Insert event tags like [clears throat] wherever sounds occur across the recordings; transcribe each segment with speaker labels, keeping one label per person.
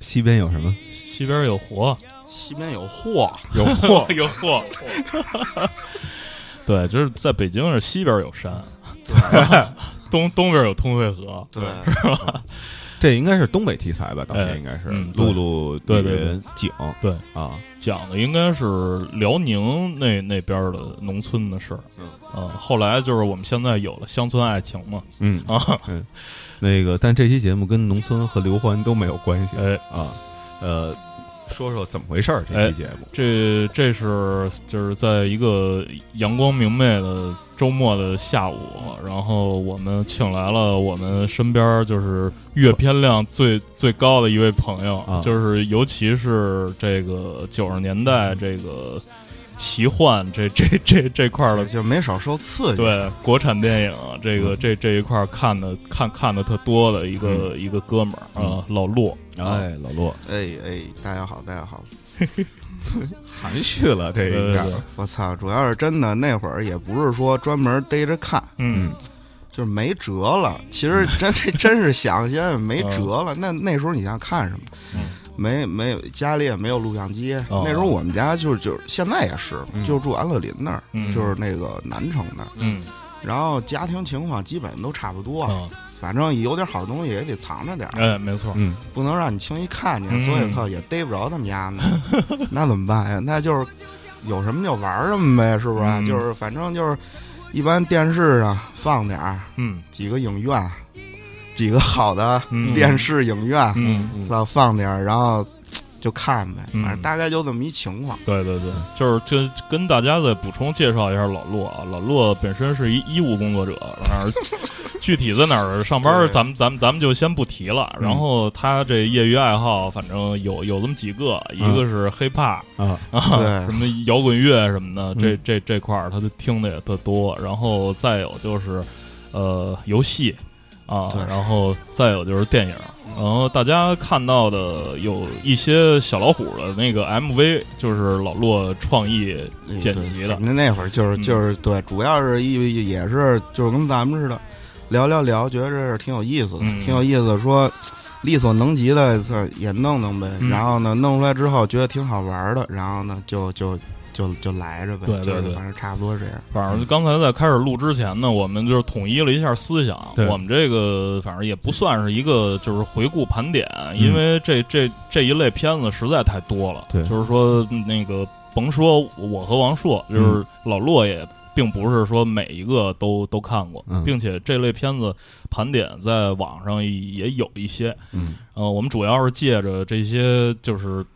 Speaker 1: 西边有什么？
Speaker 2: 西边有活，
Speaker 3: 西边有货，
Speaker 1: 有
Speaker 3: [laughs]
Speaker 1: 货
Speaker 2: 有货。 [laughs] 对，就是在北京是西边有山， [laughs] 东东边有通惠河，
Speaker 3: 对，
Speaker 1: 这应该是东北题材吧？当
Speaker 2: 哎
Speaker 1: 年应该是
Speaker 2: 嗯
Speaker 1: 露露
Speaker 2: 对
Speaker 1: 女
Speaker 2: 对对
Speaker 1: 人景
Speaker 2: 对
Speaker 1: 啊，
Speaker 2: 讲的应该是辽宁那那边儿的农村的事儿。
Speaker 3: 嗯
Speaker 2: 呃后来就是我们现在有了乡村爱情嘛
Speaker 1: 嗯，
Speaker 2: 啊， [laughs]
Speaker 1: 那个，但这期节目跟农村和刘欢都没有关系
Speaker 2: 哎，
Speaker 1: 啊，呃，说说怎么回事儿？这
Speaker 2: 哎
Speaker 1: 期节目，
Speaker 2: 这这是就是在一个阳光明媚的周末的下午，然后我们请来了我们身边儿就是阅片量最最高的一位朋友，
Speaker 1: 啊
Speaker 2: 就是尤其是这个九十年代这个奇幻这这这这块儿的
Speaker 3: 呃就没少受刺激。，
Speaker 2: 对国产电影这个这这一块儿看的看看的特多的一个、一个哥们儿啊，老陆，啊
Speaker 1: 哎，老骆
Speaker 3: 哎哎，大家好，大家好。
Speaker 1: 含蓄了这
Speaker 2: 对对
Speaker 1: 一下
Speaker 2: 对，
Speaker 3: 我操，主要是真的，那会儿也不是说专门逮着看，
Speaker 2: 嗯，
Speaker 3: 就是没辙了。其实真这真是想现在没辙了。那那时候你想看什么？
Speaker 2: 嗯
Speaker 3: 没没有，家里也没有录像机。
Speaker 2: 哦
Speaker 3: 那时候我们家就是就是现在也是，
Speaker 1: 嗯
Speaker 3: 就住安乐林那儿，
Speaker 2: 嗯
Speaker 3: 就是那个南城那儿。
Speaker 2: 嗯
Speaker 3: 然后家庭情况基本都差不多，
Speaker 2: 啊，
Speaker 3: 反正有点好东西也得藏着点儿，
Speaker 2: 哎，没错，
Speaker 1: 嗯，
Speaker 3: 不能让你轻易看见，
Speaker 2: 嗯
Speaker 3: 所以操也逮不着他们家
Speaker 2: [laughs]
Speaker 3: 呢。那怎么办呀？那就是有什么就玩什么呗，是不是？
Speaker 2: 嗯
Speaker 3: 就是反正就是一般电视上放点儿
Speaker 2: 嗯
Speaker 3: 几个影院，几个好的
Speaker 2: 嗯
Speaker 3: 电视影院，
Speaker 2: 嗯，
Speaker 1: 嗯
Speaker 3: 操、放点儿，然后就看呗，
Speaker 2: 嗯
Speaker 3: 反正大概就这么一情
Speaker 2: [laughs]
Speaker 3: 况。
Speaker 2: 对对对，就是跟跟大家再补充介绍一下老陆啊，老陆本身是一医务工作者，然后具体在哪儿上班儿，
Speaker 3: 对
Speaker 2: 咱们咱们咱们就先不提了。然后他这业余爱好，反正有有这么几个，一
Speaker 1: 嗯
Speaker 2: 个是 hiphop，
Speaker 1: 啊，
Speaker 2: 啊，
Speaker 3: 对
Speaker 2: 什么摇滚乐什么的，这
Speaker 1: 嗯
Speaker 2: 这这块儿他就听的也特多。然后再有就是，呃，游戏啊
Speaker 3: 对，
Speaker 2: 然后再有就是电影。然后大家看到的有一些小老虎的那个 MV，就是老洛创意
Speaker 3: 哎
Speaker 2: 剪辑的，
Speaker 3: 那那会儿嗯就是
Speaker 2: 嗯
Speaker 3: 就是对，主要是一也是就是跟咱们似的，聊聊聊，觉得这事儿挺有意思的，
Speaker 2: 嗯
Speaker 3: 挺有意思的，说力所能及的操也弄弄呗。
Speaker 2: 嗯
Speaker 3: 然后呢，弄出来之后觉得挺好玩儿的，然后呢就就就就来着呗。
Speaker 2: 对对
Speaker 3: 就是
Speaker 2: 对嗯
Speaker 3: 反正差不多是这样。
Speaker 2: 反正刚才在开始录之前呢，我们就是统一了一下思想。
Speaker 1: 对
Speaker 2: 我们这个反正也不算是一个就是回顾盘点，
Speaker 1: 嗯
Speaker 2: 因为这这这一类片子实在太多了。
Speaker 1: 对
Speaker 2: 就是说嗯那个甭说我和王硕，
Speaker 1: 嗯
Speaker 2: 就是老骆也并不是说每一个都都看过，
Speaker 1: 嗯
Speaker 2: 并且这类片子盘点在网上也有一些。
Speaker 3: 嗯，
Speaker 2: 呃，我们主要是借着这些就是。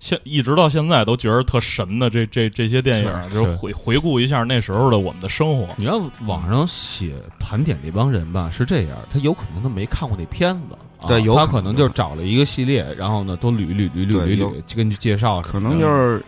Speaker 2: 现一直到现在都觉得特神的这这这些电影，
Speaker 1: 是
Speaker 2: 就是回回顾一下那时候的我们的生活。
Speaker 4: 你要网上写盘点那帮人吧，是这样，他有可能他没看过那片子，啊、
Speaker 3: 对有
Speaker 4: 他
Speaker 3: 可
Speaker 4: 可
Speaker 3: 能
Speaker 4: 能就找了一个系列，然后呢都捋捋捋捋
Speaker 3: 对
Speaker 4: 捋
Speaker 3: 有
Speaker 4: 捋，根据介绍什
Speaker 3: 可
Speaker 4: 么的，
Speaker 3: 能就是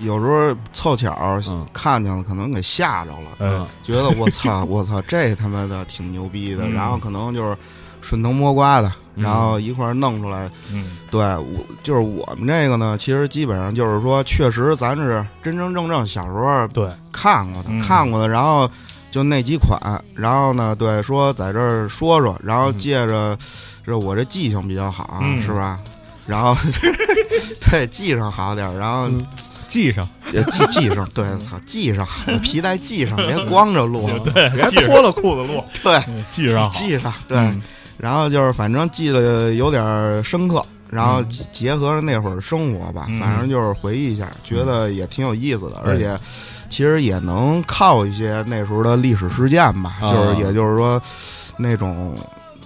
Speaker 3: 有时候凑巧
Speaker 4: 嗯
Speaker 3: 看见了，可能给吓着了，
Speaker 2: 嗯
Speaker 4: 嗯，
Speaker 3: 觉得
Speaker 2: [laughs]
Speaker 3: 我操我操这他妈的挺牛逼的，
Speaker 2: 嗯
Speaker 3: 然后可能就是顺藤摸瓜的，然后一块儿弄出来。
Speaker 2: 嗯
Speaker 3: 对我就是我们这个呢，其实基本上就是说，确实咱是真真正正小时候
Speaker 2: 对
Speaker 3: 看过的，
Speaker 2: 嗯
Speaker 3: 看过的，然后就那几款，然后呢，对，说在这儿说说，然后
Speaker 2: 嗯
Speaker 3: 借着，这我这记性比较好啊，
Speaker 2: 嗯
Speaker 3: 是吧？然后 [laughs] 对记上好点儿，然后
Speaker 1: 嗯记上，
Speaker 3: 也记记上，对，操，记上，皮带系上，
Speaker 2: [laughs]
Speaker 3: 别光着录，
Speaker 2: 对，记上
Speaker 1: 脱了裤子录，
Speaker 3: 对，
Speaker 2: 记上好，
Speaker 3: 记上，对，
Speaker 2: 嗯
Speaker 3: 然后就是反正记得有点儿深刻，然后结结合着那会儿生活吧，
Speaker 2: 嗯
Speaker 3: 反正就是回忆一下，觉得也挺有意思的，
Speaker 1: 对
Speaker 3: 而且其实也能靠一些那时候的历史事件吧，
Speaker 4: 啊
Speaker 3: 就是也就是说那种。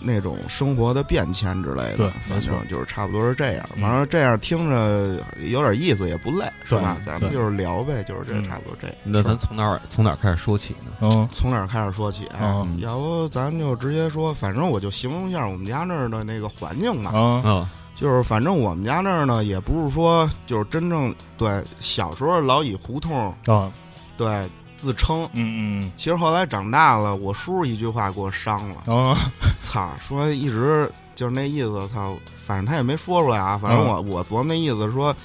Speaker 3: 那种生活的变迁之类的，
Speaker 2: 对
Speaker 3: 反
Speaker 2: 没错
Speaker 3: 正就是差不多是这样。
Speaker 2: 嗯
Speaker 3: 反正这样听着有点意思，也不累，是
Speaker 2: 对
Speaker 3: 吧？咱们
Speaker 2: 对
Speaker 3: 就是聊呗，就是这
Speaker 2: 嗯
Speaker 3: 差不多这样。
Speaker 4: 那咱从哪儿从哪儿开始说起呢？
Speaker 2: 嗯
Speaker 3: 从哪儿开始说起？啊
Speaker 2: 哦
Speaker 3: 要不咱就直接说，反正我就形容一下我们家那儿的那个环境吧。
Speaker 2: 啊
Speaker 4: 啊，
Speaker 3: 就是反正我们家那儿呢，也不是说就是真正对小时候老以胡同
Speaker 2: 啊
Speaker 3: 对自称。
Speaker 2: 嗯
Speaker 3: 其实后来长大了，我叔叔一句话给我伤
Speaker 2: [laughs]
Speaker 3: 了，
Speaker 2: 嗯啊
Speaker 3: 操，说一直就是那意思，操，反正他也没说出来啊，反正我、我琢磨那意思说。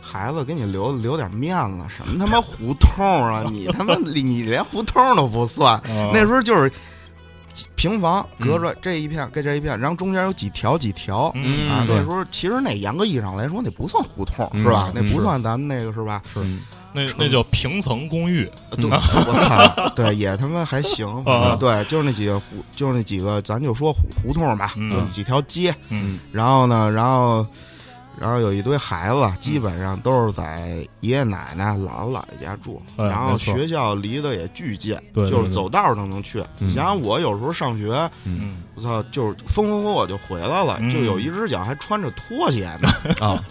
Speaker 3: 孩子，给你留留点面子，什么他妈胡同啊！你他妈你你连胡同都不算，
Speaker 2: 啊
Speaker 3: 那时候就是平房隔着这一片跟这一片，然后中间有几条几条。
Speaker 2: 嗯
Speaker 3: 啊，
Speaker 4: 嗯
Speaker 3: 那
Speaker 4: 对
Speaker 3: 时候其实那严格意义上来说，那不算胡同，
Speaker 4: 嗯
Speaker 3: 是吧？那
Speaker 4: 嗯
Speaker 3: 不
Speaker 4: 是
Speaker 3: 算咱们那个，是吧？
Speaker 4: 嗯
Speaker 2: 那那叫平层公寓，
Speaker 3: 呃
Speaker 2: [laughs]
Speaker 3: 对，我操，对，也他妈还行，反
Speaker 2: 嗯啊
Speaker 3: 正对，就是那几个胡，就是那几个，咱就说胡胡同吧，
Speaker 2: 嗯
Speaker 3: 就是几条街，
Speaker 2: 嗯
Speaker 3: 然后呢，然后，然后有一堆孩子，基本上都是在爷爷奶奶、姥姥姥爷家住，
Speaker 2: 哎
Speaker 3: 然后
Speaker 2: 没错
Speaker 3: 学校离得也巨近，
Speaker 2: 对
Speaker 3: 就
Speaker 2: 对
Speaker 3: 是
Speaker 2: 对
Speaker 3: 走道儿都能去。
Speaker 4: 嗯
Speaker 3: 你想想，我有时候上学，
Speaker 2: 嗯，
Speaker 3: 我操，就是风风火我就回来了，
Speaker 2: 嗯
Speaker 3: 就有一只脚还穿着拖鞋呢，
Speaker 4: 啊，嗯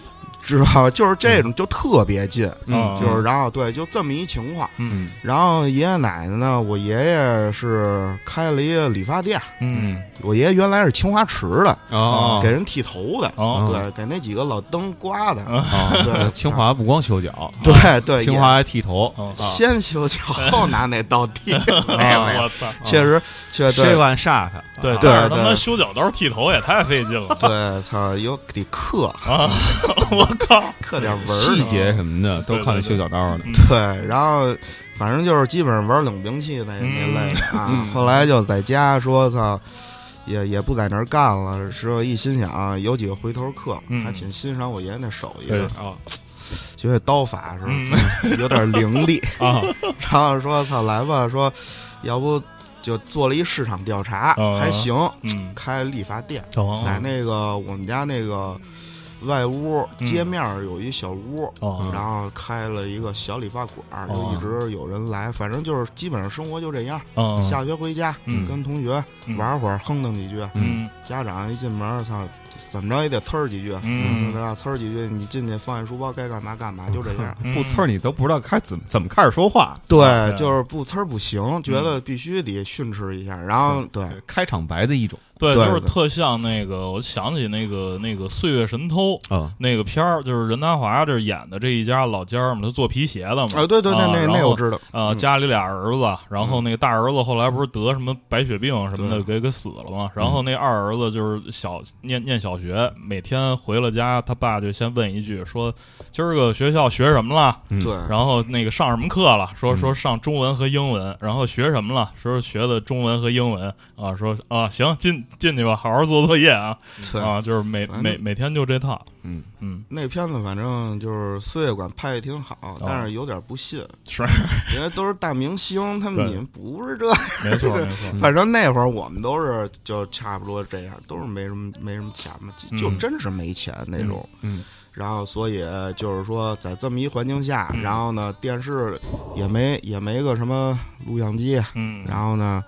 Speaker 3: 知道吧？ [laughs] 就是这种，就特别近，
Speaker 2: 啊
Speaker 3: 就是然后对，就这么一情况。
Speaker 2: 嗯
Speaker 3: 然后爷爷奶奶呢，我爷爷是开了一个理发店，
Speaker 2: 嗯
Speaker 3: 我爷爷原来是清华池的，啊
Speaker 4: 哦
Speaker 3: 给人剃头的。
Speaker 2: 哦
Speaker 3: 对，给那几个老灯刮的，
Speaker 4: 啊
Speaker 3: 对，
Speaker 4: 清华不光修脚，啊
Speaker 3: 对对，
Speaker 4: 清华还剃头，
Speaker 2: 哦
Speaker 3: 也先修脚后拿那刀剃，没
Speaker 4: 啊
Speaker 3: 有没
Speaker 2: 啊
Speaker 3: 有，
Speaker 2: 我操！啊
Speaker 3: 确实确实
Speaker 4: 谁
Speaker 3: 对
Speaker 4: 管煞他？
Speaker 2: 对，
Speaker 4: 啊
Speaker 3: 对
Speaker 2: 但是他
Speaker 3: 对
Speaker 2: 妈修脚刀剃头也太费劲了
Speaker 3: 对，操，有得刻
Speaker 2: 啊！我靠，
Speaker 3: 刻点纹
Speaker 4: 细
Speaker 3: 儿，
Speaker 4: 节什么的都靠你修脚刀呢。
Speaker 3: [laughs] 对，然后反正就是基本上玩冷兵器那那
Speaker 2: 嗯
Speaker 3: 类的啊
Speaker 4: 嗯。
Speaker 3: 后来就在家说操。也也不在那儿干了，之后一心想有几个回头客，
Speaker 2: 嗯
Speaker 3: 还挺欣赏我爷爷那手艺，
Speaker 2: 对
Speaker 3: 的，
Speaker 4: 啊
Speaker 3: 觉得刀法是吧
Speaker 2: 嗯
Speaker 3: 有点凌厉，
Speaker 2: [laughs] 啊
Speaker 3: [laughs] 然后说操来吧，说要不就做了一市场调查，
Speaker 2: 哦
Speaker 3: 还行，
Speaker 2: 嗯，
Speaker 3: 开理发店，
Speaker 2: 哦
Speaker 3: 在那个我们家那个外屋
Speaker 2: 嗯
Speaker 3: 街面儿啊有一小屋。
Speaker 2: 哦
Speaker 3: 然后开了一个小理发馆儿，
Speaker 2: 哦
Speaker 3: 就一直有人来，反正就是基本上生活就这样。
Speaker 2: 哦
Speaker 3: 下学回家，
Speaker 2: 嗯
Speaker 3: 跟同学
Speaker 2: 嗯
Speaker 3: 玩会儿，哼腾几句。
Speaker 2: 嗯
Speaker 3: 家长一进门儿，操，怎么着也得呲儿几句，
Speaker 2: 嗯
Speaker 3: 对吧？呲儿几句，你进去放下书包，该干嘛干嘛，就这样。
Speaker 2: [laughs] 嗯
Speaker 4: 不呲儿你都不知道开始怎么怎么开始说话，
Speaker 2: 对嗯
Speaker 3: 对，就是不呲儿不行，觉得必须得训斥一下。然后对，
Speaker 4: 开场白的一种
Speaker 2: 对，
Speaker 3: 对
Speaker 2: 就是
Speaker 3: 对
Speaker 2: 特像那个，我想起那个那个《岁月神偷》
Speaker 3: 嗯
Speaker 4: 啊
Speaker 2: 那个片儿，就是任达华这演的这一家老家儿嘛，他做皮鞋的嘛，
Speaker 3: 啊，对对，那那
Speaker 2: 然
Speaker 3: 那
Speaker 2: 后
Speaker 3: 我知道，
Speaker 2: 呃，
Speaker 3: 嗯
Speaker 2: 家里俩儿子，然后那个大儿子后来不是得什么白血病什么的，给给死了嘛。
Speaker 3: 嗯
Speaker 2: 然后那二儿子就是小念念小学，每天回了家，他爸就先问一句说：“今儿个学校学什么了？
Speaker 4: 嗯
Speaker 3: 对，
Speaker 2: 然后那个上什么课了？说
Speaker 4: 嗯
Speaker 2: 说上中文和英文，然后学什么了？说学的中文和英文啊。说啊，行，进进去吧，好好做作业啊
Speaker 3: 对
Speaker 2: 啊，就是每
Speaker 3: 反正
Speaker 2: 每每天就这套，
Speaker 4: 嗯
Speaker 2: 嗯，
Speaker 3: 那片子反正就是岁月感拍的挺
Speaker 2: 哦
Speaker 3: 好，但是有点不信，
Speaker 2: 是
Speaker 3: 人家都是大明星，他们
Speaker 2: 对
Speaker 3: 你们不是这，
Speaker 2: [laughs] 没错没错，
Speaker 3: 反正那会儿我们都是就差不多这样，都是没什么没什么钱嘛，就
Speaker 2: 嗯
Speaker 3: 就真是没钱那种。
Speaker 4: 嗯嗯
Speaker 3: 然后所以就是说，在这么一环境下，
Speaker 2: 嗯
Speaker 3: 然后呢，电视也没也没个什么录像机，
Speaker 2: 嗯，
Speaker 3: 然后呢，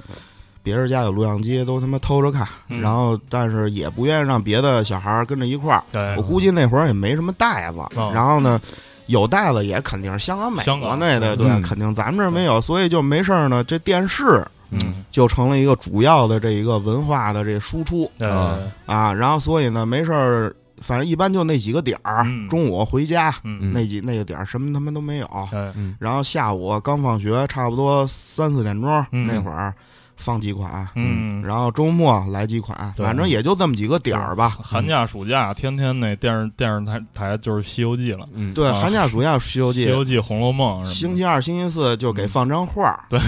Speaker 3: 别人家有录像机都他妈偷着看，
Speaker 2: 嗯
Speaker 3: 然后但是也不愿意让别的小孩儿跟着一块儿。
Speaker 2: 对
Speaker 3: 我估计那会儿也没什么袋子，
Speaker 2: 哎哦
Speaker 3: 然后呢，有袋子也肯定是香港、美
Speaker 2: 香
Speaker 3: 国
Speaker 2: 港
Speaker 3: 那的，对，
Speaker 4: 嗯
Speaker 3: 肯定咱们这儿没有，所以就没事儿呢。这电视
Speaker 2: 嗯
Speaker 3: 就成了一个主要的这一个文化的这输出
Speaker 2: 对
Speaker 4: 啊
Speaker 3: 啊，然后所以呢，没事儿，反正一般就那几个点儿，
Speaker 2: 嗯
Speaker 3: 中午回家
Speaker 2: 嗯
Speaker 3: 那几那个点儿什么他妈都没有，
Speaker 2: 对嗯
Speaker 3: 然后下午刚放学，差不多三四点钟、
Speaker 2: 嗯
Speaker 3: 那会儿放几款，
Speaker 2: 嗯，
Speaker 3: 然后周末来几款，
Speaker 2: 对
Speaker 3: 反正也就这么几个点儿吧。
Speaker 2: 寒假暑假天天那电视电视台台就是《西游记》了，
Speaker 4: 嗯
Speaker 3: 对，
Speaker 2: 啊
Speaker 3: 寒假、暑假《西游
Speaker 2: 《
Speaker 3: 记
Speaker 2: 西》游记》《红楼梦》什
Speaker 3: 星
Speaker 2: 么的。
Speaker 3: 期二、星期四就给放张画，对，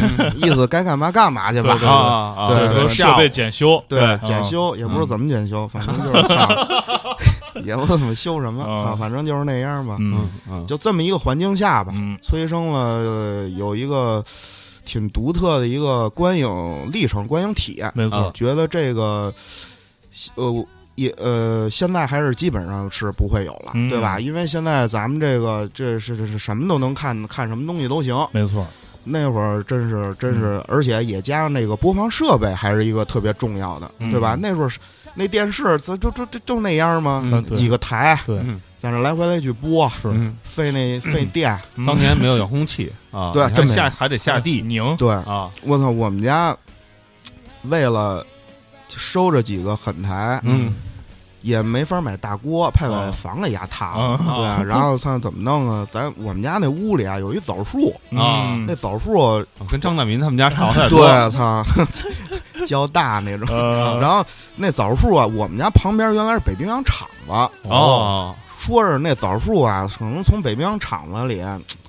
Speaker 3: 意思该干嘛干嘛去吧。
Speaker 2: 嗯对
Speaker 4: 啊啊，
Speaker 3: 对
Speaker 2: 说设
Speaker 4: 下午
Speaker 2: 备检修，
Speaker 3: 对，
Speaker 2: 嗯
Speaker 3: 检修也不知道怎么检修，反正就
Speaker 2: [laughs]
Speaker 3: 是看，也不知道怎么修什么
Speaker 2: 嗯
Speaker 3: 啊，反正就是那样吧。
Speaker 2: 嗯
Speaker 4: 嗯嗯
Speaker 3: 就这么一个环境下吧，
Speaker 2: 嗯
Speaker 3: 催生了呃有一个挺独特的一个观影历程、观影体验。
Speaker 2: 没错
Speaker 4: 啊，
Speaker 3: 觉得这个，呃，也呃，现在还是基本上是不会有了，
Speaker 2: 嗯
Speaker 3: 对吧？因为现在咱们这个这是这是什么都能看，看什么东西都行。
Speaker 2: 没错，
Speaker 3: 那会儿真是真
Speaker 2: 嗯
Speaker 3: 是，而且也加上那个播放设备还是一个特别重要的，
Speaker 2: 嗯
Speaker 3: 对吧？那会儿是那电视就就就就就那样吗？
Speaker 2: 嗯对
Speaker 3: 几个台
Speaker 2: 对
Speaker 4: 嗯
Speaker 3: 在那来回来去播，
Speaker 2: 是
Speaker 4: 嗯
Speaker 3: 费那费
Speaker 2: [clears throat]
Speaker 3: 电。
Speaker 2: 嗯
Speaker 4: 当年没有遥控器啊，
Speaker 3: 对
Speaker 4: 你还
Speaker 3: 真没有
Speaker 4: 下还得下地
Speaker 2: 宁
Speaker 3: 对，
Speaker 4: 啊，
Speaker 3: 我操，我们家为了收着几个狠台，
Speaker 4: 嗯
Speaker 3: 也没法买大锅，怕把
Speaker 2: 啊
Speaker 3: 房给压塌了。
Speaker 2: 啊 [laughs]
Speaker 3: 对啊，然后看怎么弄啊？咱我们家那屋里啊有一枣树，
Speaker 4: 啊
Speaker 2: 嗯
Speaker 3: 那枣树
Speaker 4: 跟张大民他们家
Speaker 3: [laughs]
Speaker 4: 差不太多，
Speaker 3: 对，
Speaker 2: [laughs]
Speaker 3: 操，较大那种。
Speaker 2: 呃
Speaker 4: 嗯
Speaker 3: 然后那枣树啊，我们家旁边原来是北冰洋厂子，
Speaker 4: 哦
Speaker 3: 啊说是那枣树啊，可能从北冰洋厂子里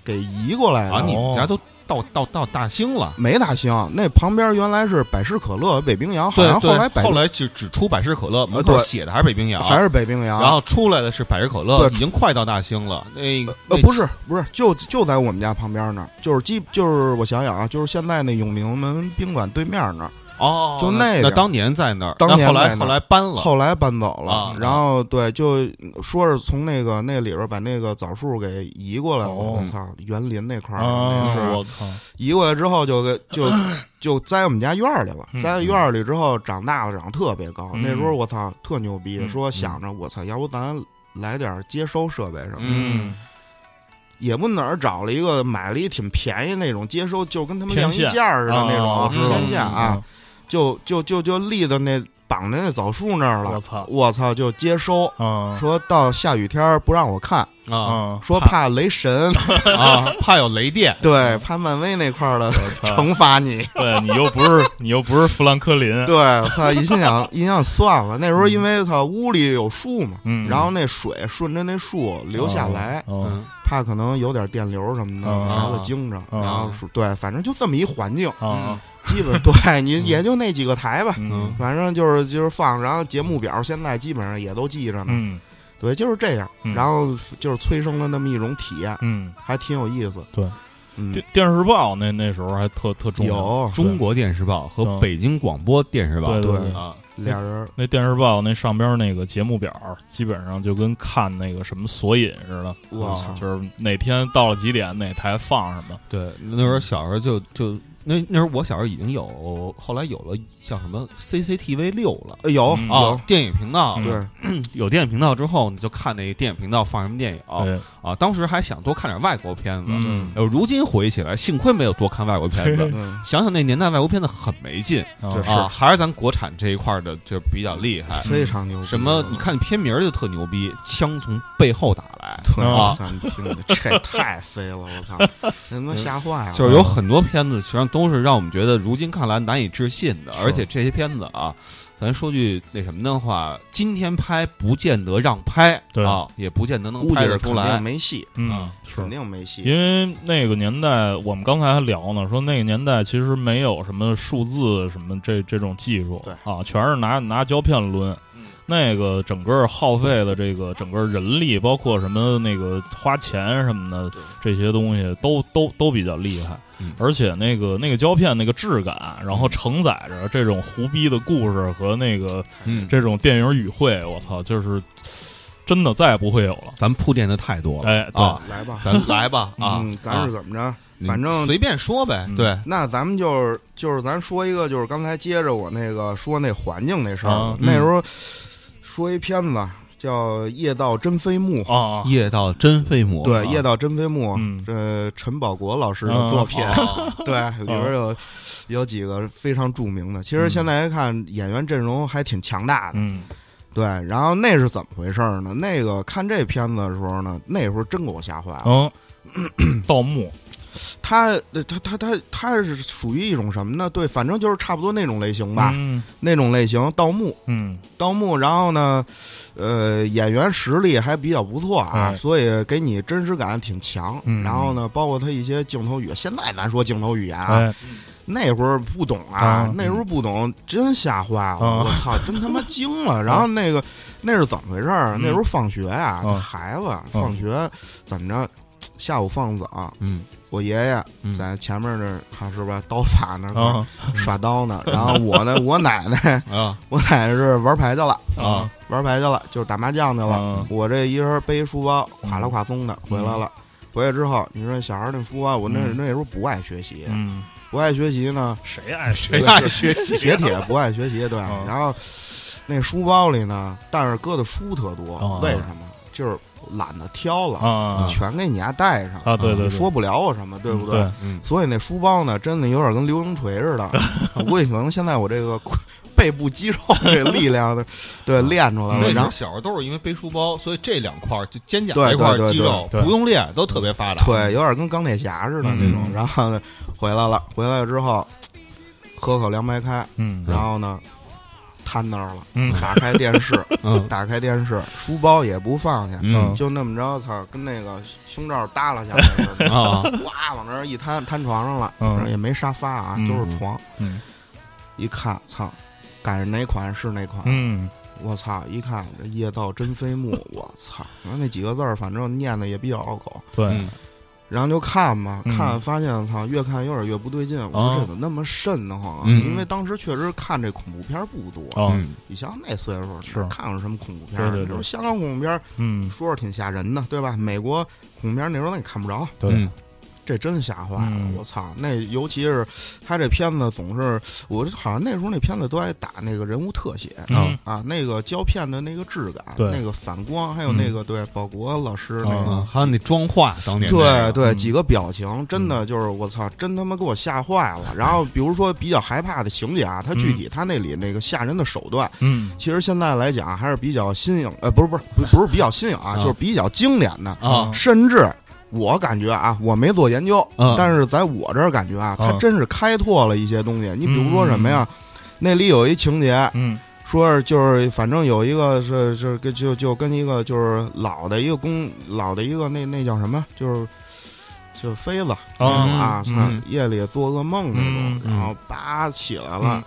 Speaker 3: 给移过来的。
Speaker 4: 啊，你们家都到到到大兴了。
Speaker 3: 没大兴，那旁边原来是百事可乐、北冰洋，好
Speaker 4: 对
Speaker 3: 像
Speaker 4: 对
Speaker 3: 后来百
Speaker 4: 后来只只出百事可乐，门口
Speaker 3: 对
Speaker 4: 写的还是北冰洋，
Speaker 3: 还是北冰洋，
Speaker 4: 然后出来的是百事可乐，
Speaker 3: 对
Speaker 4: 已经快到大兴了。那
Speaker 3: 呃
Speaker 4: 那哦
Speaker 3: 不是不是，就就在我们家旁边那儿，就是基就是我想想啊，就是现在那永定门宾馆对面那儿，
Speaker 4: 哦，
Speaker 3: 就那
Speaker 4: 那
Speaker 3: 边
Speaker 4: 当年在那儿，
Speaker 3: 当
Speaker 4: 那
Speaker 3: 年
Speaker 4: 后
Speaker 3: 在
Speaker 4: 来
Speaker 3: 那
Speaker 4: 后
Speaker 3: 儿
Speaker 4: 来搬了，
Speaker 3: 后来搬走了，
Speaker 4: 啊
Speaker 3: 然后对，就说是从那个那里边把那个枣树给移过来了，
Speaker 2: 哦
Speaker 3: 我操、园林那块儿、
Speaker 4: 哦
Speaker 3: 那
Speaker 2: 啊！
Speaker 3: 是
Speaker 2: 我靠，
Speaker 3: 移过来之后就
Speaker 2: [clears throat]
Speaker 3: 给就就栽我们家院儿里了，
Speaker 2: 嗯
Speaker 3: 栽院儿里之后长大了，长得特别高，
Speaker 2: 嗯
Speaker 3: 那时候我操特牛逼，
Speaker 2: 嗯
Speaker 3: 说想着我操，要不咱来点接收设备什么的。
Speaker 4: 嗯，
Speaker 3: 也不哪儿找了一个买了一挺便宜那种接收，就跟他们
Speaker 2: 天
Speaker 3: 晾衣
Speaker 2: 线
Speaker 3: 架儿似的那
Speaker 2: 啊我
Speaker 4: 知
Speaker 3: 种
Speaker 4: 道
Speaker 3: 天线啊，，就就就就立到那绑在那枣树那儿
Speaker 2: 嗯我
Speaker 3: 了。
Speaker 2: 操
Speaker 3: 我操，就接收，
Speaker 2: 啊
Speaker 3: 说到下雨天儿不让我看，
Speaker 4: 啊
Speaker 2: 啊！
Speaker 3: 说怕
Speaker 2: [laughs]
Speaker 3: 雷神，，
Speaker 4: 啊，怕有雷电
Speaker 3: [laughs] 对，怕漫威那块儿的 [laughs]
Speaker 2: 我操！
Speaker 3: 惩罚你。
Speaker 2: 对你又不是你又不是富兰克 [laughs] 林，
Speaker 3: 对，我操，一心
Speaker 2: [laughs]
Speaker 3: 想一心想算了，那时候因为操屋里有树嘛，
Speaker 2: 嗯，
Speaker 3: 然后那水顺着那树流下来，
Speaker 2: 哦，
Speaker 4: 嗯
Speaker 2: 哦
Speaker 3: 怕可能有点电流什么的，
Speaker 2: 哦
Speaker 3: 给孩子惊着。
Speaker 2: 哦
Speaker 3: 嗯然后说对，反正就这么一
Speaker 2: [laughs]
Speaker 3: 环境，
Speaker 2: 啊，
Speaker 3: 基本对你也就那几个台吧，
Speaker 2: 嗯
Speaker 3: 反正就是就是放，然后节目表现在基本上也都记着呢。
Speaker 2: 嗯
Speaker 3: 对，就是这样
Speaker 2: 嗯，
Speaker 3: 然后就是催生了那么一种体验，
Speaker 2: 嗯，
Speaker 3: 还挺有意思。
Speaker 2: 对，
Speaker 3: 嗯，
Speaker 2: 电电视报那那时候还特特重要，
Speaker 3: 有
Speaker 4: 中国电视报和
Speaker 2: 嗯
Speaker 4: 北京广播电视报
Speaker 2: 对
Speaker 3: 对
Speaker 4: 啊，
Speaker 3: 俩人
Speaker 2: 那电视报那上边那个节目表，基本上就跟看那个什么索引似的。
Speaker 3: 我操
Speaker 2: 啊就是哪天到了几点，哪台放什么。
Speaker 4: 对，那时候小时候就就那那时候我小时候已经有，后来有了叫什么 CCTV 六了。
Speaker 3: 呃有
Speaker 2: 嗯
Speaker 4: 啊
Speaker 3: 有，
Speaker 4: 电影频道、
Speaker 2: 嗯
Speaker 3: 对，
Speaker 4: 有电影频道之后，你就看那电影频道放什么电影
Speaker 3: 哦
Speaker 4: 啊
Speaker 2: 对，
Speaker 4: 当时还想多看点外国片子，
Speaker 2: 嗯，。
Speaker 4: 呃，如今回忆起来，幸亏没有多看外国片子
Speaker 3: 嗯，
Speaker 4: [laughs] 想想那年代外国片子很没劲
Speaker 3: 对
Speaker 2: 啊
Speaker 4: 啊，还是咱国产这一块儿的就比较厉害。
Speaker 3: 非常牛逼。
Speaker 4: 什么？你看片名儿就特牛逼，枪从背后打来，
Speaker 3: 对，
Speaker 4: 啊
Speaker 3: 我操！你听着，这也太飞了，我操，那他妈吓坏了。
Speaker 4: 嗯就是有很多片子实际上都是让我们觉得如今看来难以置信的，而且这些片子啊，咱说句那什么的话，今天拍不见得让拍
Speaker 2: 对
Speaker 4: 啊，也不见得能
Speaker 3: 估计
Speaker 4: 拍
Speaker 3: 是
Speaker 4: 得出
Speaker 3: 肯定
Speaker 4: 来。
Speaker 3: 没戏，
Speaker 2: 嗯
Speaker 4: 啊，
Speaker 2: 是
Speaker 3: 肯。定没戏。
Speaker 2: 因为那个年代，我们刚才还聊呢，说那个年代其实没有什么数字什么这这种技术，
Speaker 3: 对
Speaker 2: 啊，全是拿拿胶片抡。
Speaker 4: 嗯
Speaker 2: 那个整个耗费的这个整个人力，包括什么那个花钱什么的
Speaker 3: 对，
Speaker 2: 这些东西都都都比较厉害。
Speaker 4: 嗯
Speaker 2: 而且那个那个胶片那个质感，然后承载着这种胡逼的故事和那个
Speaker 4: 嗯，这
Speaker 2: 这种电影语汇，我操，就是真的再也不会有了。
Speaker 4: 咱铺垫的太多了，
Speaker 2: 哎，对，
Speaker 4: 啊
Speaker 3: 来吧，
Speaker 4: 咱来吧啊
Speaker 3: 嗯，，咱是怎么着？
Speaker 4: 你
Speaker 3: 反正
Speaker 4: 随便说呗
Speaker 2: 嗯，
Speaker 4: 对，
Speaker 3: 那咱们就是就是咱说一个，就是刚才接着我那个说那环境那事儿
Speaker 2: 啊
Speaker 3: 了，
Speaker 4: 嗯
Speaker 3: 那时候说一片子叫《夜到真飞幕》，
Speaker 4: 哦
Speaker 2: 啊，
Speaker 4: 夜到真飞魔，
Speaker 3: 对，《夜到真飞幕》
Speaker 2: 嗯
Speaker 3: 这陈宝国老师
Speaker 2: 啊
Speaker 3: 的作品，
Speaker 4: 啊
Speaker 3: 对，里边有有几个非常著名的。其实
Speaker 4: 嗯
Speaker 3: 现在一看，演员阵容还挺强大的。
Speaker 2: 嗯
Speaker 3: 对，然后那是怎么回事儿呢？那个看这片子的时候呢，那时候真给我吓坏了。
Speaker 2: 嗯， [clears throat] 盗墓，
Speaker 3: 他呃他他他他是属于一种什么呢？对，反正就是差不多那种类型吧，
Speaker 2: 嗯
Speaker 3: 那种类型盗墓。
Speaker 2: 嗯
Speaker 3: 盗墓，然后呢，呃，演员实力还比较不错啊，
Speaker 2: 哎
Speaker 3: 所以给你真实感挺强。
Speaker 2: 嗯
Speaker 3: 然后呢，包括他一些镜头语言，现在咱说镜头语言啊，
Speaker 2: 哎，
Speaker 3: 那会儿不懂啊，
Speaker 2: 啊
Speaker 3: 那时候不懂，真吓坏了，
Speaker 2: 啊
Speaker 3: 我
Speaker 2: [laughs]
Speaker 3: 操，真他妈惊了。然后那个那是怎么回事儿？
Speaker 2: 嗯
Speaker 3: 那时候放学啊，
Speaker 2: 啊
Speaker 3: 孩子放学怎么着？下午放早，
Speaker 4: 嗯，
Speaker 3: 我爷爷
Speaker 4: 嗯
Speaker 3: 在前面那儿，啊是吧？刀法那儿
Speaker 2: 啊
Speaker 3: 耍刀呢，然后我
Speaker 2: [laughs]
Speaker 3: 呢，我奶奶，
Speaker 4: 啊
Speaker 3: 我奶奶是玩牌去了，
Speaker 2: 啊
Speaker 3: 玩牌去了，就是打麻将去了。
Speaker 2: 啊
Speaker 3: 我这一人背一书包，垮了垮松的回来了。回来之后，你说小孩儿那书包，我那
Speaker 2: 嗯
Speaker 3: 那时候不爱学习，
Speaker 2: 嗯，哎
Speaker 3: 不爱学习呢，
Speaker 2: 谁爱谁
Speaker 4: 谁爱学习
Speaker 3: [laughs] 学铁不爱学习，对。
Speaker 2: 啊
Speaker 3: 然后那书包里呢，但是搁的书特多，
Speaker 2: 啊
Speaker 3: 为什么？就是懒得挑了，
Speaker 2: 啊
Speaker 3: 全给你家带上，
Speaker 2: 啊，对对，嗯
Speaker 3: 你说不了我什么，对不
Speaker 2: 对？？
Speaker 3: 所以那书包呢，真的有点跟流星锤似的。我估计可能现在我这个背部肌肉这力量的，
Speaker 2: 嗯
Speaker 3: 对练出来
Speaker 4: 那
Speaker 3: 了。
Speaker 4: 时
Speaker 3: 然
Speaker 4: 候
Speaker 3: 后
Speaker 4: 小时候都是因为背书包，所以这两块儿就肩胛
Speaker 3: 对
Speaker 4: 这块儿
Speaker 3: 对对
Speaker 4: 肌肉
Speaker 2: 对对
Speaker 4: 不用练都特别发达。
Speaker 3: 腿有点跟钢铁侠似的那种。
Speaker 2: 嗯
Speaker 3: 然后呢，回来了，回来了之后，喝口凉白开，
Speaker 2: 嗯，
Speaker 3: 然后呢，瘫那儿了，
Speaker 2: 嗯
Speaker 3: 打开电视，
Speaker 4: 嗯
Speaker 3: 打开电视，书包也不放下，
Speaker 4: 嗯
Speaker 3: 就那么着，操，跟那个胸罩耷拉下来似
Speaker 2: [laughs]
Speaker 3: 的，
Speaker 4: 啊，
Speaker 3: 哇，往那儿一摊，摊床上了，
Speaker 2: 嗯
Speaker 3: 然后也没沙发啊，
Speaker 2: 嗯
Speaker 3: 都是床，
Speaker 2: 嗯
Speaker 3: 一看，操，赶上哪款是哪款，
Speaker 2: 嗯
Speaker 3: 我操，一看这夜到真
Speaker 2: [laughs]
Speaker 3: 飞木，我操，然后那几个字儿反正念的也比较拗口，
Speaker 2: 对
Speaker 4: 嗯
Speaker 3: 然后就看吧，
Speaker 2: 嗯
Speaker 3: 看发现操，越看有点越不对劲，我
Speaker 4: 啊
Speaker 3: 说这怎么那么瘆得慌啊？
Speaker 4: 嗯
Speaker 3: 因为当时确实看这恐怖片儿不多，
Speaker 2: 啊
Speaker 4: 嗯
Speaker 3: 你想想那岁数
Speaker 2: 是
Speaker 3: 看过什么恐怖片儿？
Speaker 2: 对对对
Speaker 3: 那时候香港恐怖片儿
Speaker 2: 嗯
Speaker 3: 说是挺吓人的，对吧？美国恐怖片儿那时候那也看不着，
Speaker 2: 对
Speaker 4: 嗯
Speaker 3: 这真吓坏了！
Speaker 2: 嗯
Speaker 3: 我操，那尤其是他这片子总是，我好像那时候那片子都爱打那个人物特写。
Speaker 2: 嗯
Speaker 3: 啊，那个胶片的那个质感，
Speaker 2: 对
Speaker 3: 那个反光，还有
Speaker 2: 嗯
Speaker 3: 那个、对保国老师那个，
Speaker 4: 嗯，还有那妆化，当年
Speaker 3: 对
Speaker 4: 那个
Speaker 3: 对，
Speaker 2: 嗯
Speaker 3: 几个表情，真的就是我操，真他妈给我吓坏
Speaker 2: [laughs]
Speaker 3: 了。然后比如说比较害怕的情节啊，它具体它那里那个吓人的手段，
Speaker 2: 嗯
Speaker 3: 其实现在来讲还是比较新颖，呃，不是不是不是不是比较新颖啊，
Speaker 4: 啊
Speaker 2: 嗯
Speaker 3: 就是比较经典的，
Speaker 4: 啊，
Speaker 3: 甚至。我感觉啊，我没做研究，
Speaker 4: 嗯
Speaker 3: 但是在我这儿感觉啊，
Speaker 2: 嗯
Speaker 3: 它真是开拓了一些东西。你比如说什么呀？那里有一情节，
Speaker 2: 嗯
Speaker 3: 说是就是反正有一个是是跟就就跟一个就是老的一个公老的一个那那叫什么就是。就是飞子
Speaker 2: 啊
Speaker 3: 啊，
Speaker 2: 嗯
Speaker 3: 操
Speaker 4: 嗯
Speaker 3: 夜里做噩梦那种
Speaker 2: 嗯，
Speaker 3: 然后叭起来
Speaker 2: 嗯
Speaker 3: 了，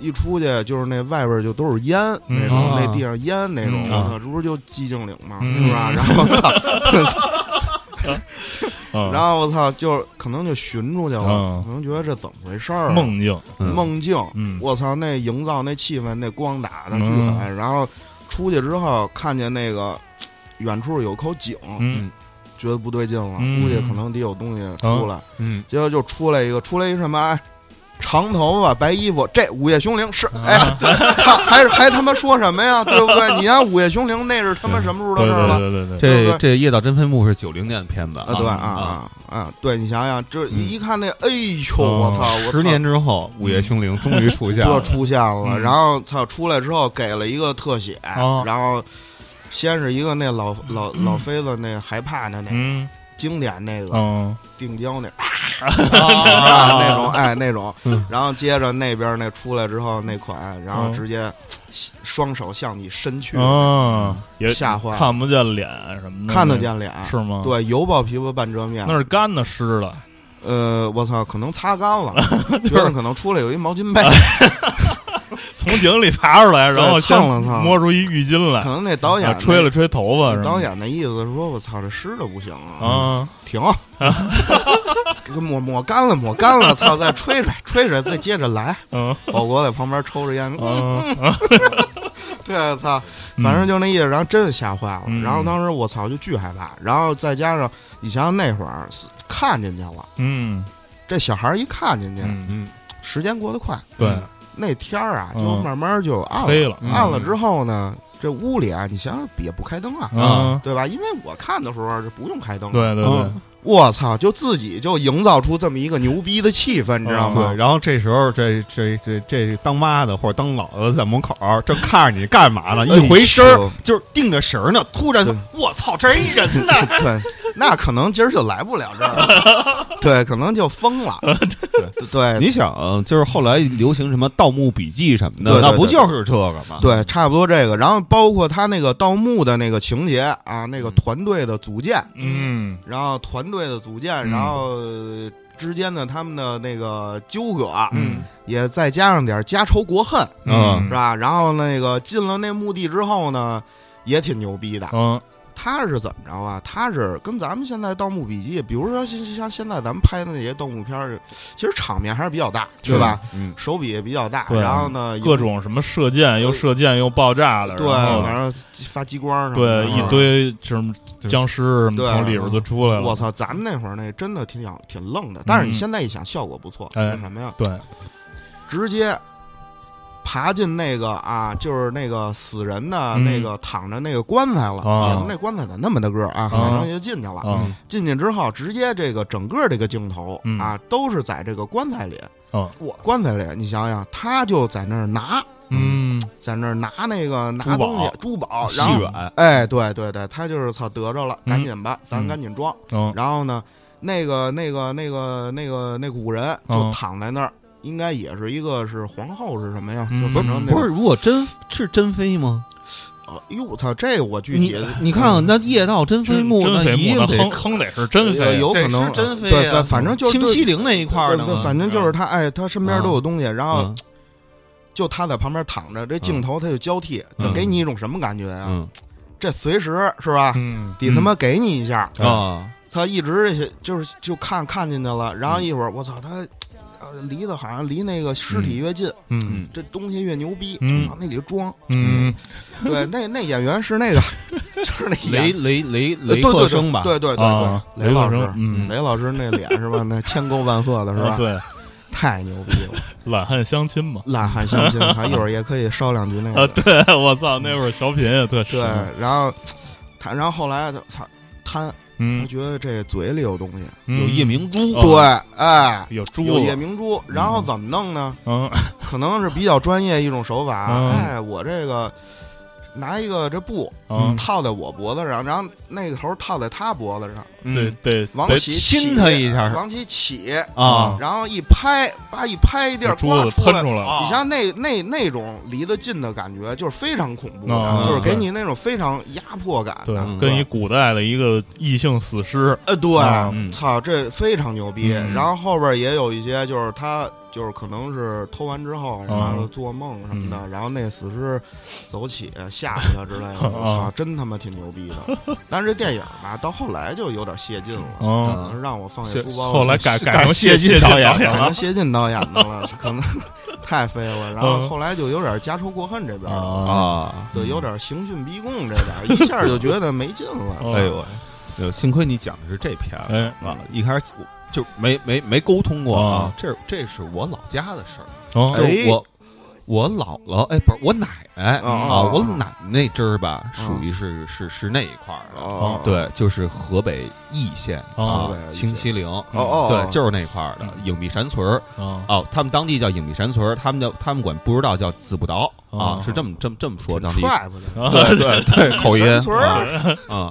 Speaker 3: 一出去就是那外边就都是烟
Speaker 2: 嗯
Speaker 3: 那种，
Speaker 4: 啊
Speaker 3: 那地上烟那种，
Speaker 2: 嗯
Speaker 3: 我操，这不是就寂静岭吗？
Speaker 2: 嗯
Speaker 3: 是吧？然 [laughs] 后操，
Speaker 2: 啊，
Speaker 3: 然后我操，就是可能就寻出去
Speaker 2: 嗯
Speaker 3: 了，可能觉得这怎么回事儿啊？
Speaker 2: 梦境，
Speaker 4: 嗯
Speaker 3: 梦境，
Speaker 2: 嗯
Speaker 3: 我操，那营造那气氛，那光打的巨
Speaker 2: 嗯
Speaker 3: 狠。然后出去之后，看见那个远处有口井，
Speaker 2: 嗯
Speaker 3: 觉得不对劲了，
Speaker 2: 嗯
Speaker 3: 估计可能得有东西出来。
Speaker 4: 嗯
Speaker 3: 结果就出来一个，出来一什么？哎，长头发，白衣服，这午夜凶铃是
Speaker 2: 啊
Speaker 3: 哎，对，操，还是还他妈说什么呀？对不对？你看午夜凶铃那是他妈什么时候
Speaker 2: 对
Speaker 3: 的事儿
Speaker 2: 对
Speaker 3: 了？
Speaker 2: 对对对，
Speaker 3: 对不
Speaker 4: 这
Speaker 3: 对
Speaker 4: 这《夜到真飞木》是九零年的片子
Speaker 3: 啊，对啊
Speaker 2: 啊
Speaker 3: 啊啊！对你想想，这
Speaker 4: 嗯
Speaker 3: 一看那，哎呦，
Speaker 2: 哦
Speaker 3: 我操！我操
Speaker 4: 十年之后，《午夜凶铃》终于出现
Speaker 3: 这
Speaker 4: 了，
Speaker 3: 出现了，
Speaker 2: 嗯
Speaker 3: 然后操出来之后给了一个特写，
Speaker 2: 啊
Speaker 3: 然后先是一个那老老老飞子那害怕的那、
Speaker 2: 嗯
Speaker 3: 经典那个
Speaker 2: 嗯
Speaker 3: 定焦那、啊那种哎那种
Speaker 4: 嗯，
Speaker 3: 然后接着那边那出来之后那款，然后
Speaker 2: 嗯
Speaker 3: 直接双手向你伸去，
Speaker 2: 啊，也
Speaker 3: 吓坏了，
Speaker 2: 看不见脸什么的，
Speaker 3: 看得见脸。
Speaker 2: 是吗？，
Speaker 3: 对，油爆皮肤半遮面
Speaker 2: 那。是干的湿的，
Speaker 3: 呃，我操，可能擦干
Speaker 2: [laughs]
Speaker 3: 了，觉得可能出来有一毛巾被，
Speaker 2: 从井里爬出来，
Speaker 3: 对
Speaker 2: 然后先
Speaker 3: 蹭了蹭
Speaker 2: 摸出一浴巾来
Speaker 3: 可，能那导
Speaker 2: 啊
Speaker 3: 演
Speaker 2: 吹了吹头发
Speaker 3: 那，
Speaker 2: 是吗，
Speaker 3: 导演那意思是说，我操，这湿的不行啊，
Speaker 2: 啊，
Speaker 3: 停， [laughs] 给抹抹干了，抹干
Speaker 2: [laughs]
Speaker 3: 了，操，再吹吹，吹吹，再接着来。
Speaker 2: 嗯
Speaker 3: 保国在旁边抽着烟，
Speaker 2: 嗯
Speaker 3: 对，操，反正就那意思，然后真是吓坏了。
Speaker 2: 嗯
Speaker 3: 然后当时我操就巨害怕，然后再加上你想想那会儿是看进去了，
Speaker 2: 嗯
Speaker 3: 这小孩一看进去，
Speaker 2: 嗯，
Speaker 4: 嗯
Speaker 3: 时间过得快，
Speaker 2: 对，
Speaker 3: 那天儿啊
Speaker 2: 嗯
Speaker 3: 就慢慢就暗
Speaker 2: 黑
Speaker 3: 了，
Speaker 2: 了，
Speaker 4: 嗯
Speaker 3: 暗了之后呢，这屋里啊，你想想也不开灯啊。
Speaker 2: 嗯，
Speaker 3: 对吧？因为我看的时候是不用开灯
Speaker 2: 对
Speaker 3: 的，
Speaker 2: 对对，
Speaker 3: 嗯我操，就自己就营造出这么一个牛逼的气氛，你知道
Speaker 2: 嗯
Speaker 3: 吗
Speaker 4: 对，？然后这时候这这这这当妈的或者当姥姥在门口儿正看着你干嘛呢？一回身
Speaker 3: 哎
Speaker 4: 儿
Speaker 3: 呦
Speaker 4: 就是定着神儿呢，突然
Speaker 3: 对
Speaker 4: 我操，这是一人
Speaker 3: [laughs]
Speaker 4: 呢！
Speaker 3: 对，那可能今儿就来不了这儿了，对，可能就疯了，对对
Speaker 4: 你想，就是后来流行什么《盗墓笔记》什么的，
Speaker 3: 对对
Speaker 4: 那不
Speaker 3: 对
Speaker 4: 就是这个吗？
Speaker 3: 对，差不多这个。然后包括他那个盗墓的那个情节啊，那个团队的组建，，
Speaker 2: 嗯
Speaker 3: 然后团队的组建，
Speaker 2: 嗯
Speaker 3: 然后呃之间的他们的那个纠葛，
Speaker 2: 嗯，
Speaker 3: 也再加上点家仇国恨，
Speaker 4: 嗯
Speaker 3: 是吧？然后那个进了那墓地之后呢，也挺牛逼的，
Speaker 2: 嗯
Speaker 3: 他是怎么着啊？他是跟咱们现在《盗墓笔记》，比如说像像现在咱们拍的那些盗墓片儿，其实场面还是比较大，对吧？？
Speaker 4: 嗯，
Speaker 3: 手笔也比较大，
Speaker 2: 对
Speaker 3: 然后呢，
Speaker 2: 各种什么射箭，又射箭又爆炸的，
Speaker 3: 对，
Speaker 2: 然后
Speaker 3: 反正发激光什么的
Speaker 2: 对，一。堆什么僵尸什么
Speaker 3: 对
Speaker 2: 从里边就出来
Speaker 3: 我
Speaker 2: 了。
Speaker 3: 操！咱们那会儿那真的挺想挺愣的，但是你现在一想，效果不错。
Speaker 2: 嗯哎
Speaker 3: 是什么呀？
Speaker 2: 对，
Speaker 3: 直接爬进那个啊，就是那个死人的
Speaker 2: 嗯
Speaker 3: 那个躺着那个棺材了。哎
Speaker 2: 啊
Speaker 3: 也那棺材咋那么大个儿啊？反正就进去了。
Speaker 2: 啊，
Speaker 3: 进去之后，直接这个整个这个镜头、
Speaker 2: 嗯
Speaker 3: 啊，都是在这个棺材里。
Speaker 2: 嗯
Speaker 3: 我棺材里，你想想，他就在那儿拿，
Speaker 2: 嗯，
Speaker 3: 在那儿拿那个
Speaker 4: 珠宝
Speaker 3: 拿东西，珠宝，
Speaker 4: 戏
Speaker 3: 然后，
Speaker 4: 软，
Speaker 3: 哎，对对对，他就是操得着了，
Speaker 2: 嗯
Speaker 3: 赶紧吧，咱
Speaker 2: 嗯
Speaker 3: 赶紧装。
Speaker 2: 嗯
Speaker 3: 然后呢，那个那个那个那个那个古人
Speaker 2: 嗯
Speaker 3: 就躺在那儿，应该也是一个是皇后是什么呀？
Speaker 2: 嗯
Speaker 3: 就反正那
Speaker 4: 不是，如果真是真妃吗？
Speaker 3: 啊，哎呦我操，这我具
Speaker 4: 你
Speaker 3: 体嗯
Speaker 4: 你看啊看那夜到真妃墓，
Speaker 2: 真
Speaker 4: 那
Speaker 2: 妃
Speaker 4: 一
Speaker 2: 墓
Speaker 4: 定得
Speaker 2: 那坑坑得是真
Speaker 3: 呃
Speaker 2: 妃，
Speaker 3: 有可能
Speaker 4: 得是真妃啊
Speaker 3: 对，反反正就是
Speaker 4: 清西陵那一块儿
Speaker 3: 对
Speaker 4: 呢
Speaker 3: 对，
Speaker 4: 嘛。
Speaker 3: 反正就是他，哎，他身边都有东西，然后
Speaker 4: 嗯
Speaker 3: 就他在旁边躺着，这镜头他就交替，
Speaker 4: 嗯
Speaker 3: 这给你一种什么感觉啊？
Speaker 4: 嗯
Speaker 3: 这随时是吧？
Speaker 2: 嗯，
Speaker 3: 啊得他妈给你一下，
Speaker 4: 啊，
Speaker 3: 他一直这些就是就看看进去了，然后一会儿我操他，呃离的好像离那个尸体越近，
Speaker 2: 嗯
Speaker 3: 这东西越牛逼，
Speaker 2: 嗯
Speaker 3: 往那里装。
Speaker 2: 嗯
Speaker 3: [laughs] 对，那那演员是那个，就是那
Speaker 4: 雷
Speaker 3: 演
Speaker 4: 雷雷
Speaker 3: 嗯对
Speaker 4: 雷
Speaker 3: 对
Speaker 4: 克
Speaker 3: 对
Speaker 4: 生吧？
Speaker 3: 对对对
Speaker 2: 啊，
Speaker 3: 对，雷老
Speaker 2: 生
Speaker 3: 师，，
Speaker 2: 嗯，
Speaker 3: 雷老师那脸是吧？那千沟万壑的是
Speaker 2: 啊
Speaker 3: 吧？
Speaker 2: 对，
Speaker 3: 太牛逼了，
Speaker 2: 懒汉相亲嘛，
Speaker 3: 烂汉相亲，他一会儿也可以捎两句那
Speaker 2: 啊，
Speaker 3: 个。
Speaker 2: 对， [laughs] 我操，那会儿小品也特
Speaker 3: 哦对
Speaker 2: 神，，
Speaker 3: 然后他，然后后来他他贪，他
Speaker 2: 嗯，
Speaker 3: 觉得这嘴里有东西，
Speaker 2: 嗯
Speaker 4: 有夜，明珠
Speaker 2: 哦
Speaker 3: 对，哎，
Speaker 2: 有猪
Speaker 3: 有夜
Speaker 2: 了，
Speaker 3: 明珠，然后怎么弄呢？
Speaker 2: 嗯
Speaker 3: 可能是比较专业一种手法，
Speaker 2: 嗯
Speaker 3: 哎，我这个拿一个这布
Speaker 2: 嗯，
Speaker 3: 套在我脖子上，然后那个头套在他脖子上，
Speaker 4: 嗯
Speaker 2: 对对，
Speaker 3: 王
Speaker 2: 得
Speaker 3: 琦
Speaker 4: 亲他一下
Speaker 3: 往起起，
Speaker 4: 啊，
Speaker 3: 然后一拍，叭一拍地儿，
Speaker 2: 珠子
Speaker 3: 呱
Speaker 2: 啊喷
Speaker 3: 来。
Speaker 2: 出来了，
Speaker 3: 你像那那那种离得近的感觉，就是非常恐怖的，
Speaker 2: 啊
Speaker 3: 就是给你那种非常压迫感的。
Speaker 2: 对
Speaker 4: 嗯，
Speaker 2: 跟一古代的一个异性死尸，
Speaker 3: 呃，对，
Speaker 2: 啊
Speaker 4: 嗯
Speaker 3: 操，这非常牛逼。
Speaker 2: 嗯
Speaker 3: 然后后边也有一些，就是他就是可能是偷完之后，然
Speaker 2: 啊
Speaker 3: 后做梦什么的，
Speaker 2: 嗯
Speaker 3: 然后那死尸走起吓唬他之类
Speaker 2: [laughs]
Speaker 3: 的，我操，真他妈挺牛逼的。但是这电影吧，到后来就有点谢
Speaker 2: [laughs]
Speaker 3: 劲了，
Speaker 2: 嗯，
Speaker 3: 可能让我放下
Speaker 2: 谢
Speaker 3: 书包，
Speaker 2: 后来改改成
Speaker 4: 谢
Speaker 2: 晋
Speaker 4: 晋导演
Speaker 3: [laughs] 可能
Speaker 2: 了，嗯
Speaker 3: 谢晋导演的了，可能太飞了。然后后来就有点家仇国恨这边了，
Speaker 2: 啊，
Speaker 4: 啊，
Speaker 3: 对，有点刑讯逼供这边，一下就觉得没劲
Speaker 2: 哦
Speaker 3: 了。
Speaker 4: 哎呦喂，呃幸亏你讲的是这片儿
Speaker 2: 哎，
Speaker 4: 啊，一开始我就没没没沟通过啊
Speaker 2: 啊，
Speaker 4: 这这是我老家的事儿。
Speaker 2: 哦，
Speaker 3: 哎
Speaker 4: 就我我姥姥，哎，不是我奶奶
Speaker 3: 哦
Speaker 4: 啊，
Speaker 3: 哦
Speaker 4: 我
Speaker 3: 哦
Speaker 4: 奶奶那支儿吧，属于是是是那一块儿的。
Speaker 3: 哦，
Speaker 4: 对，就是河北易县啊
Speaker 2: 哦
Speaker 3: 河北，易
Speaker 4: 清西陵，
Speaker 3: 哦哦，
Speaker 4: 对，就是那块儿的
Speaker 2: 嗯
Speaker 4: 影壁山村儿。
Speaker 2: 啊，
Speaker 4: 哦，他们当地叫影壁山村儿，他们叫他们管不知道叫子不倒啊
Speaker 2: 哦，
Speaker 4: 是这么这么这么说当地。
Speaker 3: 踹不得。
Speaker 4: [laughs] 对
Speaker 3: [laughs]
Speaker 4: 对对，口音
Speaker 3: 山村儿
Speaker 4: 啊啊。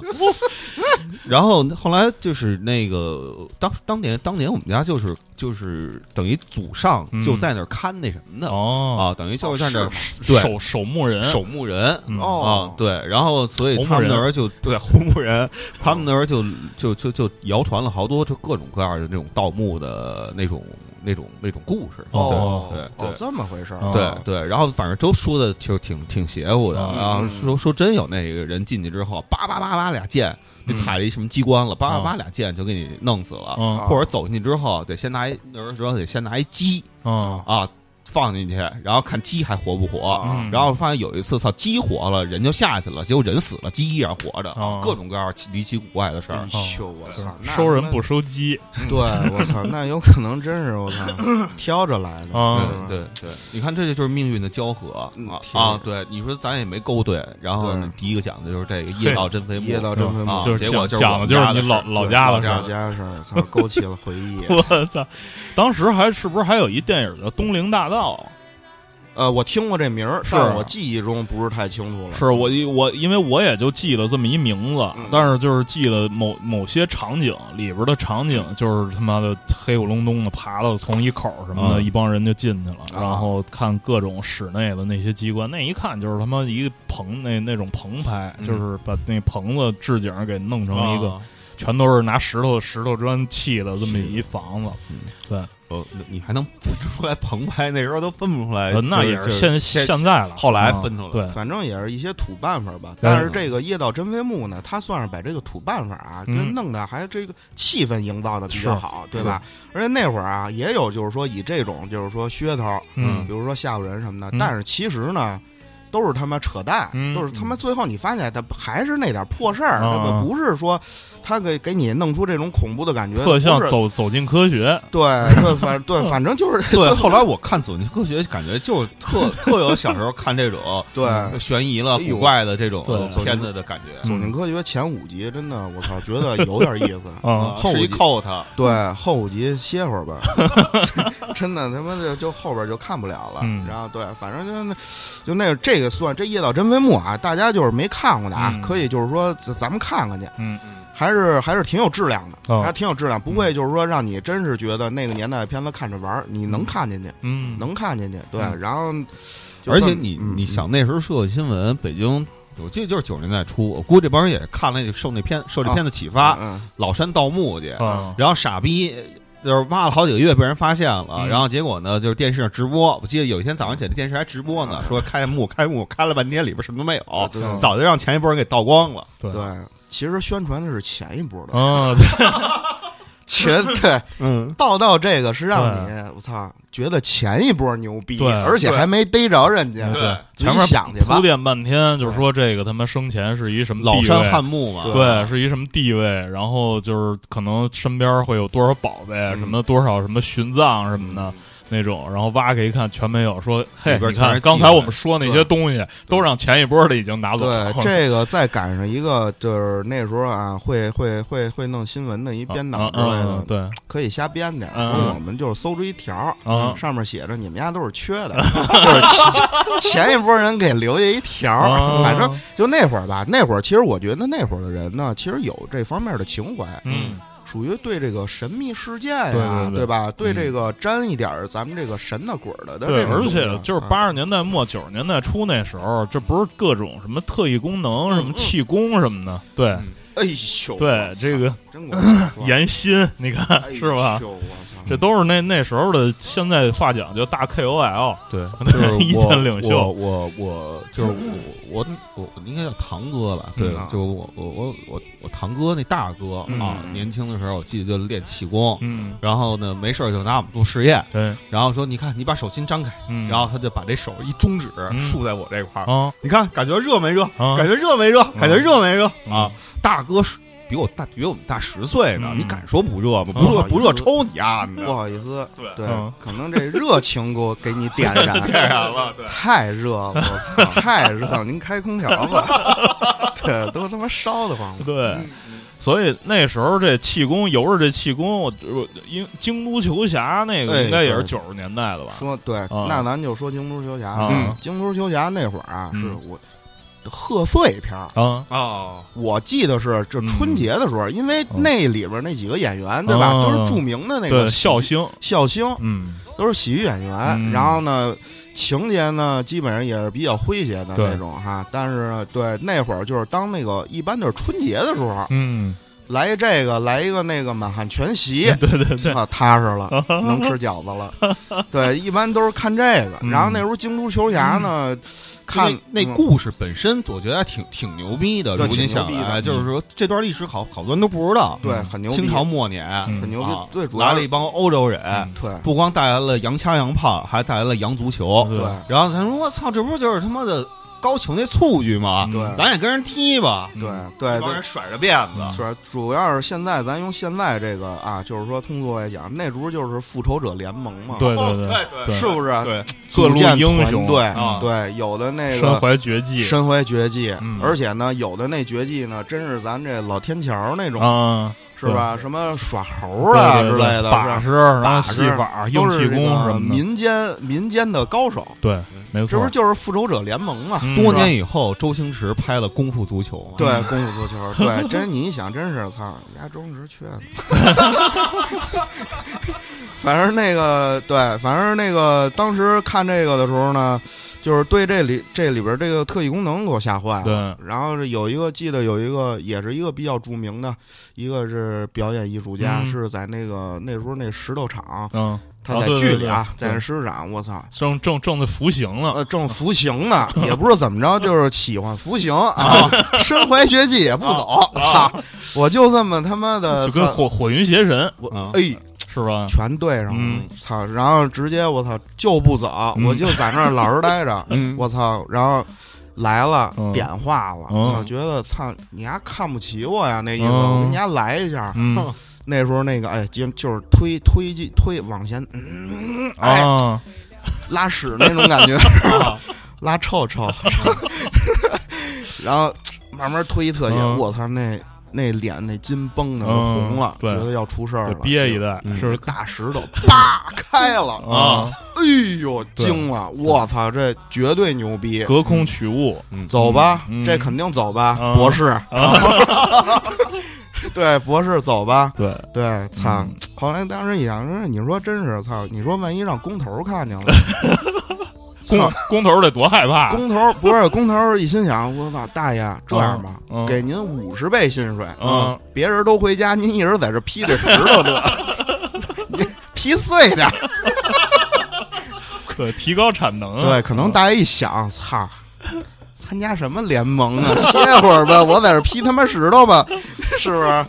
Speaker 4: 然后后来就是那个当当年当年我们家就是就是等于祖上
Speaker 2: 嗯
Speaker 4: 就在那儿看那什么的
Speaker 2: 哦
Speaker 4: 啊，等于就是在那儿对
Speaker 2: 守守墓人，
Speaker 4: 守墓人。
Speaker 2: 嗯
Speaker 4: 啊
Speaker 3: 哦，，
Speaker 4: 对，然后所以他们那儿就对红木人，他们那儿就就就就谣传了好多就各种各样的那种盗墓的那种那种那种故事，
Speaker 2: 嗯
Speaker 3: 哦，
Speaker 4: 对对
Speaker 3: 哦，这么回事儿，
Speaker 2: 哦
Speaker 4: 对对，然后反正都说的就挺挺邪乎的，
Speaker 2: 嗯
Speaker 4: 然后
Speaker 3: 嗯
Speaker 4: 说说真有那个人进去之后，叭叭叭叭俩剑，你
Speaker 2: 嗯
Speaker 4: 踩了一什么机关了，叭叭
Speaker 2: 嗯
Speaker 4: 叭俩剑就给你弄死了，
Speaker 3: 啊
Speaker 2: 嗯
Speaker 4: 或者走进去之后得先拿一那时候得先拿一鸡
Speaker 2: 嗯
Speaker 4: 啊放进去，然后看鸡还活不活。
Speaker 2: 嗯
Speaker 4: 然后发现有一次，操，鸡活了，人就下去了，结果人死了，鸡依然活着，
Speaker 2: 哦嗯
Speaker 4: 各种各样奇离奇古怪的事儿
Speaker 3: 哎。呦，我操，那
Speaker 2: 收人
Speaker 3: 他妈
Speaker 2: 不嗯收鸡，
Speaker 3: 对，我操，那有可能真是我操，挑着来的嗯
Speaker 2: 啊
Speaker 3: 是吧
Speaker 4: 对对对，你看这就就是命运的交合啊
Speaker 3: 嗯天
Speaker 4: 啊！对，你说咱也没勾对，然后
Speaker 3: 对
Speaker 4: 第一个讲的就是这个夜到真飞墓，
Speaker 3: 夜到真坟
Speaker 4: 啊
Speaker 2: 嗯
Speaker 3: 墓，
Speaker 2: 就是
Speaker 4: 结果
Speaker 2: 讲
Speaker 4: 就是
Speaker 2: 讲
Speaker 4: 我们家
Speaker 2: 的就是你
Speaker 4: 的
Speaker 2: 老
Speaker 4: 事儿
Speaker 2: 老家
Speaker 3: 老
Speaker 2: 的事
Speaker 3: 家
Speaker 2: 儿。。
Speaker 3: 的事儿，操，勾起了回忆
Speaker 2: [laughs] 我操！当时还是不是还有一电影叫《东陵大啊盗
Speaker 3: 呃，我听过这名儿，
Speaker 2: 是啊
Speaker 3: 但我记忆中不是太清楚》？了。
Speaker 2: 是啊我一我因为我也就记得这么一名字
Speaker 3: 嗯，
Speaker 2: 但是就是记得某某些场景里边的场景，就是他妈的黑咕隆咚的爬到从一口什么的，
Speaker 4: 嗯
Speaker 2: 一帮人就进去了，
Speaker 3: 啊
Speaker 2: 然后看各种室内的那些机关，那一看就是他妈一个棚那那种棚拍，
Speaker 4: 嗯
Speaker 2: 就是把那棚子置景给弄成一个
Speaker 4: 啊
Speaker 2: 全都是拿石头石头砖砌的这么一房子，
Speaker 4: 哦，那你还能分出来澎湃？那时候都分不出来，
Speaker 2: 呃那
Speaker 4: 就
Speaker 2: 也
Speaker 4: 哎就是
Speaker 2: 现
Speaker 4: 现
Speaker 2: 现在了，
Speaker 4: 后来
Speaker 2: 啊
Speaker 4: 分出来
Speaker 2: 对，
Speaker 3: 反正也是一些土办法
Speaker 2: 嗯
Speaker 3: 吧，但是这个夜到真飞墓呢，它算是把这个土办法啊，
Speaker 2: 嗯
Speaker 3: 跟弄的还这个气氛营造的比较
Speaker 2: 是
Speaker 3: 好，对吧？而且那会儿啊，也有就是说以这种就是说噱头，
Speaker 2: 嗯
Speaker 3: 比如说吓唬人什么的，
Speaker 2: 嗯
Speaker 3: 但是其实呢，都是他妈扯淡，
Speaker 2: 嗯
Speaker 3: 都是他妈最后你发现他还是那点破事儿，
Speaker 2: 啊
Speaker 3: 他不不是说他给给你弄出这种恐怖的感觉，
Speaker 2: 特像
Speaker 3: 不是
Speaker 2: 走走进科学，
Speaker 3: 对对
Speaker 2: [laughs]
Speaker 3: 反对反正就是 [laughs]
Speaker 4: 对。
Speaker 3: 最
Speaker 4: 后来我看《走进科学》，感觉就是特特有小时候看这种
Speaker 3: [laughs]
Speaker 4: 嗯
Speaker 3: 对。
Speaker 4: 悬疑了、
Speaker 3: 哎呦
Speaker 4: 古怪的这种
Speaker 2: 对
Speaker 4: 片子的感觉
Speaker 2: 嗯
Speaker 3: 嗯走进科学前五集真的，我操，觉得有点
Speaker 2: [laughs]
Speaker 3: 意思。
Speaker 2: 啊，
Speaker 4: 啊，
Speaker 3: 后
Speaker 4: 是一
Speaker 3: 集
Speaker 4: 扣他
Speaker 3: 对，后五集歇会儿
Speaker 2: [laughs]
Speaker 3: 吧，真的他妈就就后边就看不了了。
Speaker 2: 嗯
Speaker 3: 然后对，反正就那就那这个算这夜到真飞墓啊，大家就是没看过的啊，
Speaker 2: 嗯
Speaker 3: 可以就是说咱咱们看看去。
Speaker 2: 嗯嗯
Speaker 3: 还是还是挺有质量的，
Speaker 2: 哦
Speaker 3: 还挺有质量，不会就是说让你真是觉得那个年代的片子看着玩儿，你能看进去，
Speaker 2: 嗯，
Speaker 3: 能看进去，对，
Speaker 2: 嗯
Speaker 3: 然后就
Speaker 4: 而且
Speaker 3: 算
Speaker 4: 你
Speaker 3: 嗯
Speaker 4: 你
Speaker 3: 嗯
Speaker 4: 想那时候社会新闻，北京我记得就是九十年代初，我估计这帮人也看了受那片受这
Speaker 3: 啊
Speaker 4: 片子启发，
Speaker 3: 嗯嗯
Speaker 4: 老山盗墓去，
Speaker 2: 啊，
Speaker 4: 然后傻逼就是挖了好几个月被人发现了，
Speaker 2: 嗯
Speaker 4: 然后结果呢就是电视上直播，我记得有一天早上起来电视还直播呢，
Speaker 2: 嗯
Speaker 4: 说开幕开幕开了半天里边什么都没
Speaker 2: 啊
Speaker 4: 有，
Speaker 3: 对
Speaker 4: 早就让前一波人给倒光了。
Speaker 2: 对
Speaker 3: 嗯对，其实宣传的是前一波的，
Speaker 2: 啊，
Speaker 3: [laughs] 前对
Speaker 4: 嗯，
Speaker 3: 报道这个是让你我操觉得前一波牛逼，
Speaker 2: 对
Speaker 3: 而且
Speaker 4: 对
Speaker 3: 还没逮着人家，
Speaker 2: 对
Speaker 3: 自己
Speaker 2: 前面
Speaker 3: 想去吧
Speaker 2: 铺，垫半天，就是说这个他妈生前是一什么
Speaker 4: 老
Speaker 2: 地
Speaker 4: 山
Speaker 2: 位
Speaker 4: 汉墓嘛，
Speaker 2: 对，是一什么地位，然后就是可能身边会有多少宝贝，啊什么多少什么殉葬什么
Speaker 3: 嗯
Speaker 2: 的那种，然后挖开一看全没有，说嘿，
Speaker 4: 里边
Speaker 2: 你
Speaker 4: 全
Speaker 2: 看
Speaker 4: 是
Speaker 2: 刚
Speaker 4: 记
Speaker 2: 才
Speaker 4: 载
Speaker 2: 我们说那些
Speaker 3: 对
Speaker 2: 东西都让前一波的已经拿走了，
Speaker 3: 对，
Speaker 2: [laughs]
Speaker 3: 这个再赶上一个，就是那时候啊，会会会会弄新闻的一编导
Speaker 2: 啊
Speaker 3: 之类
Speaker 2: 嗯
Speaker 3: 的
Speaker 2: 嗯，对
Speaker 3: 可以瞎编点儿。
Speaker 2: 嗯
Speaker 3: 说我们就是搜出一条儿，
Speaker 2: 嗯
Speaker 3: 上面写着你们家都是缺
Speaker 2: [laughs]
Speaker 3: 的，就是前前一波人给留下一条儿。
Speaker 2: 啊
Speaker 3: 反正就那会儿吧，那会儿其实我觉得那会儿的人呢，其实有这方面的情怀，
Speaker 2: 嗯
Speaker 3: 属于对这个神秘事件呀、
Speaker 2: 对对对嗯
Speaker 3: 吧？对这个沾一点儿咱们这个神的鬼儿的的
Speaker 2: 对，
Speaker 3: 这种
Speaker 2: 而
Speaker 3: 东西啊，
Speaker 2: 且就是
Speaker 3: 嗯
Speaker 2: 八十年代末九十年代初那时候，这不是各种什么特异功能、什么气功什么的，对
Speaker 4: 嗯
Speaker 3: 哎呦，
Speaker 2: 对，这个
Speaker 3: 真给我吓坏了
Speaker 2: 岩心，你看
Speaker 3: 哎
Speaker 2: 是吧？
Speaker 3: 呦我操
Speaker 2: [laughs] 这都是那那时候的，现在发奖就大 KOL，
Speaker 4: 对，就是 [laughs] 我
Speaker 2: 意见领袖
Speaker 4: 我我我就是我我我我应该叫堂哥吧？对，
Speaker 3: 嗯啊
Speaker 4: 就我我我我我堂哥那大哥
Speaker 2: 嗯
Speaker 4: 啊，年轻的时候我记得就练气功，
Speaker 2: 嗯，
Speaker 4: 然后呢没事儿就拿我们做实验，
Speaker 2: 对，
Speaker 4: 然后说你看你把手心张开，
Speaker 2: 嗯，
Speaker 4: 然后他就把这手一中指
Speaker 2: 嗯
Speaker 4: 竖在我这块儿，
Speaker 2: 啊
Speaker 4: 你看感觉热没热？
Speaker 2: 啊，
Speaker 4: 感觉热没热？感觉热没热
Speaker 2: 嗯
Speaker 4: 啊？大哥是比我大比我们大十岁呢，
Speaker 2: 嗯
Speaker 4: 你敢说不热吗？
Speaker 2: 嗯
Speaker 4: 不热不
Speaker 3: 不好
Speaker 4: 热
Speaker 3: 意思
Speaker 4: 抽你丫的！
Speaker 3: 不好意思，
Speaker 4: 对
Speaker 3: 对
Speaker 2: 嗯，
Speaker 3: 可能这热情给我给你点
Speaker 2: [laughs]
Speaker 3: 燃，
Speaker 4: 点燃了，对。
Speaker 3: 太热了，我操，太热了，您开空调吧，
Speaker 2: [laughs]
Speaker 3: 对，都他妈烧得慌了。
Speaker 2: 对，所以那时候这气功，由着这气功，我我因京都球侠那个
Speaker 3: 哎
Speaker 2: 应该也是
Speaker 3: 对
Speaker 2: 九十年代的吧？
Speaker 3: 说对，
Speaker 2: 啊
Speaker 3: 那咱就说京都球侠，
Speaker 2: 啊
Speaker 3: 嗯京都球侠那会儿啊，
Speaker 2: 嗯
Speaker 3: 是我贺岁片儿。
Speaker 2: 啊，
Speaker 4: 哦，
Speaker 3: 我记得是这春节的时候，因为那里边那几个演员，对吧，
Speaker 2: 啊
Speaker 3: 都是著名的那
Speaker 2: 嗯对，
Speaker 3: 个
Speaker 2: 笑
Speaker 3: 喜
Speaker 2: 星，
Speaker 3: 笑星，
Speaker 2: 嗯
Speaker 3: 都是喜剧演员。
Speaker 2: 嗯
Speaker 3: 然后呢，情节呢基本上也是比较诙谐的
Speaker 2: 对
Speaker 3: 那种哈。但是呢对那会儿就是当那个一般就是春节的时候，
Speaker 2: 嗯，
Speaker 3: 来一这个来一个那个满汉全席
Speaker 2: [laughs] 对。对对，
Speaker 3: 啊，踏实
Speaker 2: [laughs]
Speaker 3: 了，能吃饺子了。对，一般都是看这个。
Speaker 2: 嗯
Speaker 3: 然后那时候《京都球侠》呢，看
Speaker 4: 那那
Speaker 3: 嗯
Speaker 4: 故事本身，我觉得还挺挺牛逼的。
Speaker 3: 对
Speaker 4: 如今想
Speaker 3: 挺牛逼
Speaker 4: 来，
Speaker 3: 的
Speaker 4: 就是说这段历史好好多人都不知道。
Speaker 3: 对很牛逼，
Speaker 4: 清朝末年，
Speaker 2: 嗯
Speaker 3: 很牛
Speaker 4: 啊
Speaker 3: 逼。最主
Speaker 4: 来
Speaker 3: 要
Speaker 4: 了一帮欧洲人，
Speaker 2: 嗯
Speaker 3: 对
Speaker 4: 不光带来了洋枪洋炮，还带来了洋足球。
Speaker 2: 对
Speaker 3: 对
Speaker 4: 然后咱说，我操，这不就是他妈的高俅那蹴鞠吗？
Speaker 3: 嗯对
Speaker 4: 咱也跟人踢吧，
Speaker 3: 对
Speaker 2: 嗯
Speaker 3: 对
Speaker 4: 一帮
Speaker 3: 哎对
Speaker 4: 人甩着辫子。
Speaker 3: 是，主要是现在咱用现在这个啊，就是说通俗来讲，那时候就是复仇者联盟嘛，
Speaker 2: 对
Speaker 4: 哦
Speaker 2: 对
Speaker 4: 对对
Speaker 2: 对
Speaker 3: 是不是？
Speaker 4: 对，
Speaker 2: 各
Speaker 3: 组
Speaker 2: 路
Speaker 3: 建
Speaker 2: 英雄
Speaker 3: 团队
Speaker 4: 啊
Speaker 3: 对，有的那
Speaker 2: 身
Speaker 3: 个
Speaker 2: 怀绝技
Speaker 3: 身怀绝技
Speaker 2: 嗯，
Speaker 3: 而且呢，有的那绝技呢，真是咱这老天桥那种，
Speaker 2: 啊，
Speaker 3: 是吧？什么耍猴啊
Speaker 2: 对
Speaker 3: 之
Speaker 2: 对对
Speaker 3: 类的，
Speaker 2: 把
Speaker 3: 是
Speaker 2: 式，然后
Speaker 3: 把
Speaker 2: 戏
Speaker 3: 式
Speaker 2: 法、硬
Speaker 3: 都是
Speaker 2: 气
Speaker 3: 这
Speaker 2: 功
Speaker 3: 个
Speaker 2: 什么的，
Speaker 3: 民间民间的高手，
Speaker 2: 对，没
Speaker 3: 这
Speaker 2: 错
Speaker 3: 不是，就是复仇者联盟嘛？
Speaker 2: 嗯
Speaker 4: 多年以后，周星驰拍了《功夫足球》嘛，
Speaker 3: [laughs] 对，功夫足球，
Speaker 2: [laughs]
Speaker 3: 对，真你一想，真是操，压中值缺的。 [laughs] 反正那个对，反正那个当时看这个的时候呢，就是对这里这里边这个特异功能给我吓坏了。
Speaker 2: 对
Speaker 3: 然后是有一个记得有一个也是一个比较著名的，一个是表演艺术家，
Speaker 2: 嗯
Speaker 3: 是在那个那时候那石头厂，
Speaker 2: 嗯，
Speaker 3: 他
Speaker 2: 啊
Speaker 3: 在
Speaker 2: 对对
Speaker 3: 剧里啊，
Speaker 2: 对
Speaker 3: 在
Speaker 2: 对
Speaker 3: 那石头厂，我操，
Speaker 2: 正正正在服刑呢，
Speaker 3: 呃，正服刑呢，也不知道怎么着，就是喜欢服刑啊，身怀绝技也不走，操！我就这么他妈的
Speaker 2: 啊就，跟
Speaker 3: 操
Speaker 2: 火火云邪神
Speaker 3: 我
Speaker 4: 啊
Speaker 3: 哎，
Speaker 2: 是吧？
Speaker 3: 全对上了
Speaker 2: 嗯，
Speaker 3: 操！然后直接我操就不走，
Speaker 2: 嗯
Speaker 3: 我就在那儿老实待
Speaker 2: 哎
Speaker 3: 着，
Speaker 4: 嗯
Speaker 3: [laughs] 我操！然后来了
Speaker 2: 嗯，
Speaker 3: 点化了，
Speaker 2: 嗯
Speaker 3: 操！觉得操你丫看不起我呀，那意思，
Speaker 2: 嗯
Speaker 3: 我跟你丫来一下。
Speaker 2: 嗯
Speaker 3: 那时候那个哎，就就是推推进推往前，嗯，哎，
Speaker 2: 啊，
Speaker 3: 拉屎那种
Speaker 2: [laughs]
Speaker 3: 感觉，拉臭臭， [laughs] 然后慢慢推一特写，
Speaker 2: 嗯
Speaker 3: 我操那那脸那筋绷的就
Speaker 2: 嗯
Speaker 3: 红了，
Speaker 2: 对
Speaker 3: 觉得要出事儿
Speaker 2: 得
Speaker 3: 了，
Speaker 2: 憋一代
Speaker 4: 嗯
Speaker 2: 是不是？
Speaker 3: 大石头啪开了
Speaker 2: 啊！
Speaker 3: 哎呦惊了，我操这绝对牛逼，
Speaker 2: 隔空取物，
Speaker 4: 嗯
Speaker 3: 走吧
Speaker 2: 嗯，
Speaker 3: 这肯定走吧
Speaker 2: 嗯，
Speaker 3: 博士， [laughs] 对，博士走吧，
Speaker 2: 对，
Speaker 3: 对，操
Speaker 2: 嗯！
Speaker 3: 后来当时一想，说你说真是操，你说万一让工头看见了，
Speaker 2: [laughs] 工
Speaker 3: 操
Speaker 2: 工头得多害怕，啊
Speaker 3: 工头不是工头一心想，我操，大爷这样吧，
Speaker 2: 嗯
Speaker 3: 给您五十倍薪水，
Speaker 2: 嗯，
Speaker 3: 别人都回家，您一人在这劈着石头得，
Speaker 2: [laughs]
Speaker 3: 您劈碎点儿。
Speaker 2: 对，提高产能啊，
Speaker 3: 对，可能大家一想，操，参加什么联盟啊？ [laughs] 歇会儿吧，我在这劈他妈石头吧， [laughs] 是不是？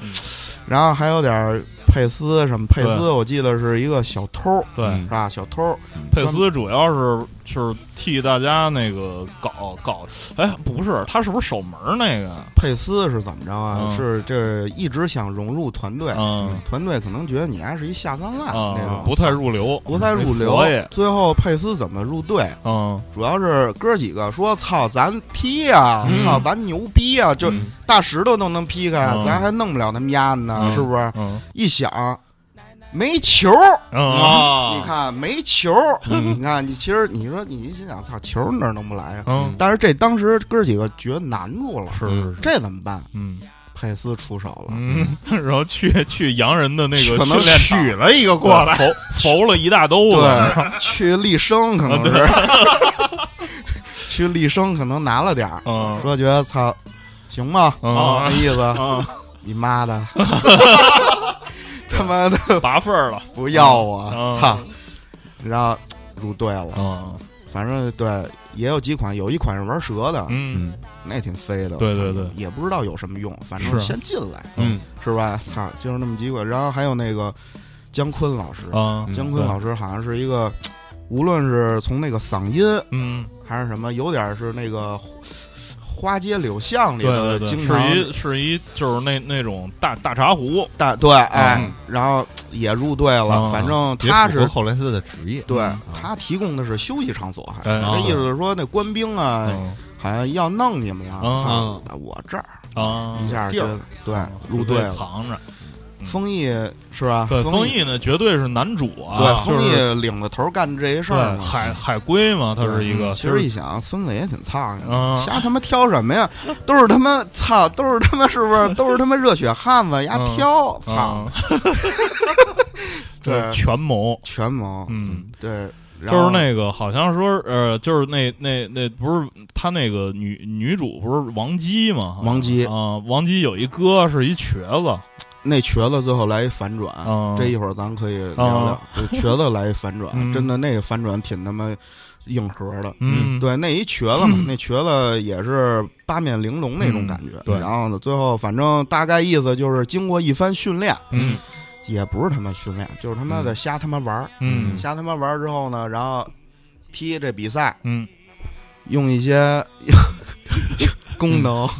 Speaker 3: 然后还有点儿佩斯什么佩斯，
Speaker 2: 对
Speaker 3: 我记得是一个小偷，
Speaker 2: 对
Speaker 1: 嗯
Speaker 3: 是吧？小偷，
Speaker 2: 佩斯主要是是替大家那个搞搞，哎，不是，他是不是守门儿那个？啊
Speaker 3: 佩斯是怎么着啊？
Speaker 2: 嗯
Speaker 3: 是这一直想融入团队，
Speaker 2: 嗯
Speaker 3: 团队可能觉得你还是一下三滥、那
Speaker 2: 啊
Speaker 3: 种，，
Speaker 2: 不太入流，
Speaker 3: 不太入流
Speaker 2: 佛爷。
Speaker 3: 最后佩斯怎么入队？
Speaker 2: 嗯，
Speaker 3: 主要是哥几个说：“操，咱踢呀、
Speaker 2: 嗯
Speaker 3: 操，咱牛逼呀、就
Speaker 2: 嗯
Speaker 3: 大石头都能劈开，
Speaker 2: 嗯
Speaker 3: 咱还弄不了他们丫呢，
Speaker 2: 嗯
Speaker 3: 是不是？
Speaker 2: 嗯
Speaker 3: 一想没球，
Speaker 2: 嗯
Speaker 3: 你
Speaker 4: 啊，
Speaker 3: 看没球，你看你其实你说你心想，操，球哪儿弄不来呀、
Speaker 2: 嗯，
Speaker 3: 但是这当时哥几个觉得难住了，
Speaker 2: 是是是，
Speaker 3: 这怎么办？
Speaker 2: 嗯
Speaker 3: 佩斯出手了，
Speaker 2: 嗯，然后去去洋人的那个
Speaker 3: 可能
Speaker 2: 训练场
Speaker 3: 取了啊一个过
Speaker 2: [laughs]
Speaker 3: 来，
Speaker 2: 对，浮浮了一大兜子，
Speaker 3: 对， [laughs] 去立生可能是，
Speaker 2: 啊
Speaker 3: [laughs] 去立生可能拿了点儿，
Speaker 2: 嗯
Speaker 3: 说觉得操，行吧，
Speaker 2: 嗯
Speaker 3: 那意思，
Speaker 4: 啊，
Speaker 3: 你
Speaker 2: [laughs]
Speaker 3: 妈的，他妈的
Speaker 2: 拔份儿了，
Speaker 3: 不要我
Speaker 2: 嗯，
Speaker 3: 操，然后入队了，
Speaker 2: 嗯
Speaker 3: 反正对。也有几款，有一款是玩蛇的，
Speaker 2: 嗯，
Speaker 3: 那挺飞的。
Speaker 2: 对对对
Speaker 3: 也不知道有什么用，反正
Speaker 2: 是
Speaker 3: 先进来，
Speaker 4: 嗯
Speaker 3: 是吧？操，就是那么几款。然后还有那个姜昆老师，
Speaker 2: 啊，
Speaker 3: 嗯姜昆老师好像是一个，无论是从那个嗓音
Speaker 2: 嗯，
Speaker 3: 还是什么，有点是那个花街柳巷里
Speaker 2: 对对
Speaker 3: 的
Speaker 2: 对，
Speaker 3: 经常
Speaker 2: 是一是一就是那那种大大茶壶，
Speaker 3: 大对哎
Speaker 4: 嗯，
Speaker 3: 然后也入队了，
Speaker 2: 嗯
Speaker 3: 反正
Speaker 1: 也
Speaker 3: 他
Speaker 1: 符
Speaker 3: 是
Speaker 1: 合后来他的职业，
Speaker 3: 对
Speaker 2: 嗯
Speaker 3: 他提供的是休息场所，还
Speaker 2: 哎
Speaker 3: 那
Speaker 2: 啊
Speaker 3: 意思是说那官兵啊，
Speaker 2: 嗯
Speaker 3: 好像要弄你们了，
Speaker 2: 嗯
Speaker 3: 操，在我这儿
Speaker 2: 啊，
Speaker 3: 一下
Speaker 2: 地
Speaker 3: 就
Speaker 2: 儿
Speaker 3: 对
Speaker 2: 嗯
Speaker 3: 入
Speaker 2: 就
Speaker 3: 队
Speaker 2: 被
Speaker 3: 了。
Speaker 2: 藏着。
Speaker 3: 丰毅是吧？
Speaker 2: 嗯对，
Speaker 3: 丰
Speaker 2: 丰毅呢，绝对是男主啊，
Speaker 3: 对
Speaker 2: 就
Speaker 3: 丰
Speaker 2: 是
Speaker 3: 毅领着头干这些事儿
Speaker 2: 对
Speaker 3: 嘛。嗯
Speaker 2: 海海归嘛，他是一个，
Speaker 3: 其
Speaker 2: 就
Speaker 3: 实
Speaker 2: 是
Speaker 3: 一想，孙子也挺苍蝇
Speaker 2: 嗯
Speaker 3: 的，瞎他妈挑什么呀？都是他妈操，都是他妈是不是？都是他妈热血汉
Speaker 2: [laughs]
Speaker 3: 子，丫
Speaker 2: 嗯
Speaker 3: 挑操，
Speaker 2: 啊，
Speaker 3: 对，
Speaker 2: 权谋，
Speaker 3: 全毛，
Speaker 2: 嗯，
Speaker 3: 对，然
Speaker 2: 就是
Speaker 3: 后
Speaker 2: 那个，好像说，呃，就是那那那不是他那个女女主不是王姬吗？好像
Speaker 3: 王姬
Speaker 2: 啊，王姬有一哥是一瘸子，
Speaker 3: 那瘸子最后来一反转
Speaker 2: 嗯，
Speaker 3: 这一会儿咱可以聊聊。就瘸子来一反转，
Speaker 2: 嗯
Speaker 3: 真的那个反转挺他妈硬核的。
Speaker 2: 嗯，
Speaker 3: 对，那一瘸子嘛，那瘸子也是八面玲珑那种感觉。
Speaker 2: 嗯对
Speaker 3: 然后呢，最后反正大概意思就是经过一番训练，
Speaker 2: 嗯
Speaker 3: 也不是他妈训练，就是他妈的瞎他妈玩儿，
Speaker 2: 嗯
Speaker 3: 瞎他妈玩儿之后呢，然后踢这比赛，
Speaker 2: 嗯
Speaker 3: 用一
Speaker 2: [laughs]
Speaker 3: 些功能、
Speaker 2: 啊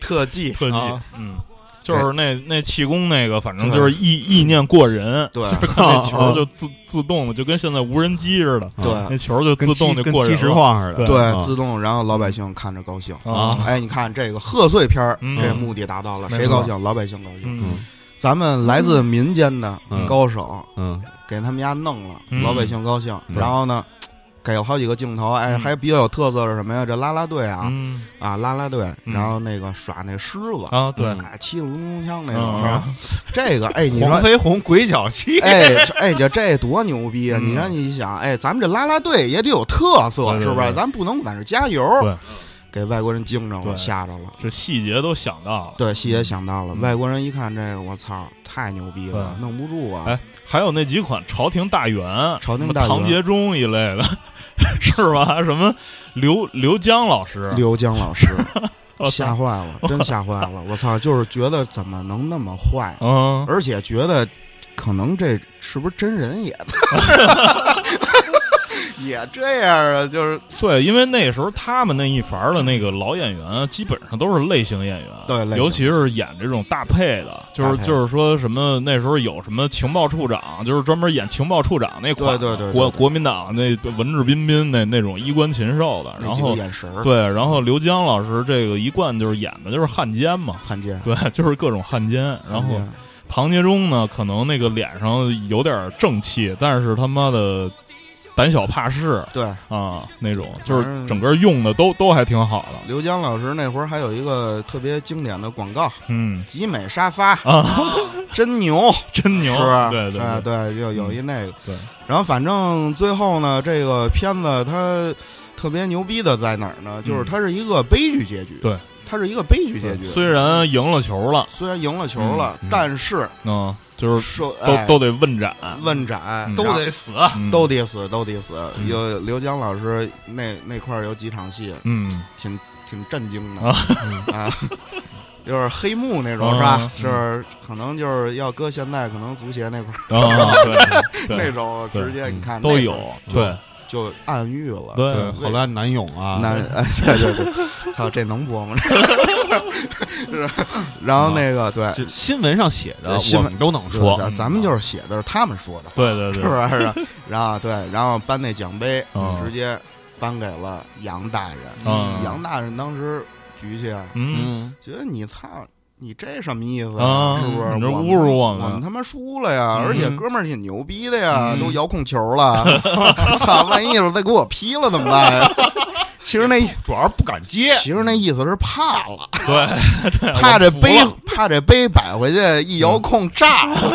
Speaker 3: 特技、
Speaker 2: [laughs] 特技
Speaker 3: 啊，
Speaker 2: 嗯，就是那那气功那个，反正就是意意念过人，
Speaker 3: 对
Speaker 2: 就是那球就自自动的，就跟现在无人机似的，
Speaker 3: 对、
Speaker 2: 那球就
Speaker 1: 跟
Speaker 2: 自动
Speaker 1: 踢
Speaker 2: 就
Speaker 1: 跟
Speaker 2: 过
Speaker 1: 踢
Speaker 2: 人
Speaker 1: 实
Speaker 2: 了
Speaker 1: 况似的，
Speaker 2: 对
Speaker 1: 啊
Speaker 3: 对，自动，然后老百姓看着高兴。
Speaker 2: 啊，
Speaker 3: 哎，你看这个贺岁片儿，
Speaker 2: 嗯
Speaker 3: 这目的达到了，
Speaker 2: 没
Speaker 3: 谁
Speaker 2: 错
Speaker 3: 高兴？老百姓高兴。
Speaker 2: 嗯
Speaker 3: 咱们来自民间的
Speaker 1: 嗯
Speaker 3: 高手
Speaker 1: 嗯
Speaker 3: 给他们家弄了，
Speaker 2: 嗯
Speaker 3: 老百姓高兴。
Speaker 1: 嗯
Speaker 3: 然后呢，给了好几个镜头，哎，
Speaker 2: 嗯
Speaker 3: 还比较有特色是什么呀？这啦啦队啊，
Speaker 2: 嗯
Speaker 3: 啊，啦啦队，
Speaker 2: 嗯
Speaker 3: 然后那个耍那狮子，
Speaker 2: 啊，对，
Speaker 3: 哎，七龙中枪那种
Speaker 2: 嗯
Speaker 3: 是吧？
Speaker 2: [laughs]
Speaker 3: 这个，哎，你
Speaker 4: 嗯
Speaker 1: 黄
Speaker 3: 说，
Speaker 1: 飞鸿鬼脚七，
Speaker 3: 哎，哎，这这多牛逼啊！
Speaker 2: 嗯
Speaker 3: 你让你想，哎，咱们这啦啦队也得有特色，
Speaker 2: 对对
Speaker 3: 是不是？
Speaker 2: 对
Speaker 3: 咱不能在这加油
Speaker 2: 对，
Speaker 3: 给外国人惊着了，
Speaker 2: 对
Speaker 3: 吓着了。
Speaker 2: 这细节都想到了。
Speaker 3: 对，细节想到了，
Speaker 2: 嗯
Speaker 3: 外国人一看这个，我操，太牛逼了，
Speaker 2: 对
Speaker 3: 弄不住啊！
Speaker 2: 哎还有那几款朝廷大员、
Speaker 3: 朝廷
Speaker 2: 什么
Speaker 3: 大员
Speaker 2: 唐杰忠一类的， [laughs] 是吧？什么刘刘江老师，哦
Speaker 3: 刘江老师
Speaker 2: [laughs] 我操
Speaker 3: 吓坏了，真吓坏了！我操，就是觉得怎么能那么坏，
Speaker 2: 嗯，
Speaker 3: 而且觉得可能这是不是真人也 [laughs] 也这样啊？就是
Speaker 2: 对，因为那时候他们那一伐儿的那个老演员，基本上都是类型演员，
Speaker 3: 对类型
Speaker 2: 尤其是演这种大配的，就是
Speaker 3: 大配
Speaker 2: 就是说什么那时候有什么情报处长，就是专门演情报处长那款的，
Speaker 3: 对对对对
Speaker 2: 国
Speaker 3: 对
Speaker 2: 国民党那文质彬彬那那种衣冠禽兽的，
Speaker 3: 那
Speaker 2: 然
Speaker 3: 几个
Speaker 2: 后
Speaker 3: 眼神儿，
Speaker 2: 对，然后刘江老师这个一贯就是演的就是汉奸嘛，
Speaker 3: 汉 [laughs] 奸，
Speaker 2: 对，就是各种汉奸，然后
Speaker 3: 汉奸
Speaker 2: 唐杰忠呢，可能那个脸上有点正气，但是他妈的胆小怕事
Speaker 3: 对，
Speaker 2: 啊那种，
Speaker 3: 反
Speaker 2: 就
Speaker 3: 正
Speaker 2: 是整个用的都都还挺好的，
Speaker 3: 刘江老师那会儿还有一个特别经典的广告，
Speaker 2: 嗯
Speaker 3: 集美沙发
Speaker 2: 啊，
Speaker 3: [laughs] 真牛，
Speaker 2: 真牛，
Speaker 3: 是吧？
Speaker 2: 对对
Speaker 3: 哎
Speaker 2: 对，嗯
Speaker 3: 对，有有一那个，
Speaker 2: 对，
Speaker 3: 然后反正最后呢，这个片子它特别牛逼的在哪儿呢？就是它是一个悲剧结局，
Speaker 2: 嗯对，
Speaker 3: 它是一个悲剧结局。
Speaker 2: 虽然赢了球了，
Speaker 3: 虽然赢了球了，
Speaker 1: 嗯嗯
Speaker 3: 但是
Speaker 2: 嗯，就是
Speaker 3: 说
Speaker 2: 都
Speaker 3: 哎
Speaker 2: 都得问斩，
Speaker 3: 问斩
Speaker 2: 嗯
Speaker 4: 都
Speaker 3: 然后
Speaker 4: 得死。
Speaker 2: 嗯
Speaker 3: 都得死，都得死。
Speaker 2: 嗯
Speaker 3: 有刘江老师那那块儿有几场戏
Speaker 2: 嗯
Speaker 3: 挺挺震惊的
Speaker 2: 啊
Speaker 3: 啊， [laughs] 就是黑幕那种
Speaker 2: 啊
Speaker 3: 是吧
Speaker 2: 嗯？
Speaker 3: 就是可能就是要搁现在，可能足协那块儿
Speaker 2: 啊，
Speaker 3: [laughs]
Speaker 2: 对
Speaker 3: 那
Speaker 2: 对，
Speaker 3: 种
Speaker 2: 对嗯
Speaker 3: 直接你看
Speaker 2: 都
Speaker 3: 那
Speaker 2: 有
Speaker 3: 会儿，
Speaker 2: 对
Speaker 3: 就暗喻了。
Speaker 2: 对
Speaker 4: 对，后来南勇啊，
Speaker 3: 男， [laughs] 哎，对对对，操，这能播吗？ [laughs] 是然后那个对，
Speaker 4: 这新闻上写的
Speaker 3: 对新
Speaker 4: 我
Speaker 3: 闻
Speaker 4: 们都能
Speaker 3: 对
Speaker 4: 说，
Speaker 3: 咱
Speaker 2: 嗯
Speaker 3: 咱们就是写的是他们说的，
Speaker 2: 对对
Speaker 3: [laughs] 是
Speaker 2: 对
Speaker 3: 不，是？然后对，然后颁那奖杯
Speaker 2: 嗯
Speaker 3: 直接颁给了杨大人。
Speaker 2: 嗯
Speaker 3: 杨大人当时举起来，
Speaker 2: 嗯
Speaker 4: 嗯，
Speaker 3: 觉得你操，你这什么意思
Speaker 2: 啊
Speaker 3: 是不是？
Speaker 2: 你这
Speaker 3: 我们
Speaker 2: 侮辱我
Speaker 3: 我
Speaker 2: 们
Speaker 3: 们他妈输了呀！
Speaker 2: 嗯
Speaker 3: 而且哥们儿挺牛逼的呀，
Speaker 2: 嗯
Speaker 3: 都遥控球了，
Speaker 2: [laughs]
Speaker 3: 操！万一要是再给我劈了怎么办呀？ [laughs] 其实那
Speaker 4: 主要是不敢接，
Speaker 3: 其实那意思是怕了。
Speaker 2: 对，对
Speaker 3: 怕这杯
Speaker 2: [laughs] 我服了，嗯
Speaker 3: 怕这杯摆回去一遥控炸了。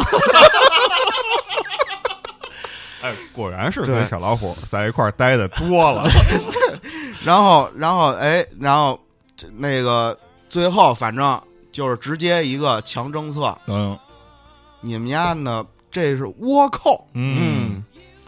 Speaker 5: 哎，果然是
Speaker 3: 对
Speaker 5: 跟小老虎在一块儿待的多了。
Speaker 3: 然后，然后，哎，然后这那个最后，反正就是直接一个强政策，
Speaker 2: 嗯
Speaker 3: 你们家呢这是倭寇，
Speaker 2: 嗯，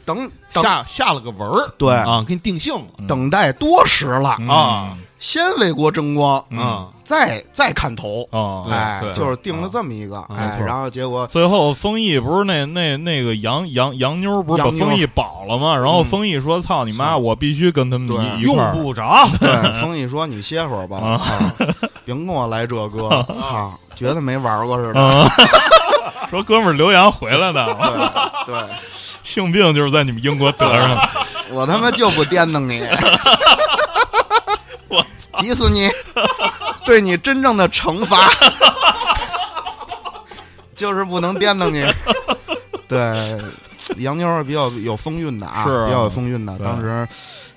Speaker 3: 等
Speaker 4: [laughs]
Speaker 3: 等
Speaker 4: 下下了个文儿，
Speaker 3: 对
Speaker 4: 啊，给你定性了
Speaker 3: 等待多时了，
Speaker 2: 嗯
Speaker 4: 啊
Speaker 3: 先为国争光，
Speaker 2: 嗯
Speaker 4: 啊，
Speaker 3: 再再砍头。
Speaker 2: 哦。
Speaker 3: 哎
Speaker 4: 对，
Speaker 3: 就是定了这么一个，
Speaker 4: 嗯
Speaker 3: 哎
Speaker 2: 没，错
Speaker 3: 然后结果
Speaker 2: 最后丰毅不是那那那个杨杨杨妞儿不是把
Speaker 3: 洋妞儿嗯
Speaker 2: 丰毅保了吗？然后丰毅说：“操你妈，我必须跟他们
Speaker 3: 对啊
Speaker 2: 一一
Speaker 4: 用
Speaker 2: 块儿。”
Speaker 4: 不着，
Speaker 3: 对丰毅说：“你歇会儿吧，
Speaker 2: 啊
Speaker 3: 操，别跟我来这个，操，觉得没玩过似的。
Speaker 2: 啊，说哥们儿留洋回来的，
Speaker 3: 对”对，
Speaker 2: 性病就是在你们英国得上
Speaker 3: [laughs]
Speaker 2: 的。
Speaker 3: 我他妈就不颠弄你，
Speaker 2: 我
Speaker 3: 操，急死你！对你真正的惩罚就是不能颠弄你。对，洋妞儿比较有风韵的啊，
Speaker 2: 是啊
Speaker 3: 比较有风韵的，
Speaker 2: 对
Speaker 3: 当时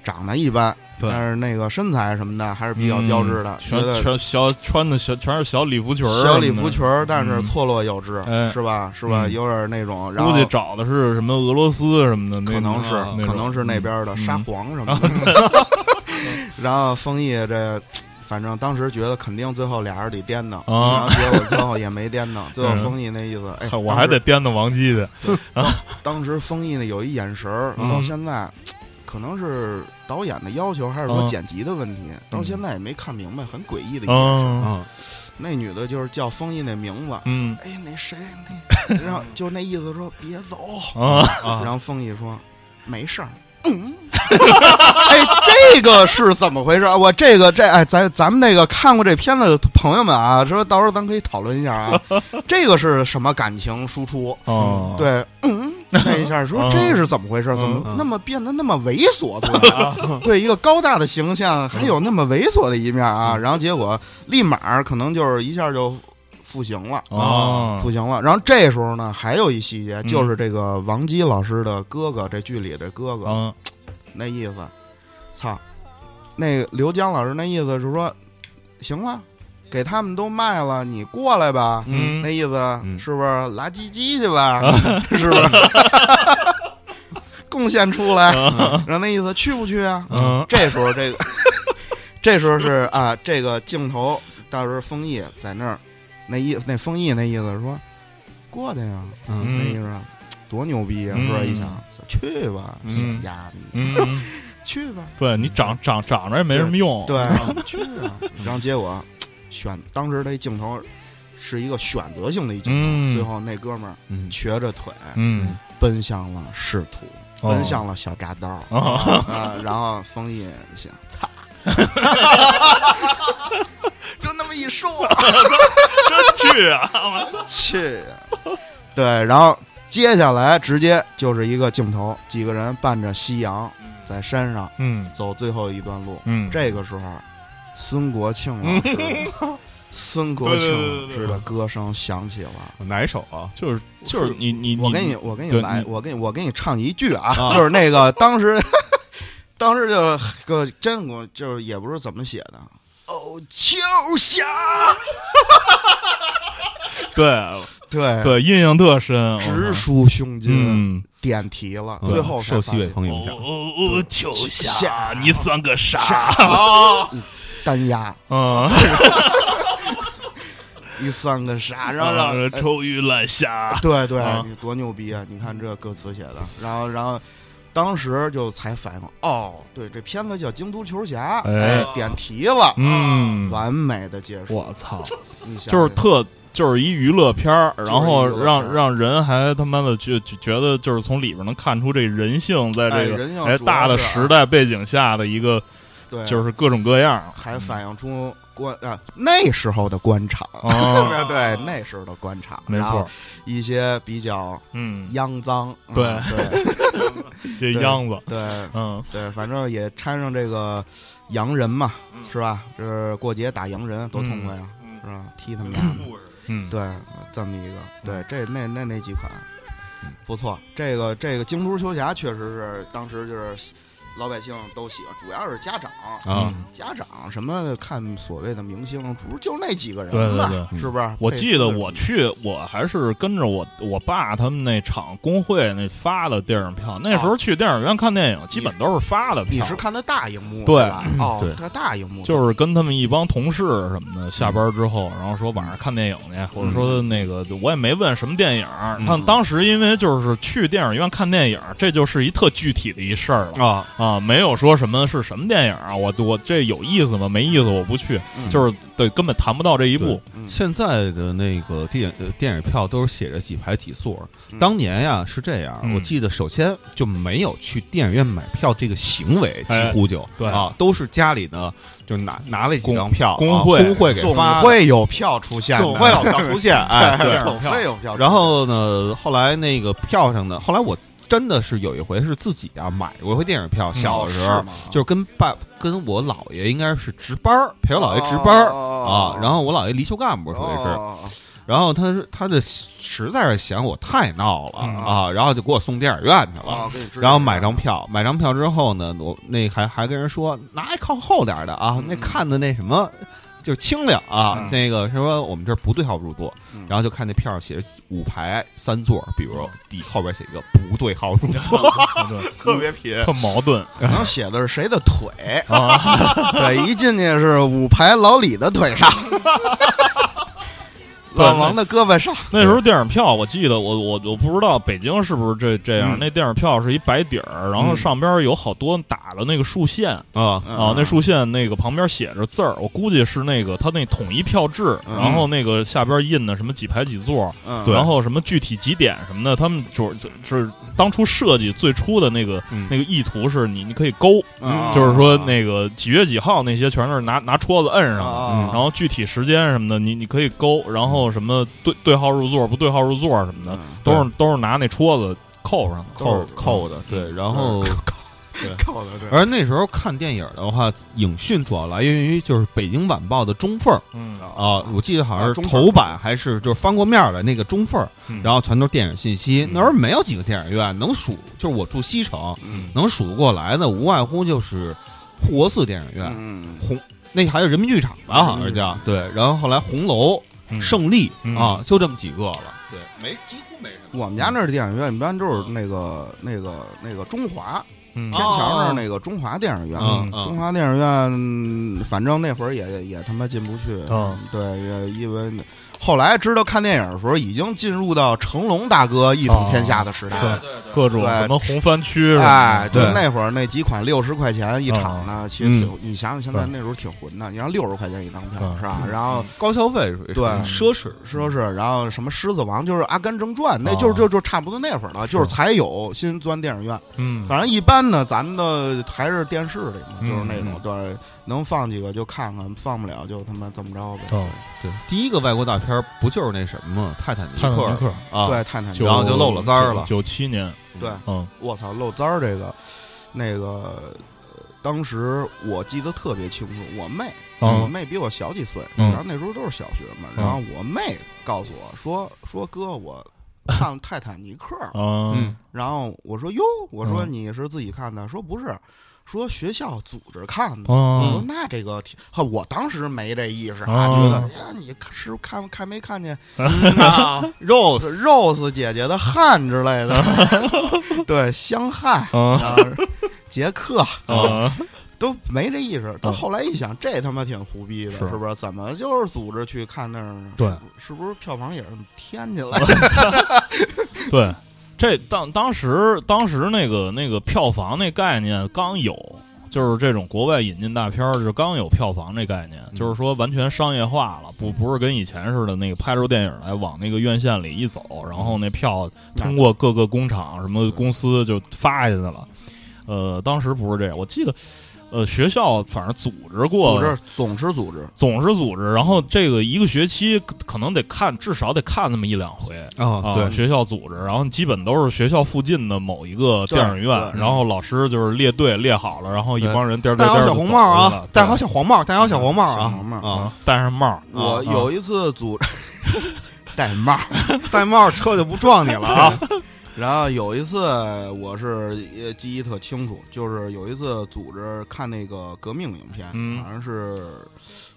Speaker 3: 长得一般，
Speaker 2: 对
Speaker 3: 但是那个身材什么的还是比较标志的，觉
Speaker 2: 嗯全
Speaker 3: 得。
Speaker 2: 全小穿的小全是小礼服裙儿，
Speaker 3: 小礼服裙，儿，但是
Speaker 2: 嗯
Speaker 3: 错落有致，
Speaker 2: 哎
Speaker 3: 是吧？是吧？
Speaker 2: 嗯
Speaker 3: 有点那种，然后
Speaker 2: 估计找的是什么俄罗斯什么的，那
Speaker 3: 可能是
Speaker 2: 啊那
Speaker 3: 可
Speaker 2: 种
Speaker 3: 能是那边的
Speaker 2: 嗯
Speaker 3: 沙皇
Speaker 2: [laughs]
Speaker 3: 什么的。 [laughs] 然后丰毅这，反正当时觉得肯定最后俩人得颠弄，然后
Speaker 2: 啊
Speaker 3: 结果最后也没颠弄。最后
Speaker 2: 嗯
Speaker 3: 丰毅那意思，哎，
Speaker 2: 嗨我还得颠到王姬去。
Speaker 3: 当时。当时丰毅那有一眼神儿，
Speaker 2: 嗯
Speaker 3: 到现在可能是导演的要求，还是说
Speaker 2: 嗯
Speaker 3: 剪辑的问题，到现在也没看明白，很诡异的一。
Speaker 2: 嗯
Speaker 4: 嗯，
Speaker 3: 那女的就是叫丰毅那名字。
Speaker 2: 嗯
Speaker 3: 哎，那谁，那然后就那意思说别走，
Speaker 2: 啊，
Speaker 4: 啊
Speaker 3: 然后丰毅说：“没事儿。”嗯， [laughs] 哎，这个是怎么回事？我这个这哎，咱咱们那个看过这片子的朋友们啊，说到时候咱可以讨论一下 [laughs] 啊，这个是什么感情输出？
Speaker 2: 哦，
Speaker 3: 对，嗯，那一下说
Speaker 2: 嗯
Speaker 3: 这是怎么回事？
Speaker 2: 嗯
Speaker 3: 怎么
Speaker 4: 嗯
Speaker 3: 那么变得那么猥琐？对 [laughs] 吧？对，一个高大的形象还有那么猥琐的一面啊！然后结果立马可能就是一下就复刑了。
Speaker 2: 啊，
Speaker 3: 不行了。然后这时候呢，还有一细节，就是这个王姬老师的哥哥，这剧里的哥哥、
Speaker 2: 啊，
Speaker 3: 那意思，操，那个刘江老师那意思是说，行了，给他们都卖了，你过来吧，
Speaker 2: 嗯
Speaker 3: 那意思、
Speaker 1: 嗯
Speaker 3: 是不是拉鸡鸡去吧？是不是？贡献出来，然后那意思去不去啊？
Speaker 2: 嗯
Speaker 3: 这时候这个，这时候是啊，这个镜头到时候丰毅在那儿，那意那丰毅那意思是说，过来呀，
Speaker 4: 嗯
Speaker 3: 那意
Speaker 2: 嗯
Speaker 3: 思是多牛逼啊，
Speaker 2: 嗯
Speaker 3: 是吧？一想去吧，
Speaker 2: 嗯
Speaker 3: 小丫的，
Speaker 2: 嗯，
Speaker 3: 去吧，
Speaker 2: 对你长长长着也没什么用。
Speaker 3: 对，去啊。然后结果选当时那镜头是一个选择性的一镜头，
Speaker 2: 嗯，
Speaker 3: 最后那哥们儿
Speaker 1: 嗯，
Speaker 3: 瘸着腿
Speaker 2: 嗯，
Speaker 3: 奔向了仕途，
Speaker 2: 哦
Speaker 3: 奔向了小铡刀
Speaker 2: 啊，
Speaker 3: [laughs] 啊。然后丰毅
Speaker 6: [laughs]
Speaker 3: 想，操，就那么一说，
Speaker 2: 真去啊！
Speaker 3: 去呀！对，然后接下来直接就是一个镜头，几个人伴着夕阳在山上
Speaker 2: 嗯
Speaker 3: 走最后一段路。
Speaker 6: [laughs]
Speaker 2: 嗯，
Speaker 3: 这个时候，孙国庆老师森
Speaker 6: 对
Speaker 3: 格
Speaker 6: 对对
Speaker 3: 庆
Speaker 6: 对对
Speaker 3: 老师的歌声响起了。
Speaker 4: 嗯
Speaker 6: 哪首啊？
Speaker 2: 就是就是你你
Speaker 3: 我给你，我给你
Speaker 2: 对
Speaker 3: 来
Speaker 2: 你，
Speaker 3: 我给你，我给你唱一句啊，
Speaker 7: 啊
Speaker 3: 就是那个当时， [laughs] 当时就个真我就是也不是怎么写的。哦，秋霞，
Speaker 2: 对
Speaker 3: 对，
Speaker 2: 对印象特深，
Speaker 3: 哎直抒胸襟，
Speaker 2: 嗯，
Speaker 3: 点题了，
Speaker 4: 嗯
Speaker 3: 最后才
Speaker 4: 受西北
Speaker 3: 发现
Speaker 4: 风影响，
Speaker 2: 哦哦，秋
Speaker 3: 夏
Speaker 2: 你算个啥？
Speaker 3: [laughs] 单押
Speaker 2: 嗯，
Speaker 3: 一三个傻，然后 [laughs] 让呃哎
Speaker 2: 让臭鱼烂虾，
Speaker 3: 对对
Speaker 2: 啊，
Speaker 3: 你多牛逼啊！你看这歌词写的，然后然后，当时就才反应，哦，对，这片子叫《京都球侠》，
Speaker 2: 哎
Speaker 3: 哎，点题了，
Speaker 2: 嗯，
Speaker 3: 完美的结束。
Speaker 2: 我操，
Speaker 3: 你想
Speaker 2: 就是
Speaker 3: 想
Speaker 2: 特。就是一娱乐片儿，然后
Speaker 3: 就是一娱乐片
Speaker 2: 让
Speaker 3: 儿
Speaker 2: 让人还他妈的觉觉觉得就是从里边能看出这人性在
Speaker 3: 哎
Speaker 2: 这个
Speaker 3: 人性
Speaker 2: 哎
Speaker 3: 主要
Speaker 2: 大的
Speaker 3: 是啊
Speaker 2: 时代背景下的一个
Speaker 3: 对，
Speaker 2: 就是各种各
Speaker 3: [laughs]
Speaker 2: 样，
Speaker 3: 还反映出官啊那时候的官场，
Speaker 2: 哦
Speaker 3: 对那时候的官场，
Speaker 2: 没
Speaker 3: 然后
Speaker 2: 错，
Speaker 3: 一些比较
Speaker 2: 嗯，
Speaker 3: 肮脏，嗯
Speaker 2: 对
Speaker 3: 对
Speaker 2: 这
Speaker 3: 对
Speaker 2: 样子，
Speaker 3: 对 [laughs]
Speaker 2: 嗯，
Speaker 3: 对，反正也掺上这个洋人嘛，
Speaker 2: 嗯
Speaker 3: 是吧？这过节打洋人多痛快呀，
Speaker 6: 嗯
Speaker 3: 是吧？踢他们家。
Speaker 2: 嗯，
Speaker 3: 对，这么一个，对，这那那那几款不错。这个这个《京都秋霞》确实是当时就是老百姓都喜欢，主要是家长，
Speaker 4: 啊，
Speaker 2: 嗯
Speaker 3: 家长什么看所谓的明星，不是就那几个人
Speaker 2: 对对
Speaker 3: 嘛，
Speaker 2: 对
Speaker 4: 对
Speaker 3: 是不是？
Speaker 2: 我
Speaker 3: 贝斯
Speaker 2: 记得
Speaker 3: 的
Speaker 2: 我
Speaker 3: 比
Speaker 2: 去，我还是跟着我我爸他们那场工会那发的电影票，那时候去电影院看电影，基本都是发的
Speaker 3: 啊你
Speaker 2: 票，
Speaker 3: 是看的大荧幕
Speaker 2: 对
Speaker 3: 吧？哦
Speaker 4: 对，
Speaker 3: 看大荧幕
Speaker 2: 就是跟他们一帮同事什么的，下班之后，然后说晚上看电影去，或者说
Speaker 3: 嗯
Speaker 2: 那个我也没问什么电影，但当时因为就是去电影院看电影，这就是一特具体的一事儿了
Speaker 6: 啊，
Speaker 2: 啊，没有说什么是什么电影啊，我我这有意思吗？没意思，我不去，
Speaker 3: 嗯
Speaker 2: 就是对根本谈不到这一步，
Speaker 3: 嗯
Speaker 4: 现在的那个电呃电影票都是写着几排几座儿，
Speaker 3: 嗯
Speaker 4: 当年呀是这样，
Speaker 2: 嗯
Speaker 4: 我记得首先就没有去电影院买票这个行为，几
Speaker 2: 哎
Speaker 4: 乎就
Speaker 2: 对
Speaker 4: 啊，都是家里呢就拿拿了几张票，
Speaker 2: 工
Speaker 4: 啊
Speaker 2: 工会
Speaker 4: 工会给
Speaker 3: 总
Speaker 4: 发的，
Speaker 3: 会有票出现的，
Speaker 4: 总会有票出
Speaker 3: [laughs]
Speaker 4: 现，哎，对，
Speaker 3: 总会有票出现。
Speaker 4: 然后呢，后来那个票上呢，后来我真的是有一回是自己啊买过一回电影票，小的时候、
Speaker 3: 哦是吗
Speaker 4: 就是跟爸跟我姥爷应该是值班儿，陪我姥爷值班儿、啊。
Speaker 3: 哦
Speaker 4: 然后我姥爷离休干部属于是，
Speaker 3: 哦哦
Speaker 4: 然后他是他这实在是嫌我太闹了、
Speaker 2: 嗯
Speaker 4: 啊，然后就给我送电影院去了。
Speaker 3: 哦给你支
Speaker 4: 然后
Speaker 3: 持
Speaker 4: 买
Speaker 3: 一下
Speaker 4: 张票，买张票之后呢，我那还还跟人说拿一靠后点儿的啊，那
Speaker 3: 嗯
Speaker 4: 看的那什么就是清亮啊，
Speaker 3: 嗯
Speaker 4: 那个说我们这儿不对号入座，
Speaker 3: 嗯
Speaker 4: 然后就看那票上写着五排三座，比如说底后边写一个不对号入座，
Speaker 3: [laughs]
Speaker 2: 对，
Speaker 6: 特别贫，
Speaker 2: 特矛盾
Speaker 3: 可能写的是谁的腿，
Speaker 2: 啊，
Speaker 3: 对，一进去是五排老李的
Speaker 2: [laughs]
Speaker 3: 腿上，老王的胳膊上，
Speaker 2: 那时候电影票，我记得我我我不知道北京是不是这这样。
Speaker 3: 嗯
Speaker 2: 那电影票是一白底儿，然后上边有好多打的那个竖线
Speaker 3: 嗯
Speaker 4: 啊，
Speaker 2: 啊，那竖线那个旁边写着字儿，我估计是那个他那统一票制，
Speaker 3: 嗯
Speaker 2: 然后那个下边印的什么几排几座，
Speaker 3: 嗯，
Speaker 2: 然后什么具体几点什么的，他们主就是当初设计最初的那个
Speaker 4: 嗯
Speaker 2: 那个意图是你你可以勾，
Speaker 3: 嗯
Speaker 2: 就是说那个几月几号那些全是拿拿戳子摁上嗯的。
Speaker 3: 啊，
Speaker 2: 然后具体时间什么的，你你可以勾，然后什么对对号入座不对号入座什么
Speaker 4: 嗯
Speaker 2: 的，
Speaker 3: 嗯
Speaker 2: 都是都是拿那戳子扣上的。
Speaker 4: 扣扣
Speaker 3: 嗯
Speaker 4: 的对，然后
Speaker 3: 靠的对，
Speaker 4: 而那时候看电影的话，影讯主要来源于就是《北京晚报》的中缝儿
Speaker 2: 嗯
Speaker 4: 啊，我记得好像
Speaker 3: 啊
Speaker 4: 是
Speaker 3: 中缝儿
Speaker 4: 头版还是就是翻过面儿的那个中缝儿，
Speaker 2: 嗯
Speaker 4: 然后全都是电影信息
Speaker 2: 嗯。
Speaker 4: 那时候没有几个电影院能数，就是我住西城
Speaker 3: 嗯
Speaker 4: 能数得过来的，无外乎就是护国寺电影院、
Speaker 3: 嗯
Speaker 4: 红那还有人民剧场吧，好像是叫对，然后后来红楼、胜利
Speaker 2: 嗯
Speaker 4: 啊，就这么几个了。对，没几乎没什么。
Speaker 3: 我们家那儿的电影院一般都是那个那个那个中华
Speaker 2: 嗯
Speaker 3: 天桥那儿那个中华电影院，
Speaker 2: 哦
Speaker 4: 嗯嗯
Speaker 3: 中华电影院，反正那会儿也也他妈进不去，
Speaker 2: 嗯
Speaker 3: 对，也因为后来知道看电影的时候，已经进入到成龙大哥一统天下的时代
Speaker 4: 哦
Speaker 3: 了。
Speaker 2: 是各种
Speaker 3: 对
Speaker 2: 什么红番区什么的，，
Speaker 3: 哎就
Speaker 4: 对
Speaker 3: 那会儿那几款六十块钱一场呢，其实
Speaker 4: 嗯
Speaker 3: 挺，你想想现在那时候挺混的，你让六十块钱一张票
Speaker 2: 对
Speaker 3: 是吧？然后
Speaker 4: 高消费属于是嗯
Speaker 3: 对嗯
Speaker 4: 奢侈，
Speaker 3: 说是，然后什么《狮子王》就是《阿甘正传》，那
Speaker 2: 啊
Speaker 4: 哦
Speaker 3: 就就就差不多那会儿了，就是才有新钻电影院。
Speaker 2: 嗯，
Speaker 3: 反正一般呢，咱们的还是电视里嘛，
Speaker 2: 嗯
Speaker 3: 就是那种
Speaker 2: 嗯
Speaker 3: 对，能放几个就看看，放不了就他妈这么着呗。
Speaker 2: 哦
Speaker 4: 对，第一个外国大片儿不就是那什么吗？《泰坦尼
Speaker 2: 泰坦
Speaker 4: 克
Speaker 2: 尼》克，
Speaker 4: 啊？
Speaker 3: 对，探探
Speaker 4: 就然后就漏了三儿了
Speaker 2: 九七年，
Speaker 3: 对，
Speaker 2: 嗯
Speaker 3: 我操，漏字儿这个，那个呃当时我记得特别清楚，我妹，
Speaker 2: 嗯
Speaker 3: 我妹比我小几岁，
Speaker 2: 嗯
Speaker 3: 然后那时候都是小学嘛，
Speaker 2: 嗯
Speaker 3: 然后我妹告诉我说说哥我。看《泰坦尼克》了，
Speaker 2: 啊，
Speaker 1: 嗯
Speaker 3: 然后我说哟，我说
Speaker 2: 嗯
Speaker 3: 你是自己看的，说不是，说学校组织看
Speaker 4: 嗯
Speaker 3: 的。我说
Speaker 2: 哦，
Speaker 3: 那这个挺，哈，我当时没这意识啊，
Speaker 2: 哦
Speaker 3: 觉得呀，你看是看看没
Speaker 2: [laughs]
Speaker 3: 看见啊，Rose
Speaker 2: 嗯
Speaker 3: [laughs] Rose 姐姐的汗之
Speaker 2: [laughs]
Speaker 3: 类的，对，香汗，
Speaker 4: 嗯
Speaker 2: 啊
Speaker 3: 然后杰克
Speaker 2: 啊，
Speaker 3: 都没这意识。到
Speaker 2: 嗯
Speaker 3: 后来一想，这他妈挺胡逼的，
Speaker 2: 是
Speaker 3: 是不是？怎么就是组织去看那儿呢？
Speaker 2: 对
Speaker 3: 是不，是不是票房也是添起来的？
Speaker 2: [laughs] 对，这当当时当时那个那个票房那概念刚有，就是这种国外引进大片儿，就刚有票房这概
Speaker 3: 嗯
Speaker 2: 念，就是说完全商业化了，不不是跟以前似的那个拍出电影来往那个院线里一走，然后那票通过各个工厂什么公司就发下去了。呃，当时不是这样，我记得。呃，学校反正组织过，
Speaker 3: 组织总是组织，
Speaker 2: 总是组织，然后这个一个学期可可能得看，至少得看那么一两回
Speaker 1: 啊
Speaker 4: 哦
Speaker 2: 啊。
Speaker 1: 对，
Speaker 2: 学校组织，然后基本都是学校附近的某一个电影院，
Speaker 3: 对对
Speaker 2: 然后老师就是列队列好了，然后一帮人颠儿
Speaker 1: 戴
Speaker 2: 颠
Speaker 1: 好
Speaker 2: 儿颠儿
Speaker 1: 小
Speaker 2: 地
Speaker 1: 红
Speaker 2: 走
Speaker 1: 帽
Speaker 2: 过去
Speaker 1: 啊
Speaker 2: 了，
Speaker 1: 戴好小黄帽，戴好小黄帽
Speaker 3: 小
Speaker 1: 啊
Speaker 3: 红帽
Speaker 1: 啊！
Speaker 2: 啊，戴上帽儿，
Speaker 3: 我有一次组 [laughs] 戴帽儿，
Speaker 1: 戴帽车就不撞你了
Speaker 3: [laughs]
Speaker 1: 啊！
Speaker 3: 然后有一次我是呃记忆特清楚，就是有一次组织看那个革命影片，
Speaker 2: 嗯
Speaker 3: 好像是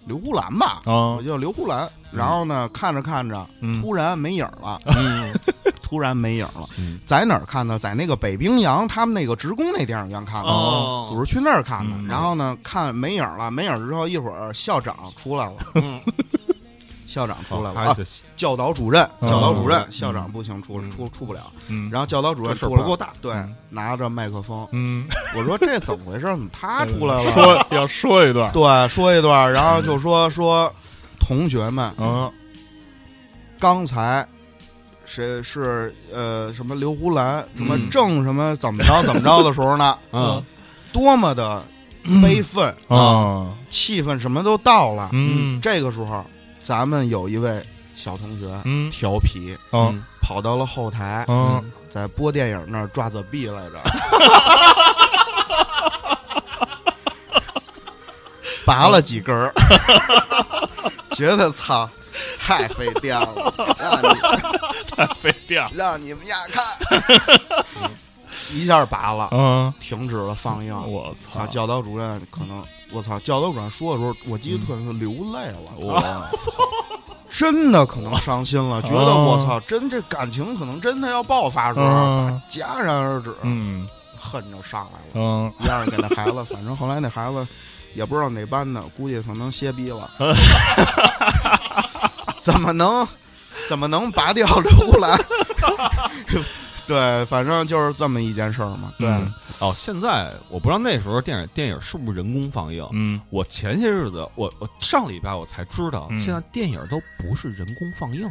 Speaker 3: 刘胡兰吧，
Speaker 2: 啊
Speaker 3: 我，叫刘胡兰。然后呢，看着看着，
Speaker 2: 嗯
Speaker 3: 突然没影儿了，
Speaker 1: 嗯
Speaker 3: [laughs] 突然没影儿了
Speaker 1: 嗯，
Speaker 3: 在哪儿看的？在那个北冰洋他们那个职工那电影院看的。
Speaker 1: 哦
Speaker 3: 组织去那儿看的
Speaker 2: 嗯，
Speaker 3: 然后呢，看没影儿了，没影儿之后，一会儿校长出来了， [laughs] 校长出来了，
Speaker 1: 嗯哦还
Speaker 3: 啊
Speaker 1: 是
Speaker 3: 教导主任，
Speaker 2: 嗯
Speaker 3: 教导主任
Speaker 2: 嗯，
Speaker 3: 校长不行，出
Speaker 2: 嗯
Speaker 3: 出出不了。
Speaker 2: 嗯，
Speaker 3: 然后教导主任
Speaker 1: 这事儿
Speaker 3: 出来
Speaker 1: 不够大，
Speaker 3: 对
Speaker 2: 嗯，
Speaker 3: 拿着麦克风，
Speaker 2: 嗯，
Speaker 3: 我说这怎么回事？怎么他出来了？
Speaker 1: 嗯
Speaker 2: 说要说一段，
Speaker 3: 对，说一段，然后就说说同学们，
Speaker 2: 嗯
Speaker 3: 刚才谁是呃什么刘胡兰什么
Speaker 2: 嗯
Speaker 3: 郑什么怎么着怎么着的时
Speaker 2: [laughs]
Speaker 3: 候呢？
Speaker 1: 嗯，
Speaker 3: 多么的悲愤，
Speaker 2: 啊，
Speaker 3: 气氛什么都到了。
Speaker 2: 嗯
Speaker 3: 这个时候，咱们有一位小同学
Speaker 2: 嗯
Speaker 3: 调皮，
Speaker 2: 嗯
Speaker 3: 跑到了后台，
Speaker 2: 嗯
Speaker 3: 在播电影那儿抓子币来着，拔了几根儿， [laughs] 觉得操，太费电了，让你
Speaker 2: 非掉，
Speaker 3: 让你们俩看， [laughs] 一下拔了，
Speaker 2: 嗯，
Speaker 3: 停止了放映。
Speaker 2: 我
Speaker 3: 操，
Speaker 2: 操，
Speaker 3: 教导主任可能，我操，教导主任说的时候，我记得特别是流泪了，
Speaker 2: 嗯我
Speaker 3: [laughs] 真的可能伤心了，觉得
Speaker 2: 哦
Speaker 3: 我操，真这感情可能真的要爆发时候，
Speaker 2: 嗯
Speaker 3: 戛然而止，
Speaker 2: 嗯
Speaker 3: 恨就上来了。
Speaker 2: 嗯，
Speaker 3: 一样给那孩子，反正后来那孩子也不知道哪班的，估计可能歇逼了。 [laughs] 怎么能怎么能拔掉刘胡兰？ [laughs] 对，反正就是这么一件事儿嘛。对，
Speaker 2: 嗯
Speaker 1: 哦，现在我不知道那时候电影电影是不是人工放映。
Speaker 2: 嗯
Speaker 1: 我前些日子，我我上礼拜我才知道，
Speaker 2: 嗯
Speaker 1: 现在电影都不是人工放映了，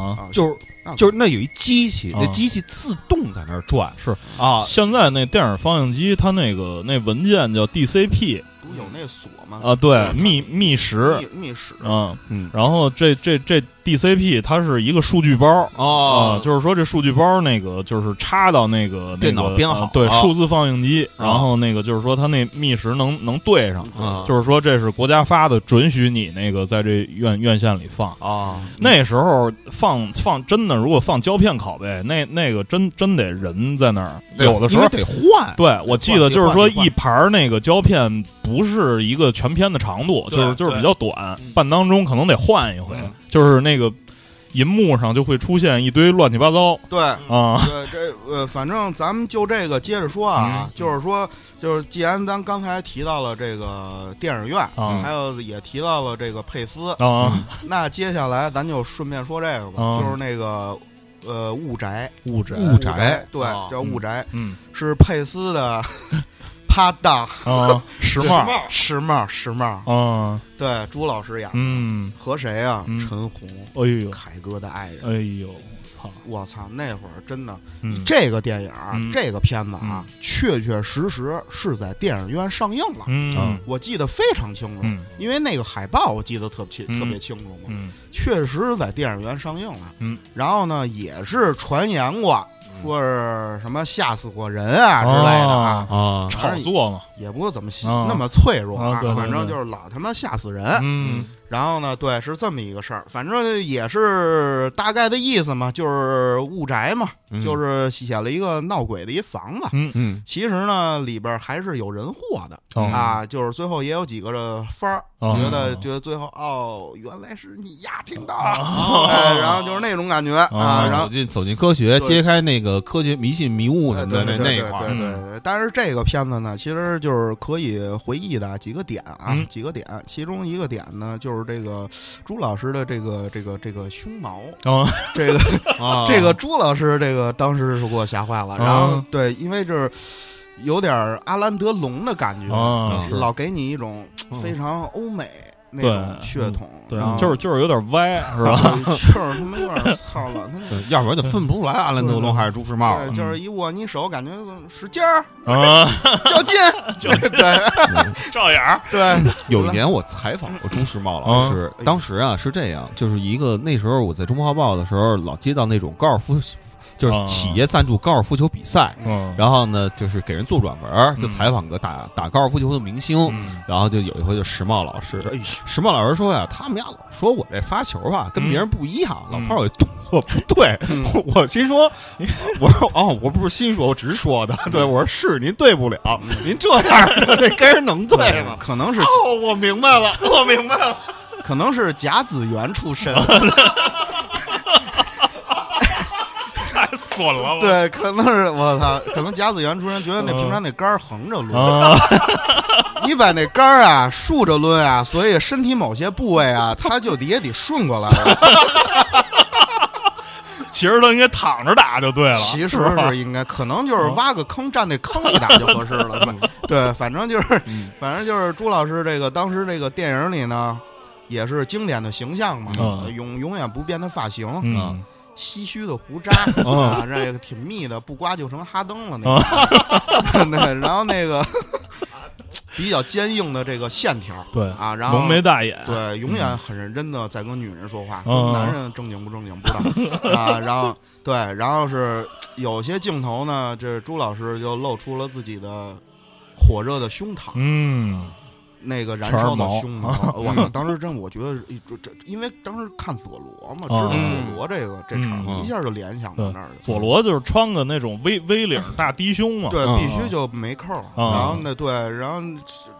Speaker 2: 啊。
Speaker 3: 啊
Speaker 1: 就是
Speaker 3: 那
Speaker 1: 就是那有一机器，那
Speaker 2: 啊
Speaker 1: 机器自动在那儿转，
Speaker 2: 是
Speaker 1: 啊，
Speaker 2: 现在那电影放映机，它那个那文件叫 DCP
Speaker 3: 不有那锁嘛？
Speaker 2: 啊，对，密密实，
Speaker 3: 密密室
Speaker 2: 嗯
Speaker 1: 嗯
Speaker 2: 然后这这这 DCP 它是一个数据包。啊、
Speaker 1: 哦，
Speaker 2: 就是说这数据包那个就是插到那个
Speaker 1: 电脑
Speaker 2: 那个
Speaker 1: 编好
Speaker 2: 啊对、
Speaker 1: 啊
Speaker 2: 数字放映机，
Speaker 1: 啊
Speaker 2: 然后那个就是说它那密实能能对上，
Speaker 1: 啊
Speaker 2: 就是说这是国家发的，准许你那个在这院院线里放。
Speaker 1: 啊，
Speaker 2: 那时候放放真的，如果放胶片拷贝，那那个真真得人在那儿，有的时
Speaker 1: 因为
Speaker 2: 候
Speaker 1: 得换，
Speaker 2: 对，我记得就是说
Speaker 1: 换换
Speaker 2: 一盘儿那个胶片不是一个全片的长度，
Speaker 1: 对
Speaker 2: 就是就是
Speaker 1: 对
Speaker 2: 比较短
Speaker 1: 嗯，
Speaker 2: 半当中可能得换一回
Speaker 1: 嗯，
Speaker 2: 就是那个银幕上就会出现一堆乱七八糟
Speaker 3: 对。
Speaker 1: 嗯
Speaker 2: 啊，
Speaker 3: 对，这呃，反正咱们就这个接着说啊，
Speaker 2: 嗯
Speaker 3: 就是说，就是既然咱刚才提到了这个电影院，
Speaker 2: 啊
Speaker 3: 还有也提到了这个佩斯，
Speaker 2: 啊，
Speaker 3: 那接下来咱就顺便说这个吧，
Speaker 2: 嗯
Speaker 3: 就是那个呃雾宅，
Speaker 2: 物质
Speaker 1: 物
Speaker 3: 雾
Speaker 1: 宅
Speaker 3: 对，
Speaker 1: 哦
Speaker 3: 叫雾宅，
Speaker 2: 嗯
Speaker 3: 是佩斯的 [laughs] 搭档，
Speaker 2: 啊，时髦
Speaker 3: 石帽，石帽，
Speaker 2: 啊，
Speaker 3: 对，朱老师演，
Speaker 2: 嗯，
Speaker 3: 和谁啊？
Speaker 2: 嗯
Speaker 3: 陈红，
Speaker 2: 哎呦，
Speaker 3: 凯哥的爱人。
Speaker 2: 哎呦，操，
Speaker 3: 我操，那会儿真的，
Speaker 2: 嗯
Speaker 3: 这个电影儿、
Speaker 2: 嗯
Speaker 3: 这个片子啊，确确实实是在电影院上映了。
Speaker 2: 嗯
Speaker 3: 我记得非常清楚，
Speaker 2: 嗯
Speaker 3: 因为那个海报我记得特清、
Speaker 2: 嗯
Speaker 3: 特别清楚嘛。
Speaker 2: 嗯
Speaker 3: 确实是在电影院上映了。
Speaker 2: 嗯，
Speaker 3: 然后呢，也是传言过，说是什么吓死过人啊之类的啊，
Speaker 2: 啊，
Speaker 3: 反
Speaker 2: 炒
Speaker 3: 正
Speaker 2: 作嘛，
Speaker 3: 也不怎么细
Speaker 2: 啊
Speaker 3: 那么脆弱
Speaker 2: 啊对对
Speaker 3: 反正
Speaker 2: 对
Speaker 3: 就是老他妈吓死人。
Speaker 2: 嗯
Speaker 3: 然后呢，对，是这么一个事儿，反正也是大概的意思嘛，就是误宅嘛，
Speaker 1: 嗯
Speaker 3: 就是写了一个闹鬼的一房子。
Speaker 2: 嗯
Speaker 1: 嗯
Speaker 3: 其实呢，里边还是有人祸的、
Speaker 2: 哦
Speaker 3: 啊，就是最后也有几个这番儿，
Speaker 2: 哦
Speaker 3: 觉得觉得最后哦，原来是你呀，听到
Speaker 2: 啊
Speaker 3: 了，哎，然后就是那种感觉、啊，然后
Speaker 1: 走进走进科学，
Speaker 3: 对
Speaker 1: 揭开那个科学迷信迷雾什么的
Speaker 3: 对
Speaker 1: 那
Speaker 3: 对
Speaker 1: 那一
Speaker 3: 对
Speaker 1: 块儿，
Speaker 2: 嗯
Speaker 3: 对对对对，但是这个片子呢，其实就是可以回忆的几个点啊，
Speaker 2: 嗯
Speaker 3: 几个点，其中一个点呢，就是这个朱老师的这个这个这个胸毛，
Speaker 2: 哦 [laughs]
Speaker 3: 这个、
Speaker 1: 啊
Speaker 3: 这个朱老师这个当时是给我吓坏了，然后、
Speaker 2: 啊
Speaker 3: 对，因为这是有点阿兰德龙的感觉，
Speaker 2: 啊
Speaker 1: 是
Speaker 3: 老给你一种非常欧美那种
Speaker 2: 对嗯
Speaker 3: 血统，
Speaker 2: 对
Speaker 3: 然后，
Speaker 2: 啊就是就是有点歪是吧？
Speaker 3: 对就是他妈有点操了，他那
Speaker 1: 对要不然就分不出来阿兰德龙还是朱时茂了
Speaker 3: 对，就是一握你手，感觉使劲
Speaker 1: [laughs]
Speaker 3: 儿，
Speaker 2: 啊，
Speaker 3: 较劲，较劲， [laughs] 对
Speaker 1: [laughs]
Speaker 2: 照眼儿，
Speaker 3: 对，哎
Speaker 1: 有一年我采访过朱时茂
Speaker 2: 嗯
Speaker 1: 老师，当时啊是这样，就是一个那时候我在《中国画报》的时候，老接到那种高尔夫，就是企业赞助高尔夫球比赛，
Speaker 2: 啊嗯，
Speaker 1: 然后呢就是给人做软文儿，就
Speaker 2: 嗯
Speaker 1: 采访个打打高尔夫球的明星，
Speaker 2: 嗯
Speaker 1: 然后就有一回就石茂老师。
Speaker 3: 哎呦
Speaker 1: 石茂老师说呀，他们家老说我这发球啊跟别人不一样，老
Speaker 2: 嗯
Speaker 1: 说我这动作不对。
Speaker 3: 嗯
Speaker 1: 我心说，我说哦，我不是心说，我只是说的。
Speaker 2: 嗯
Speaker 1: 对，我说是您对不了，
Speaker 3: 嗯
Speaker 1: 您这样的
Speaker 3: [laughs]
Speaker 1: 这跟人能对吗？
Speaker 3: 可能是
Speaker 1: 哦，我明白
Speaker 3: [laughs]
Speaker 1: 了，我明白了。哦
Speaker 3: 可能是甲子园出身，
Speaker 2: 太 [laughs] 损了我
Speaker 3: [laughs] 对，可能是我操，可能甲子园出身，觉得那平常那杆儿横着抡，
Speaker 1: 哦
Speaker 2: 啊，
Speaker 3: [laughs] 你把那杆儿啊竖着抡啊，所以身体某些部位啊，它就得也得顺过来了。
Speaker 2: 其实他应该躺着打就对了，
Speaker 3: 其实是应该，可能就是挖个坑，站那坑里打就合适了。反
Speaker 2: 嗯
Speaker 3: [laughs] 对，反正就是， [laughs] 反正就是朱老师这个当时这个电影里呢，也是经典的形象嘛，呃
Speaker 2: 嗯
Speaker 3: 永永远不变的发型，啊
Speaker 2: 嗯
Speaker 3: 唏嘘的胡渣 [laughs] 啊，这个挺密的，不刮就成哈登了那个。
Speaker 2: 嗯
Speaker 3: [laughs] 那然后那个比较坚硬的这个线条
Speaker 2: 对
Speaker 3: 啊，然后
Speaker 2: 浓眉大眼，
Speaker 3: 对，永远很认真的在跟女人说话，
Speaker 2: 嗯
Speaker 3: 跟男人正经不正经不知
Speaker 2: [laughs]
Speaker 3: 道啊。然后对，然后是有些镜头呢，这朱老师就露出了自己的火热的胸膛，
Speaker 2: 嗯
Speaker 3: 那个燃烧的
Speaker 2: 毛 [laughs]
Speaker 3: 胸膛。我靠，当时真我觉得这这，因为当时看佐罗嘛，知道
Speaker 2: 嗯
Speaker 3: 佐罗这个这场
Speaker 2: 嗯
Speaker 3: 一下就联想到那儿了。
Speaker 2: 佐罗就是穿个那种 V V 领大低胸嘛，
Speaker 3: 对，
Speaker 2: 嗯
Speaker 3: 必须就没扣儿。
Speaker 2: 嗯
Speaker 3: 然后呢，对，然后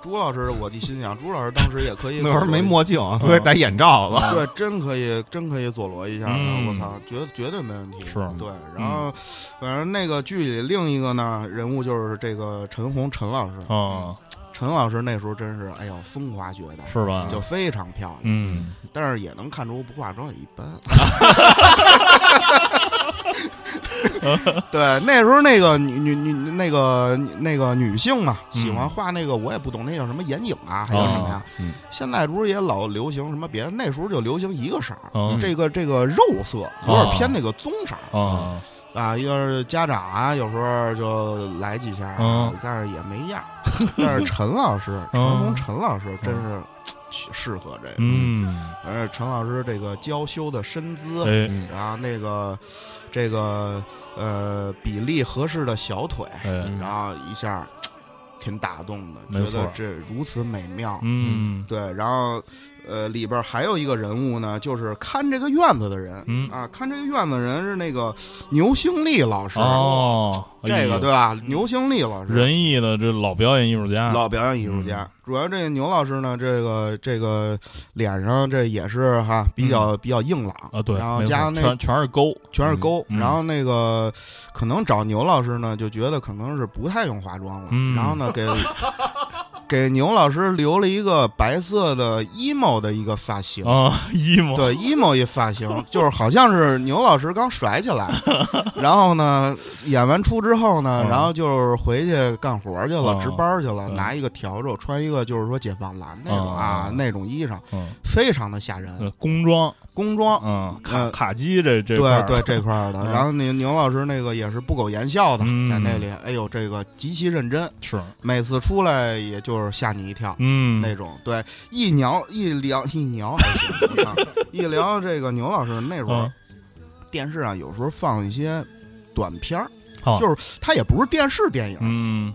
Speaker 3: 朱老师，我就心想，朱老师当时也可以
Speaker 1: 那会儿没
Speaker 3: 摸，
Speaker 1: 墨镜，所以戴眼罩子。
Speaker 3: 对，真可以，真可以佐罗一下，
Speaker 2: 啊
Speaker 3: 啊
Speaker 2: 嗯
Speaker 3: 我操，绝绝对没问题。
Speaker 2: 是啊嗯
Speaker 3: 对，然后反正那个剧里另一个呢人物就是这个陈红陈老师，
Speaker 2: 啊，
Speaker 3: 陈老师那时候真是哎呦风华绝代。
Speaker 2: 是吧？
Speaker 3: 就非常漂亮，
Speaker 2: 嗯，
Speaker 3: 但是也能看出不化妆也一
Speaker 2: [laughs]
Speaker 3: 般。对，那时候那个女女女那个那个女性嘛，
Speaker 2: 嗯
Speaker 3: 喜欢画那个我也不懂那叫什么眼影啊，还叫什么
Speaker 2: 哦
Speaker 3: 呀？
Speaker 1: 嗯
Speaker 3: 现在不是也老流行什么别的？那时候就流行一个色儿，
Speaker 2: 嗯哦
Speaker 3: 这个这个肉色有点偏那个棕色儿
Speaker 2: 啊，
Speaker 3: 啊。要是家长啊，有时候就来几下，
Speaker 2: 嗯
Speaker 3: 但是也没样儿。但是陈老师，陈
Speaker 2: 嗯
Speaker 3: 红陈老师真是适合这个，。
Speaker 2: 嗯，
Speaker 3: 而且陈老师这个娇羞的身姿，
Speaker 2: 哎，
Speaker 3: 然后那个这个呃比例合适的小腿，
Speaker 2: 哎，
Speaker 3: 嗯然后一下挺打动的，
Speaker 2: 没
Speaker 3: 觉
Speaker 2: 错
Speaker 3: 得这如此美妙。
Speaker 2: 嗯
Speaker 3: 对，然后呃里边还有一个人物呢，就是看这个院子的人、
Speaker 2: 嗯
Speaker 3: 啊，看这个院子的人是那个牛兴利老师，
Speaker 2: 哦，哎
Speaker 3: 这
Speaker 2: 呦
Speaker 3: 个对吧？牛兴利老师。
Speaker 2: 仁义的这老表演艺术家，
Speaker 3: 老表演艺术
Speaker 2: 嗯
Speaker 3: 家，主要这牛老师呢，这个这个脸上这也是哈比较、比较硬朗
Speaker 2: 啊，对，
Speaker 3: 然后
Speaker 2: 没错
Speaker 3: 加上那
Speaker 2: 全全是沟，
Speaker 3: 全是沟，
Speaker 2: 嗯嗯
Speaker 3: 然后那个可能找牛老师呢，就觉得可能是不太用化妆了，
Speaker 2: 嗯
Speaker 3: 然后呢给 [laughs] 给牛老师留了一个白色的 emo 的一个发型。
Speaker 2: 啊，一模
Speaker 3: 对，emo 一发
Speaker 2: [laughs]
Speaker 3: 型，就是好像是牛老师刚甩起来，然后呢，演完出之后呢，
Speaker 2: 嗯
Speaker 3: 然后就是回去干活去了，
Speaker 2: 嗯
Speaker 3: 值班去了，
Speaker 2: 嗯
Speaker 3: 拿一个笤帚，穿一个就是说解放蓝那种
Speaker 2: 嗯
Speaker 3: 啊、
Speaker 2: 嗯
Speaker 3: 那种衣裳，
Speaker 2: 嗯，
Speaker 3: 非常的吓人，
Speaker 2: 对嗯工装，
Speaker 3: 工装，
Speaker 2: 嗯，卡
Speaker 3: 呃
Speaker 2: 卡机这这块
Speaker 3: 对
Speaker 2: 儿
Speaker 3: 对，这块儿的。
Speaker 2: 嗯
Speaker 3: 然后那牛老师那个也是不苟言笑的，
Speaker 2: 嗯
Speaker 3: 在那里，哎呦，这个极其认真，
Speaker 2: 是，
Speaker 3: 每次出来也就是吓你一跳。
Speaker 2: 嗯，
Speaker 3: 那种对一聊一聊一聊还行，我操一聊这个牛老师那时候
Speaker 2: 嗯，
Speaker 3: 电视上有时候放一些短片儿
Speaker 2: 哦，
Speaker 3: 就是它也不是电视电影，
Speaker 2: 嗯，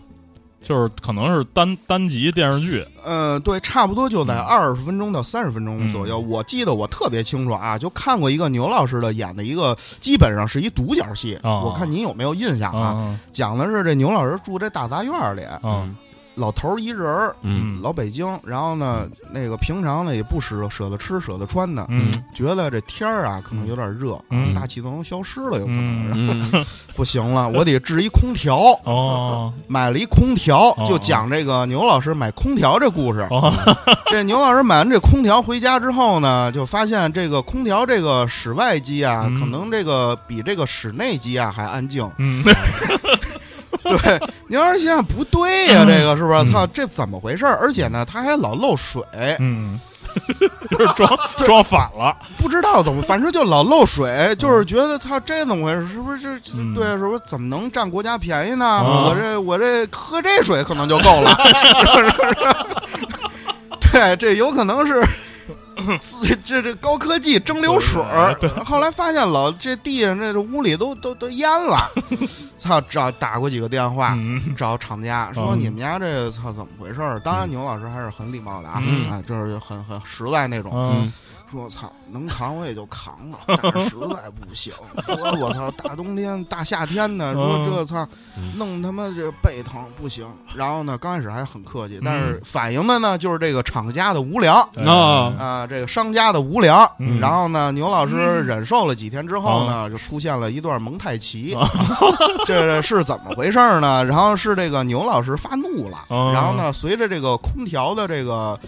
Speaker 2: 就是可能是单单集电视剧，
Speaker 3: 嗯，对，差不多就在
Speaker 2: 嗯
Speaker 3: 二十分钟到三十分钟左右。我记得我特别清楚啊，就看过一个牛老师的演的一个，基本上是一独角戏。
Speaker 2: 啊
Speaker 3: 我看您有没有印象啊？
Speaker 2: 啊
Speaker 3: 讲的是这牛老师住这大杂院里，
Speaker 2: 啊
Speaker 3: 老头儿一人儿，
Speaker 2: 嗯
Speaker 3: 老北京。然后呢，那个平常呢也不舍舍得吃舍得穿的，
Speaker 2: 嗯
Speaker 3: 觉得这天儿啊可能有点热，
Speaker 2: 嗯
Speaker 3: 大气层消失了有可能，
Speaker 2: 嗯
Speaker 3: 然后
Speaker 1: 嗯
Speaker 3: 不行了，我得制一空调。
Speaker 2: [laughs] 哦
Speaker 3: 买了一空调
Speaker 2: 哦，
Speaker 3: 就讲这个牛老师买空调这故事。
Speaker 2: 哦
Speaker 3: 这牛老师买完这空调回家之后呢，就发现这个空调这个室外机啊，
Speaker 2: 嗯
Speaker 3: 可能这个比这个室内机啊还安静。 [laughs]
Speaker 2: 嗯
Speaker 3: 对，牛老师心想不对呀、这个是不
Speaker 2: 嗯
Speaker 3: 是？操，这怎么回事儿？而且呢，他还老漏水，
Speaker 2: 嗯， [laughs] 就是装装反了，
Speaker 3: 不知道怎么，反正就老漏水，就是觉得操，这怎么回事？是不是这
Speaker 2: 嗯
Speaker 3: 对？是不是怎么能占国家便宜呢？
Speaker 2: 啊
Speaker 3: 我这我这喝这水可能就
Speaker 2: [laughs]
Speaker 3: 够了。对，这有可能是这这这高科技蒸馏水儿。后来发现老这地上这这屋里都都都淹
Speaker 2: [laughs]
Speaker 3: 了，操！找打过几个电话，
Speaker 2: 嗯
Speaker 3: 找厂家说
Speaker 2: 嗯
Speaker 3: 你们家这操怎么回事儿？当然牛老师还是很礼貌的啊，
Speaker 2: 嗯
Speaker 3: 啊，就是很很实在那种。
Speaker 2: 嗯
Speaker 3: 说操，能扛我也就扛了，但是实在不行。说我操，大冬天大夏天的，说
Speaker 2: 嗯
Speaker 3: 这操，弄他妈这背疼不行。然后呢，刚开始还很客气，但
Speaker 2: 嗯
Speaker 3: 是反映的呢就是这个厂家的无良
Speaker 2: 啊
Speaker 3: 啊、这个商家的无良。
Speaker 2: 嗯
Speaker 3: 然后呢，牛老师忍受了几天之后呢，就出现了一段蒙太奇，
Speaker 2: 嗯
Speaker 3: 这是怎么回事儿呢？然后是这个牛老师发怒了，
Speaker 2: 哦
Speaker 3: 然后呢，随着这个空调的这个。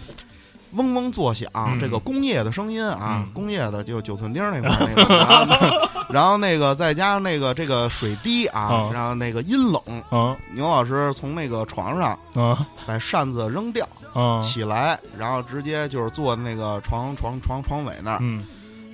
Speaker 3: 嗡嗡作响，
Speaker 2: 嗯
Speaker 3: 这个工业的声音啊，
Speaker 2: 嗯
Speaker 3: 工业的就九寸钉儿那块儿那个，然后呢然后那个再加上那个这个水滴啊
Speaker 2: 哦，
Speaker 3: 然后那个阴冷，
Speaker 2: 啊
Speaker 3: 牛老师从那个床上
Speaker 2: 啊
Speaker 3: 把扇子扔掉，
Speaker 2: 啊
Speaker 3: 起来，然后直接就是坐那个床床床床尾那儿，
Speaker 2: 嗯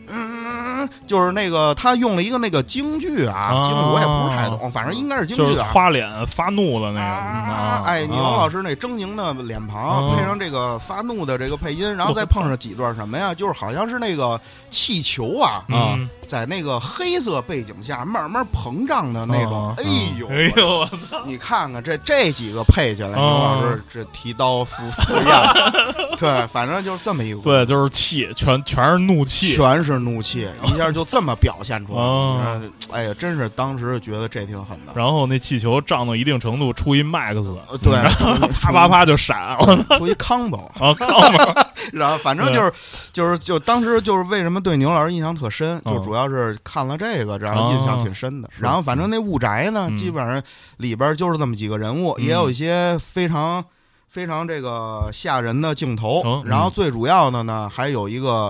Speaker 3: 嗯，就是那个他用了一个那个京剧啊，
Speaker 2: 啊
Speaker 3: 京剧我也不是太懂，反正应该是京
Speaker 2: 就
Speaker 3: 剧
Speaker 2: 是
Speaker 3: 啊。
Speaker 2: 花脸发怒的那个，嗯
Speaker 3: 啊！哎，牛老
Speaker 2: 师
Speaker 3: 师那狰狞的脸庞
Speaker 2: 啊
Speaker 3: 配上这个发怒的这个配音，然后再碰上几段什么呀？就是好像是那个气球啊，
Speaker 2: 啊，
Speaker 3: 在那个黑色背景下慢慢膨胀的那种
Speaker 2: 啊。
Speaker 3: 哎呦，
Speaker 2: 哎呦我
Speaker 3: 你看看这这几个配起来，
Speaker 2: 啊
Speaker 3: 牛老师这提刀赴赴宴， [laughs] 对，反正就是这么一个故事。
Speaker 2: 对，就是气，全全是怒气。
Speaker 3: 全是怒气，一下就这么表现出来。
Speaker 2: 哦
Speaker 3: 嗯哎呀，真是当时觉得这挺狠的。
Speaker 2: 然后那气球胀到一定程度，出一 max，
Speaker 3: 呃对，
Speaker 2: [laughs] 啪啪啪就闪了。
Speaker 3: 啪，出一 combo，
Speaker 2: 啊靠门儿！
Speaker 3: 然后反正就是，
Speaker 2: 嗯
Speaker 3: 就是就当时就是为什么对牛老师印象特深，
Speaker 2: 哦
Speaker 3: 就主要是看了这个，然后印象挺深的。然后反正那雾宅呢，
Speaker 2: 嗯
Speaker 3: 基本上里边就是这么几个人物，
Speaker 2: 嗯
Speaker 3: 也有一些非常非常这个吓人的镜头。
Speaker 2: 哦嗯
Speaker 3: 然后最主要的呢，还有一个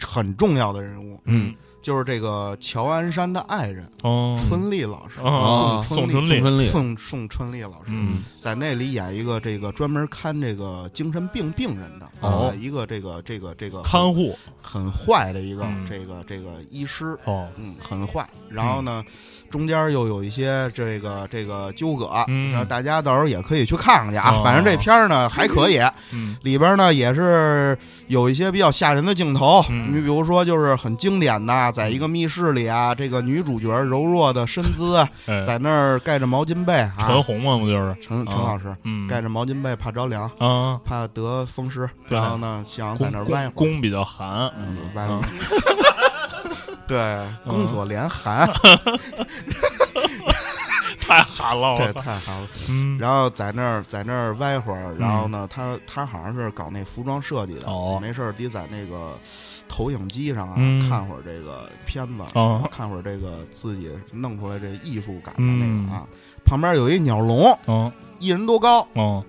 Speaker 3: 嘖很重要的人物，
Speaker 2: 嗯，
Speaker 3: 就是这个乔鞍山的爱人。
Speaker 2: 哦，
Speaker 3: 春丽老师，
Speaker 2: 哦
Speaker 1: 宋
Speaker 2: 宋
Speaker 3: 宋
Speaker 2: 春
Speaker 1: 春丽
Speaker 3: 宋宋春丽老师
Speaker 2: 嗯
Speaker 3: 在那里演一个这个专门看这个精神病病人的，
Speaker 2: 哦
Speaker 3: 啊一个这个这个这个很
Speaker 2: 看护
Speaker 3: 很坏的一个
Speaker 2: 嗯
Speaker 3: 这个这个医师，
Speaker 2: 哦，
Speaker 3: 嗯，很坏。然后呢，中间又有一些这个这个纠葛，
Speaker 2: 嗯
Speaker 3: 然后大家到时候也可以去看看去啊。
Speaker 2: 哦
Speaker 3: 反正这片儿呢还可以，
Speaker 2: 嗯
Speaker 3: 里边呢也是有一些比较吓人的镜头，
Speaker 2: 嗯嗯
Speaker 3: 你比如说就是很经典的，在一个密室里啊，这个女主角柔弱的身姿啊
Speaker 2: [laughs] 哎，
Speaker 3: 在那儿盖着毛巾被啊
Speaker 2: 陈，红嘛，不就是
Speaker 3: 陈陈
Speaker 2: 啊
Speaker 3: 老师
Speaker 2: 嗯
Speaker 3: 盖着毛巾被怕着凉，
Speaker 2: 啊，
Speaker 3: 怕得风湿，
Speaker 2: 对
Speaker 3: 然后呢想在
Speaker 2: 宫
Speaker 3: 那儿歪
Speaker 2: 宫
Speaker 3: 会儿，
Speaker 2: 宫比较寒，
Speaker 3: 嗯歪会
Speaker 2: 嗯
Speaker 3: 儿， [laughs] 对，宫锁连
Speaker 2: [laughs]
Speaker 3: 寒，
Speaker 2: 太寒了，
Speaker 3: 这
Speaker 2: 我操，
Speaker 3: 太好了。
Speaker 2: 嗯，
Speaker 3: 然后在那儿在那儿歪会儿，然后呢，他他好像是搞那服装设计的，
Speaker 2: 哦
Speaker 3: 没事儿得在那个投影机上啊、
Speaker 2: 嗯
Speaker 3: 看会儿这个片子，
Speaker 2: 哦
Speaker 3: [laughs] 看会儿这个自己弄出来这艺术感的那
Speaker 2: 嗯
Speaker 3: 个啊。旁边有一鸟笼，
Speaker 2: 哦
Speaker 3: 一人多高，
Speaker 2: 哦，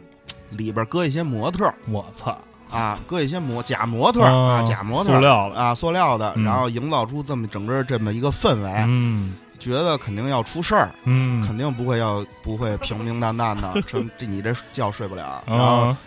Speaker 3: 里边搁一些模特儿
Speaker 2: 我操，
Speaker 3: 啊，搁一些模假模特儿啊，
Speaker 2: 啊，
Speaker 3: 假模特
Speaker 2: 塑
Speaker 3: 儿
Speaker 2: 料的，
Speaker 3: 啊，塑料的，
Speaker 2: 嗯
Speaker 3: 然后营造出这么整个这么一个氛围，
Speaker 2: 嗯
Speaker 3: 觉得肯定要出事儿，
Speaker 2: 嗯，
Speaker 3: 肯定不会要不会平平淡淡的，这这你这觉睡不了，然后。
Speaker 2: 啊，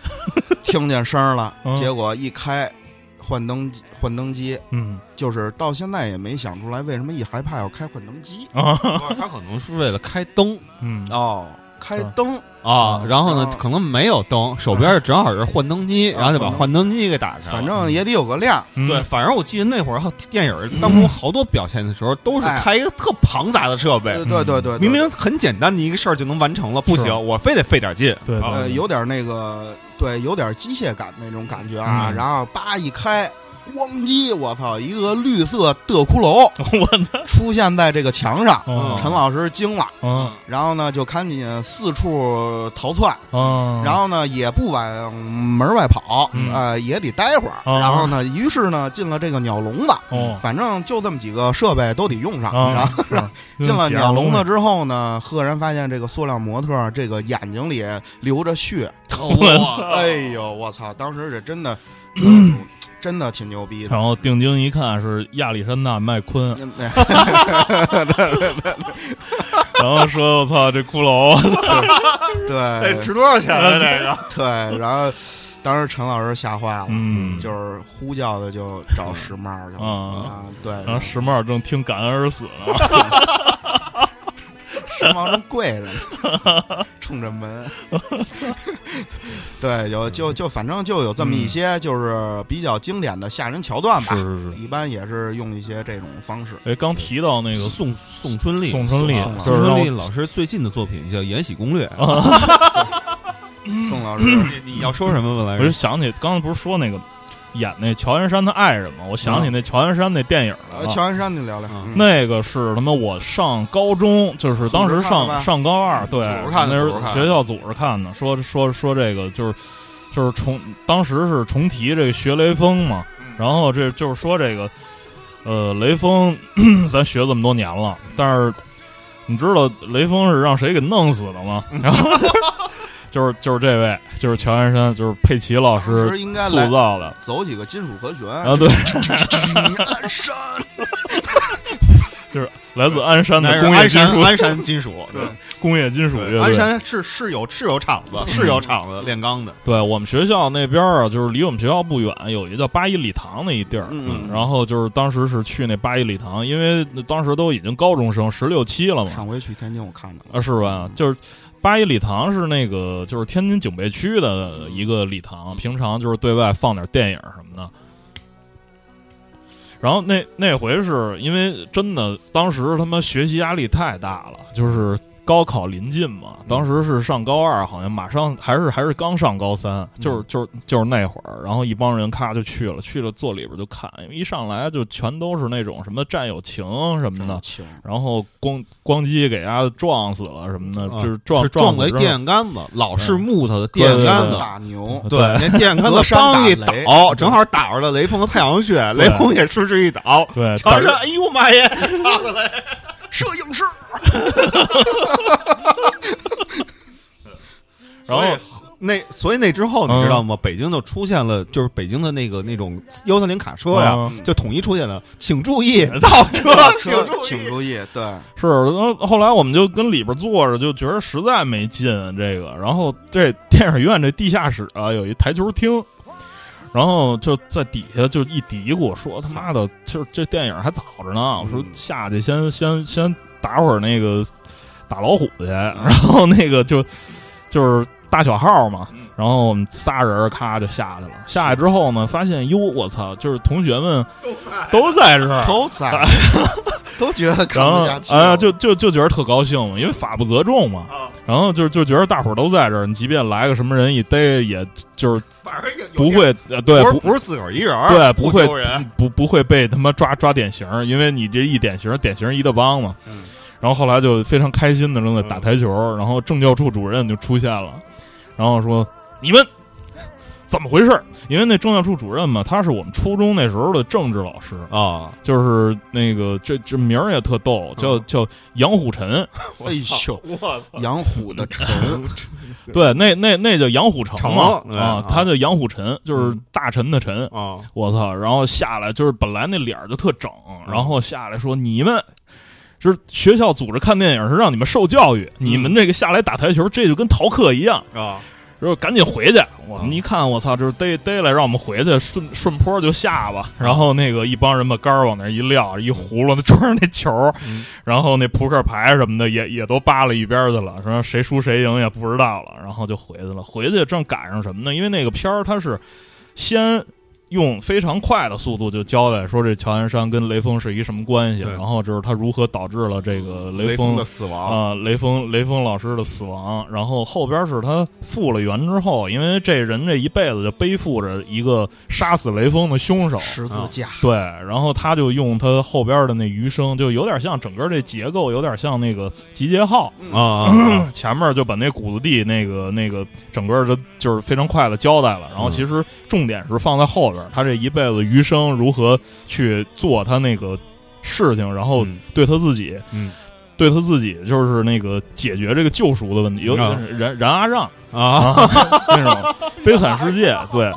Speaker 3: 听见声儿了，
Speaker 2: 嗯
Speaker 3: 结果一开换灯机换灯机，
Speaker 2: 嗯
Speaker 3: 就是到现在也没想出来为什么一害怕要开换灯机
Speaker 2: 啊，
Speaker 3: 啊
Speaker 1: 他可能是为了开灯
Speaker 2: 嗯
Speaker 1: 哦，
Speaker 3: 开灯
Speaker 4: 啊，然后呢
Speaker 3: 啊，
Speaker 4: 可能没有灯，手边正好是幻灯机，然后就把幻灯机给打上。
Speaker 3: 反正也得有个亮。
Speaker 2: 嗯
Speaker 4: 对，反正我记得那会儿电影当中好多表现的时候，都是
Speaker 3: 哎
Speaker 4: 开一个特庞杂的设备
Speaker 3: 对，对对对，对
Speaker 4: 明明很简单的一个事儿就能完成了，不
Speaker 2: 是
Speaker 4: 行，我非得费点劲。
Speaker 2: 对
Speaker 4: 啊
Speaker 3: 呃有点那个对，有点机械感那种感觉啊。
Speaker 2: 嗯
Speaker 3: 然后叭一开，咣叽，我操，一个绿色的骷髅
Speaker 2: [laughs] 我
Speaker 3: [laughs]
Speaker 2: 操，
Speaker 3: 出现在这个墙上，
Speaker 2: 嗯
Speaker 3: 陈老师惊了。
Speaker 2: 嗯
Speaker 3: 然后呢，就赶紧四处逃窜，
Speaker 2: 嗯，
Speaker 3: 然后呢，也不往门外跑，
Speaker 2: 嗯
Speaker 3: 呃，也得待会儿。
Speaker 2: 啊
Speaker 3: 然后呢，于是呢，进了这个鸟笼子，
Speaker 2: 哦，
Speaker 3: 反正就这么几个设备都得用上。
Speaker 2: 啊
Speaker 3: 嗯然后
Speaker 2: 是嗯
Speaker 3: 进了
Speaker 2: 几
Speaker 3: 鸟
Speaker 2: 样
Speaker 3: 笼
Speaker 2: 东
Speaker 3: 子
Speaker 2: 西
Speaker 3: 之后呢，赫然发现这个塑料模特这个眼睛里流着血，
Speaker 2: 我操
Speaker 3: 哎呦，我操！当时这真的，呃
Speaker 2: [clears throat]
Speaker 3: 真的挺牛逼的。
Speaker 2: [laughs] 然后定睛一看是亚历山大麦昆， [laughs]
Speaker 3: 哎
Speaker 2: 然后说我操这骷髅，哎
Speaker 3: 对
Speaker 8: 值多少钱
Speaker 3: [laughs]
Speaker 8: 啊？这个
Speaker 3: 对，然后当时陈老师吓坏了，
Speaker 2: 嗯，
Speaker 3: 就是呼叫的就找石帽去了
Speaker 2: 嗯
Speaker 3: 啊，对，
Speaker 2: 然后石帽正听感恩而死呢，
Speaker 3: [laughs] 石帽正跪着呢，冲
Speaker 2: [laughs]
Speaker 3: 着门。对，有就就反正就有这么一些就是比较经典的吓人桥段吧
Speaker 2: 嗯是，是是。
Speaker 3: 一般也是用一些这种方式。
Speaker 2: 哎，刚提到那个
Speaker 4: 宋宋春丽，
Speaker 2: 宋春丽
Speaker 3: 宋，
Speaker 2: 就
Speaker 4: 宋
Speaker 2: 是让啊
Speaker 4: 春丽
Speaker 2: 我
Speaker 4: 老师最近的作品叫《延禧攻略》
Speaker 2: 嗯
Speaker 3: 宋老师，
Speaker 4: 你你要说什么来
Speaker 2: 我就
Speaker 4: 着？
Speaker 2: 想起刚才不是说那个演那乔安山他爱人吗？我想起那乔安山那电影来
Speaker 3: 呃
Speaker 2: 了。
Speaker 3: 乔安山，你聊聊
Speaker 4: 啊
Speaker 3: 嗯
Speaker 2: 那个是他妈我上高中，就是当时
Speaker 3: 组织看的
Speaker 2: 上
Speaker 3: 吧
Speaker 2: 上高二，对，
Speaker 4: 组织看的
Speaker 2: 那是
Speaker 4: 组织看的
Speaker 2: 学校组织看的，说说说这个就是就是重，当时是重提这个学雷锋嘛，
Speaker 3: 嗯
Speaker 2: 然后这就是说这个呃雷锋， [coughs] 咱学这么多年了，但是你知道雷锋是让谁给弄死的吗？
Speaker 3: 嗯
Speaker 2: 然后 [laughs] 就是就是这位，就是乔安山，就是佩奇老
Speaker 3: 当
Speaker 2: 师
Speaker 3: 时应该
Speaker 2: 塑
Speaker 3: 来
Speaker 2: 造的。
Speaker 3: 走几个金属和弦
Speaker 2: 啊，对，
Speaker 3: 你按上
Speaker 2: 就是来自鞍山
Speaker 4: 那
Speaker 2: 的
Speaker 4: 是
Speaker 2: 工业
Speaker 4: 鞍
Speaker 2: 金
Speaker 4: 山
Speaker 2: 属，
Speaker 4: 鞍山金属，对
Speaker 2: 工业金属乐队。
Speaker 4: 鞍山是是有是有厂子，是
Speaker 2: 嗯
Speaker 4: 有厂子炼钢的。
Speaker 2: 对我们学校那边儿啊，就是离我们学校不远，有一个叫八一礼堂那一地儿。
Speaker 3: 嗯嗯
Speaker 2: 然后就是当时是去那八一礼堂，因为当时都已经高中生十六七了嘛，
Speaker 3: 上回去天津我看到
Speaker 2: 啊
Speaker 3: 了，
Speaker 2: 是吧？就是八一礼堂是那个就是天津警备区的一个礼堂，平常就是对外放点电影什么的。然后那那回是因为真的，当时他妈学习压力太大了，就是高考临近嘛，当时是上高二，好像马上还是还是刚上高三，就是就是就是那会儿，然后一帮人咔就去了，去了坐里边就看，因为一上来就全都是那种什么战友情什么的，
Speaker 3: 情
Speaker 2: 然后咣咣叽给家撞死了什么的，
Speaker 4: 啊
Speaker 2: 就是撞
Speaker 4: 是撞
Speaker 2: 死
Speaker 4: 了一
Speaker 2: 之后 [laughs]
Speaker 4: 电 [laughs] 线杆子，老式
Speaker 2: 嗯
Speaker 4: 木头的
Speaker 2: 对
Speaker 4: 电线
Speaker 2: 对
Speaker 4: 杆子
Speaker 2: 对，嗯
Speaker 3: 大牛，
Speaker 4: 对，那电线杆子
Speaker 2: [laughs]
Speaker 3: 隔山
Speaker 4: 梆一
Speaker 3: 打雷
Speaker 4: 倒，正好打着了雷锋和太阳穴，雷锋也失之一倒。
Speaker 2: 对，
Speaker 4: 朝
Speaker 2: 但是
Speaker 4: 着，哎呦妈耶！操
Speaker 2: [laughs]
Speaker 4: 他嘞！
Speaker 3: 摄影师，
Speaker 2: 然后
Speaker 4: 那所以那之后
Speaker 2: 嗯
Speaker 4: 你知道吗？北京就出现了，就是北京的那个那种幺三零卡车呀
Speaker 2: 嗯，
Speaker 4: 就统一出现了，请注意倒车，请
Speaker 3: 请
Speaker 4: 注意。
Speaker 3: 请注意，对，
Speaker 2: 是，然后后来我们就跟里边坐着，就觉得实在没劲这个。然后这电影院这地下室啊，有一台球厅，然后就在底下就一嘀咕说：“他妈的，就是这电影还早着呢。”我说
Speaker 3: 嗯：“
Speaker 2: 下去先先先打会儿那个打老虎去。”然后那个就就是大小号嘛，然后我们仨人咔就下去了。下去之后呢，发现哟，我操，就是同学们都在这儿。
Speaker 3: 头彩，都觉得
Speaker 2: 嗯
Speaker 3: 看
Speaker 2: 然后
Speaker 3: 不下去
Speaker 2: 啊，
Speaker 3: 了，啊
Speaker 2: 就就就觉得特高兴嘛，因为法不责众嘛。然后就就觉得大伙儿都在这儿，你即便来个什么人一逮，也就是
Speaker 4: 反正有
Speaker 2: 不会呃，对
Speaker 4: 不是
Speaker 2: 不
Speaker 4: 不是自个儿一人儿，
Speaker 2: 对不会
Speaker 4: 丢人。
Speaker 2: 不不会被他妈抓抓典型儿，因为你这一典型儿，典型儿一大帮嘛。
Speaker 3: 嗯
Speaker 2: 然后后来就非常开心的正在打台球，然后政教处主任就出现了，然后说你们怎么回事儿？因为那政教处主任嘛，他是我们初中那时候的政治老师，
Speaker 4: 啊，
Speaker 2: 就是那个这这名儿也特逗，
Speaker 3: 嗯
Speaker 2: 叫叫杨虎晨，
Speaker 3: 哎呦，
Speaker 5: [laughs]
Speaker 8: 我操！
Speaker 3: 杨虎的
Speaker 2: 嗯
Speaker 3: 陈，
Speaker 5: 嗯
Speaker 2: 对，那那那叫杨虎城嘛
Speaker 4: 城对
Speaker 2: 啊
Speaker 4: 啊，
Speaker 2: 他叫杨虎臣，就是大臣的臣。
Speaker 4: 啊，
Speaker 2: 我操！然后下来就是本来那脸儿就特整，然后下来说你们。就是学校组织看电影是让你们受教育，你们这个下来打台球，这就跟逃课一样。
Speaker 4: 啊，
Speaker 2: 说赶紧回去。我们一看，我操，就是逮逮来，让我们回去，顺顺坡就下吧。然后那个一帮人把杆儿往那儿一撂，一葫芦，那桌上那球儿，然后那扑克牌什么的也也都扒拉一边儿去了。说谁输谁赢也不知道了，然后就回去了。回去正赶上什么呢？因为那个片儿它是先。用非常快的速度就交代说这乔安山跟雷锋是一什么关系，
Speaker 5: 对
Speaker 2: 然后就是他如何导致了这个
Speaker 4: 嗯
Speaker 5: 雷
Speaker 2: 锋
Speaker 5: 的死亡，
Speaker 2: 啊、雷锋雷锋老师的死亡，然后后边是他复了原之后，因为这人这一辈子就背负着一个杀死雷锋的凶手，
Speaker 3: 十字架，
Speaker 2: 对，然后他就用他后边的那余生，就有点像整个这结构，有点像那个集结号，
Speaker 1: 啊
Speaker 2: [laughs]
Speaker 1: 啊
Speaker 2: 前面就把那谷子地那个那个整个的就是非常快的交代了，然后其实重点是放在后边，他这一辈子余生如何去做他那个事情，然后
Speaker 1: 嗯
Speaker 2: 对他自己，
Speaker 1: 嗯
Speaker 2: 对他自己就是那个解决这个救赎的问题，有点
Speaker 1: 啊
Speaker 2: 是燃燃阿让 [laughs]
Speaker 1: 啊！
Speaker 2: 那种悲惨世界，对。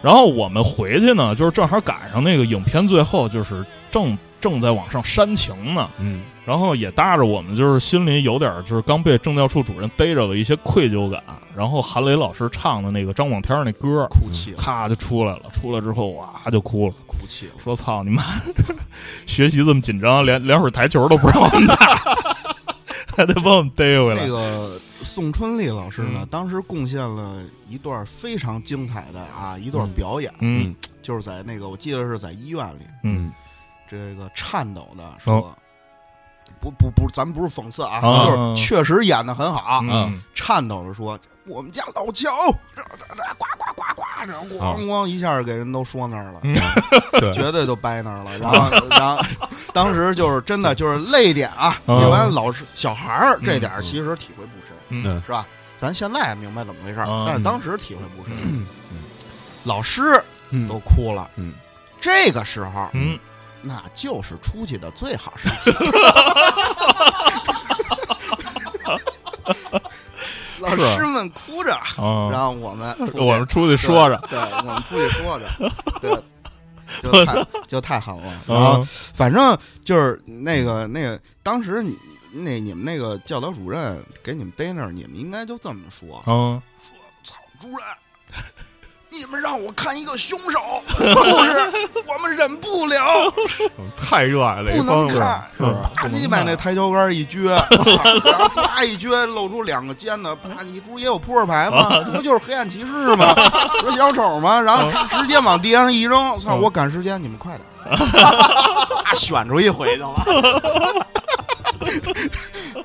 Speaker 2: 然后我们回去呢，就是正好赶上那个影片最后就是正正在往上煽情呢，
Speaker 5: [laughs]
Speaker 1: 嗯
Speaker 2: 然后也搭着我们，就是心里有点儿就是刚被政教处主任逮着的一些愧疚感。然后韩磊老师唱的那个张广天儿那歌儿，
Speaker 3: 哭泣了，
Speaker 2: 咔就出来了。出来之后，哇就哭了，
Speaker 3: 哭泣了。
Speaker 2: 说：“操你妈！学习这么紧张，连连会儿台球都不让我们打，还得把我们逮回来。
Speaker 3: 那个宋春丽老师呢，
Speaker 2: 嗯
Speaker 3: 当时贡献了一段非常精彩的啊一段表演，
Speaker 2: 嗯
Speaker 3: 就是在那个我记得是在医院里，
Speaker 2: 嗯
Speaker 3: 这个颤抖
Speaker 2: 哦
Speaker 3: 的说。不不不，咱们不是讽刺啊，
Speaker 2: 啊
Speaker 3: 就是确实演的很好。
Speaker 2: 嗯
Speaker 3: 颤抖着说：“我们家老乔，这这这呱呱呱呱，这
Speaker 2: 啊
Speaker 3: 咣咣一下给人都说那儿了，
Speaker 2: 嗯 [laughs]
Speaker 5: 对
Speaker 3: 绝对都掰那儿了。”然后， [laughs] 然后当时就是真的就是泪点啊，
Speaker 2: 嗯
Speaker 3: 一般老师小孩儿这点儿其实体会不深，
Speaker 2: 嗯
Speaker 3: 是吧？咱现在明白怎么回事儿，
Speaker 2: 嗯
Speaker 3: 但是当时体会不深。嗯老师都哭了，
Speaker 1: 嗯
Speaker 3: 这个时候
Speaker 2: 嗯，
Speaker 3: 那就是出去的最好时机。 [laughs] 老师们哭着，
Speaker 2: 啊，
Speaker 3: 让我们出去
Speaker 2: 我们出去说着，，
Speaker 3: 对，对我们出去说着，
Speaker 2: [laughs]
Speaker 3: 对，就太就太狠了。然后
Speaker 2: 嗯
Speaker 3: 反正就是那个那个，当时你那你们那个教导主任给你们逮那儿，你们应该就这么说：
Speaker 2: 嗯
Speaker 3: 说操，主任。你们让我看一个凶手， [laughs] 不是我们忍不了，
Speaker 2: [laughs]
Speaker 5: 太热爱雷
Speaker 3: 不
Speaker 5: 锋
Speaker 3: 啊能
Speaker 5: 了，
Speaker 3: 看，
Speaker 2: 是吧
Speaker 3: 啪叽把那台球杆一撅，然后啪一撅，露出两个尖的，啪，你不是也有扑克牌吗？这不就是黑暗骑士吗？不是小丑吗？然后直直接往地上一扔，操！
Speaker 2: 嗯
Speaker 3: 我赶时间，你们快点，啊选出一回去了，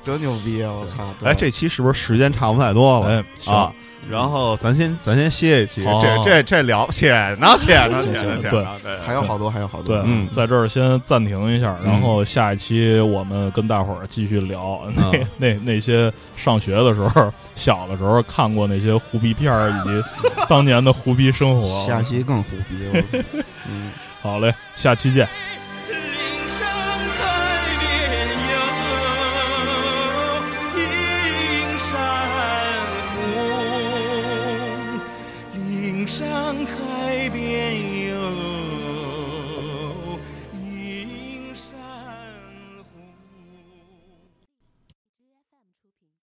Speaker 3: [laughs] 多牛逼啊！我操！对
Speaker 5: 哎，这期是不是时间差不太多了
Speaker 2: 哎行
Speaker 5: 啊？然后咱先咱先歇一期，
Speaker 2: 好
Speaker 5: 这这这聊且呢且呢且呢且呢，对
Speaker 3: 还有好多，还有好多
Speaker 2: 对，，啊
Speaker 5: 嗯
Speaker 2: 在这儿先暂停一下，
Speaker 5: 嗯
Speaker 2: 然后下一期我们跟大伙儿继续聊、
Speaker 1: 嗯
Speaker 2: 那那那些上学的时候、小的时候看过那些胡逼片儿以及当年的胡逼生活。
Speaker 3: 下期更虎逼我，嗯。
Speaker 2: 好嘞，下期见。
Speaker 6: 岭上开遍有映山红，岭上开遍有。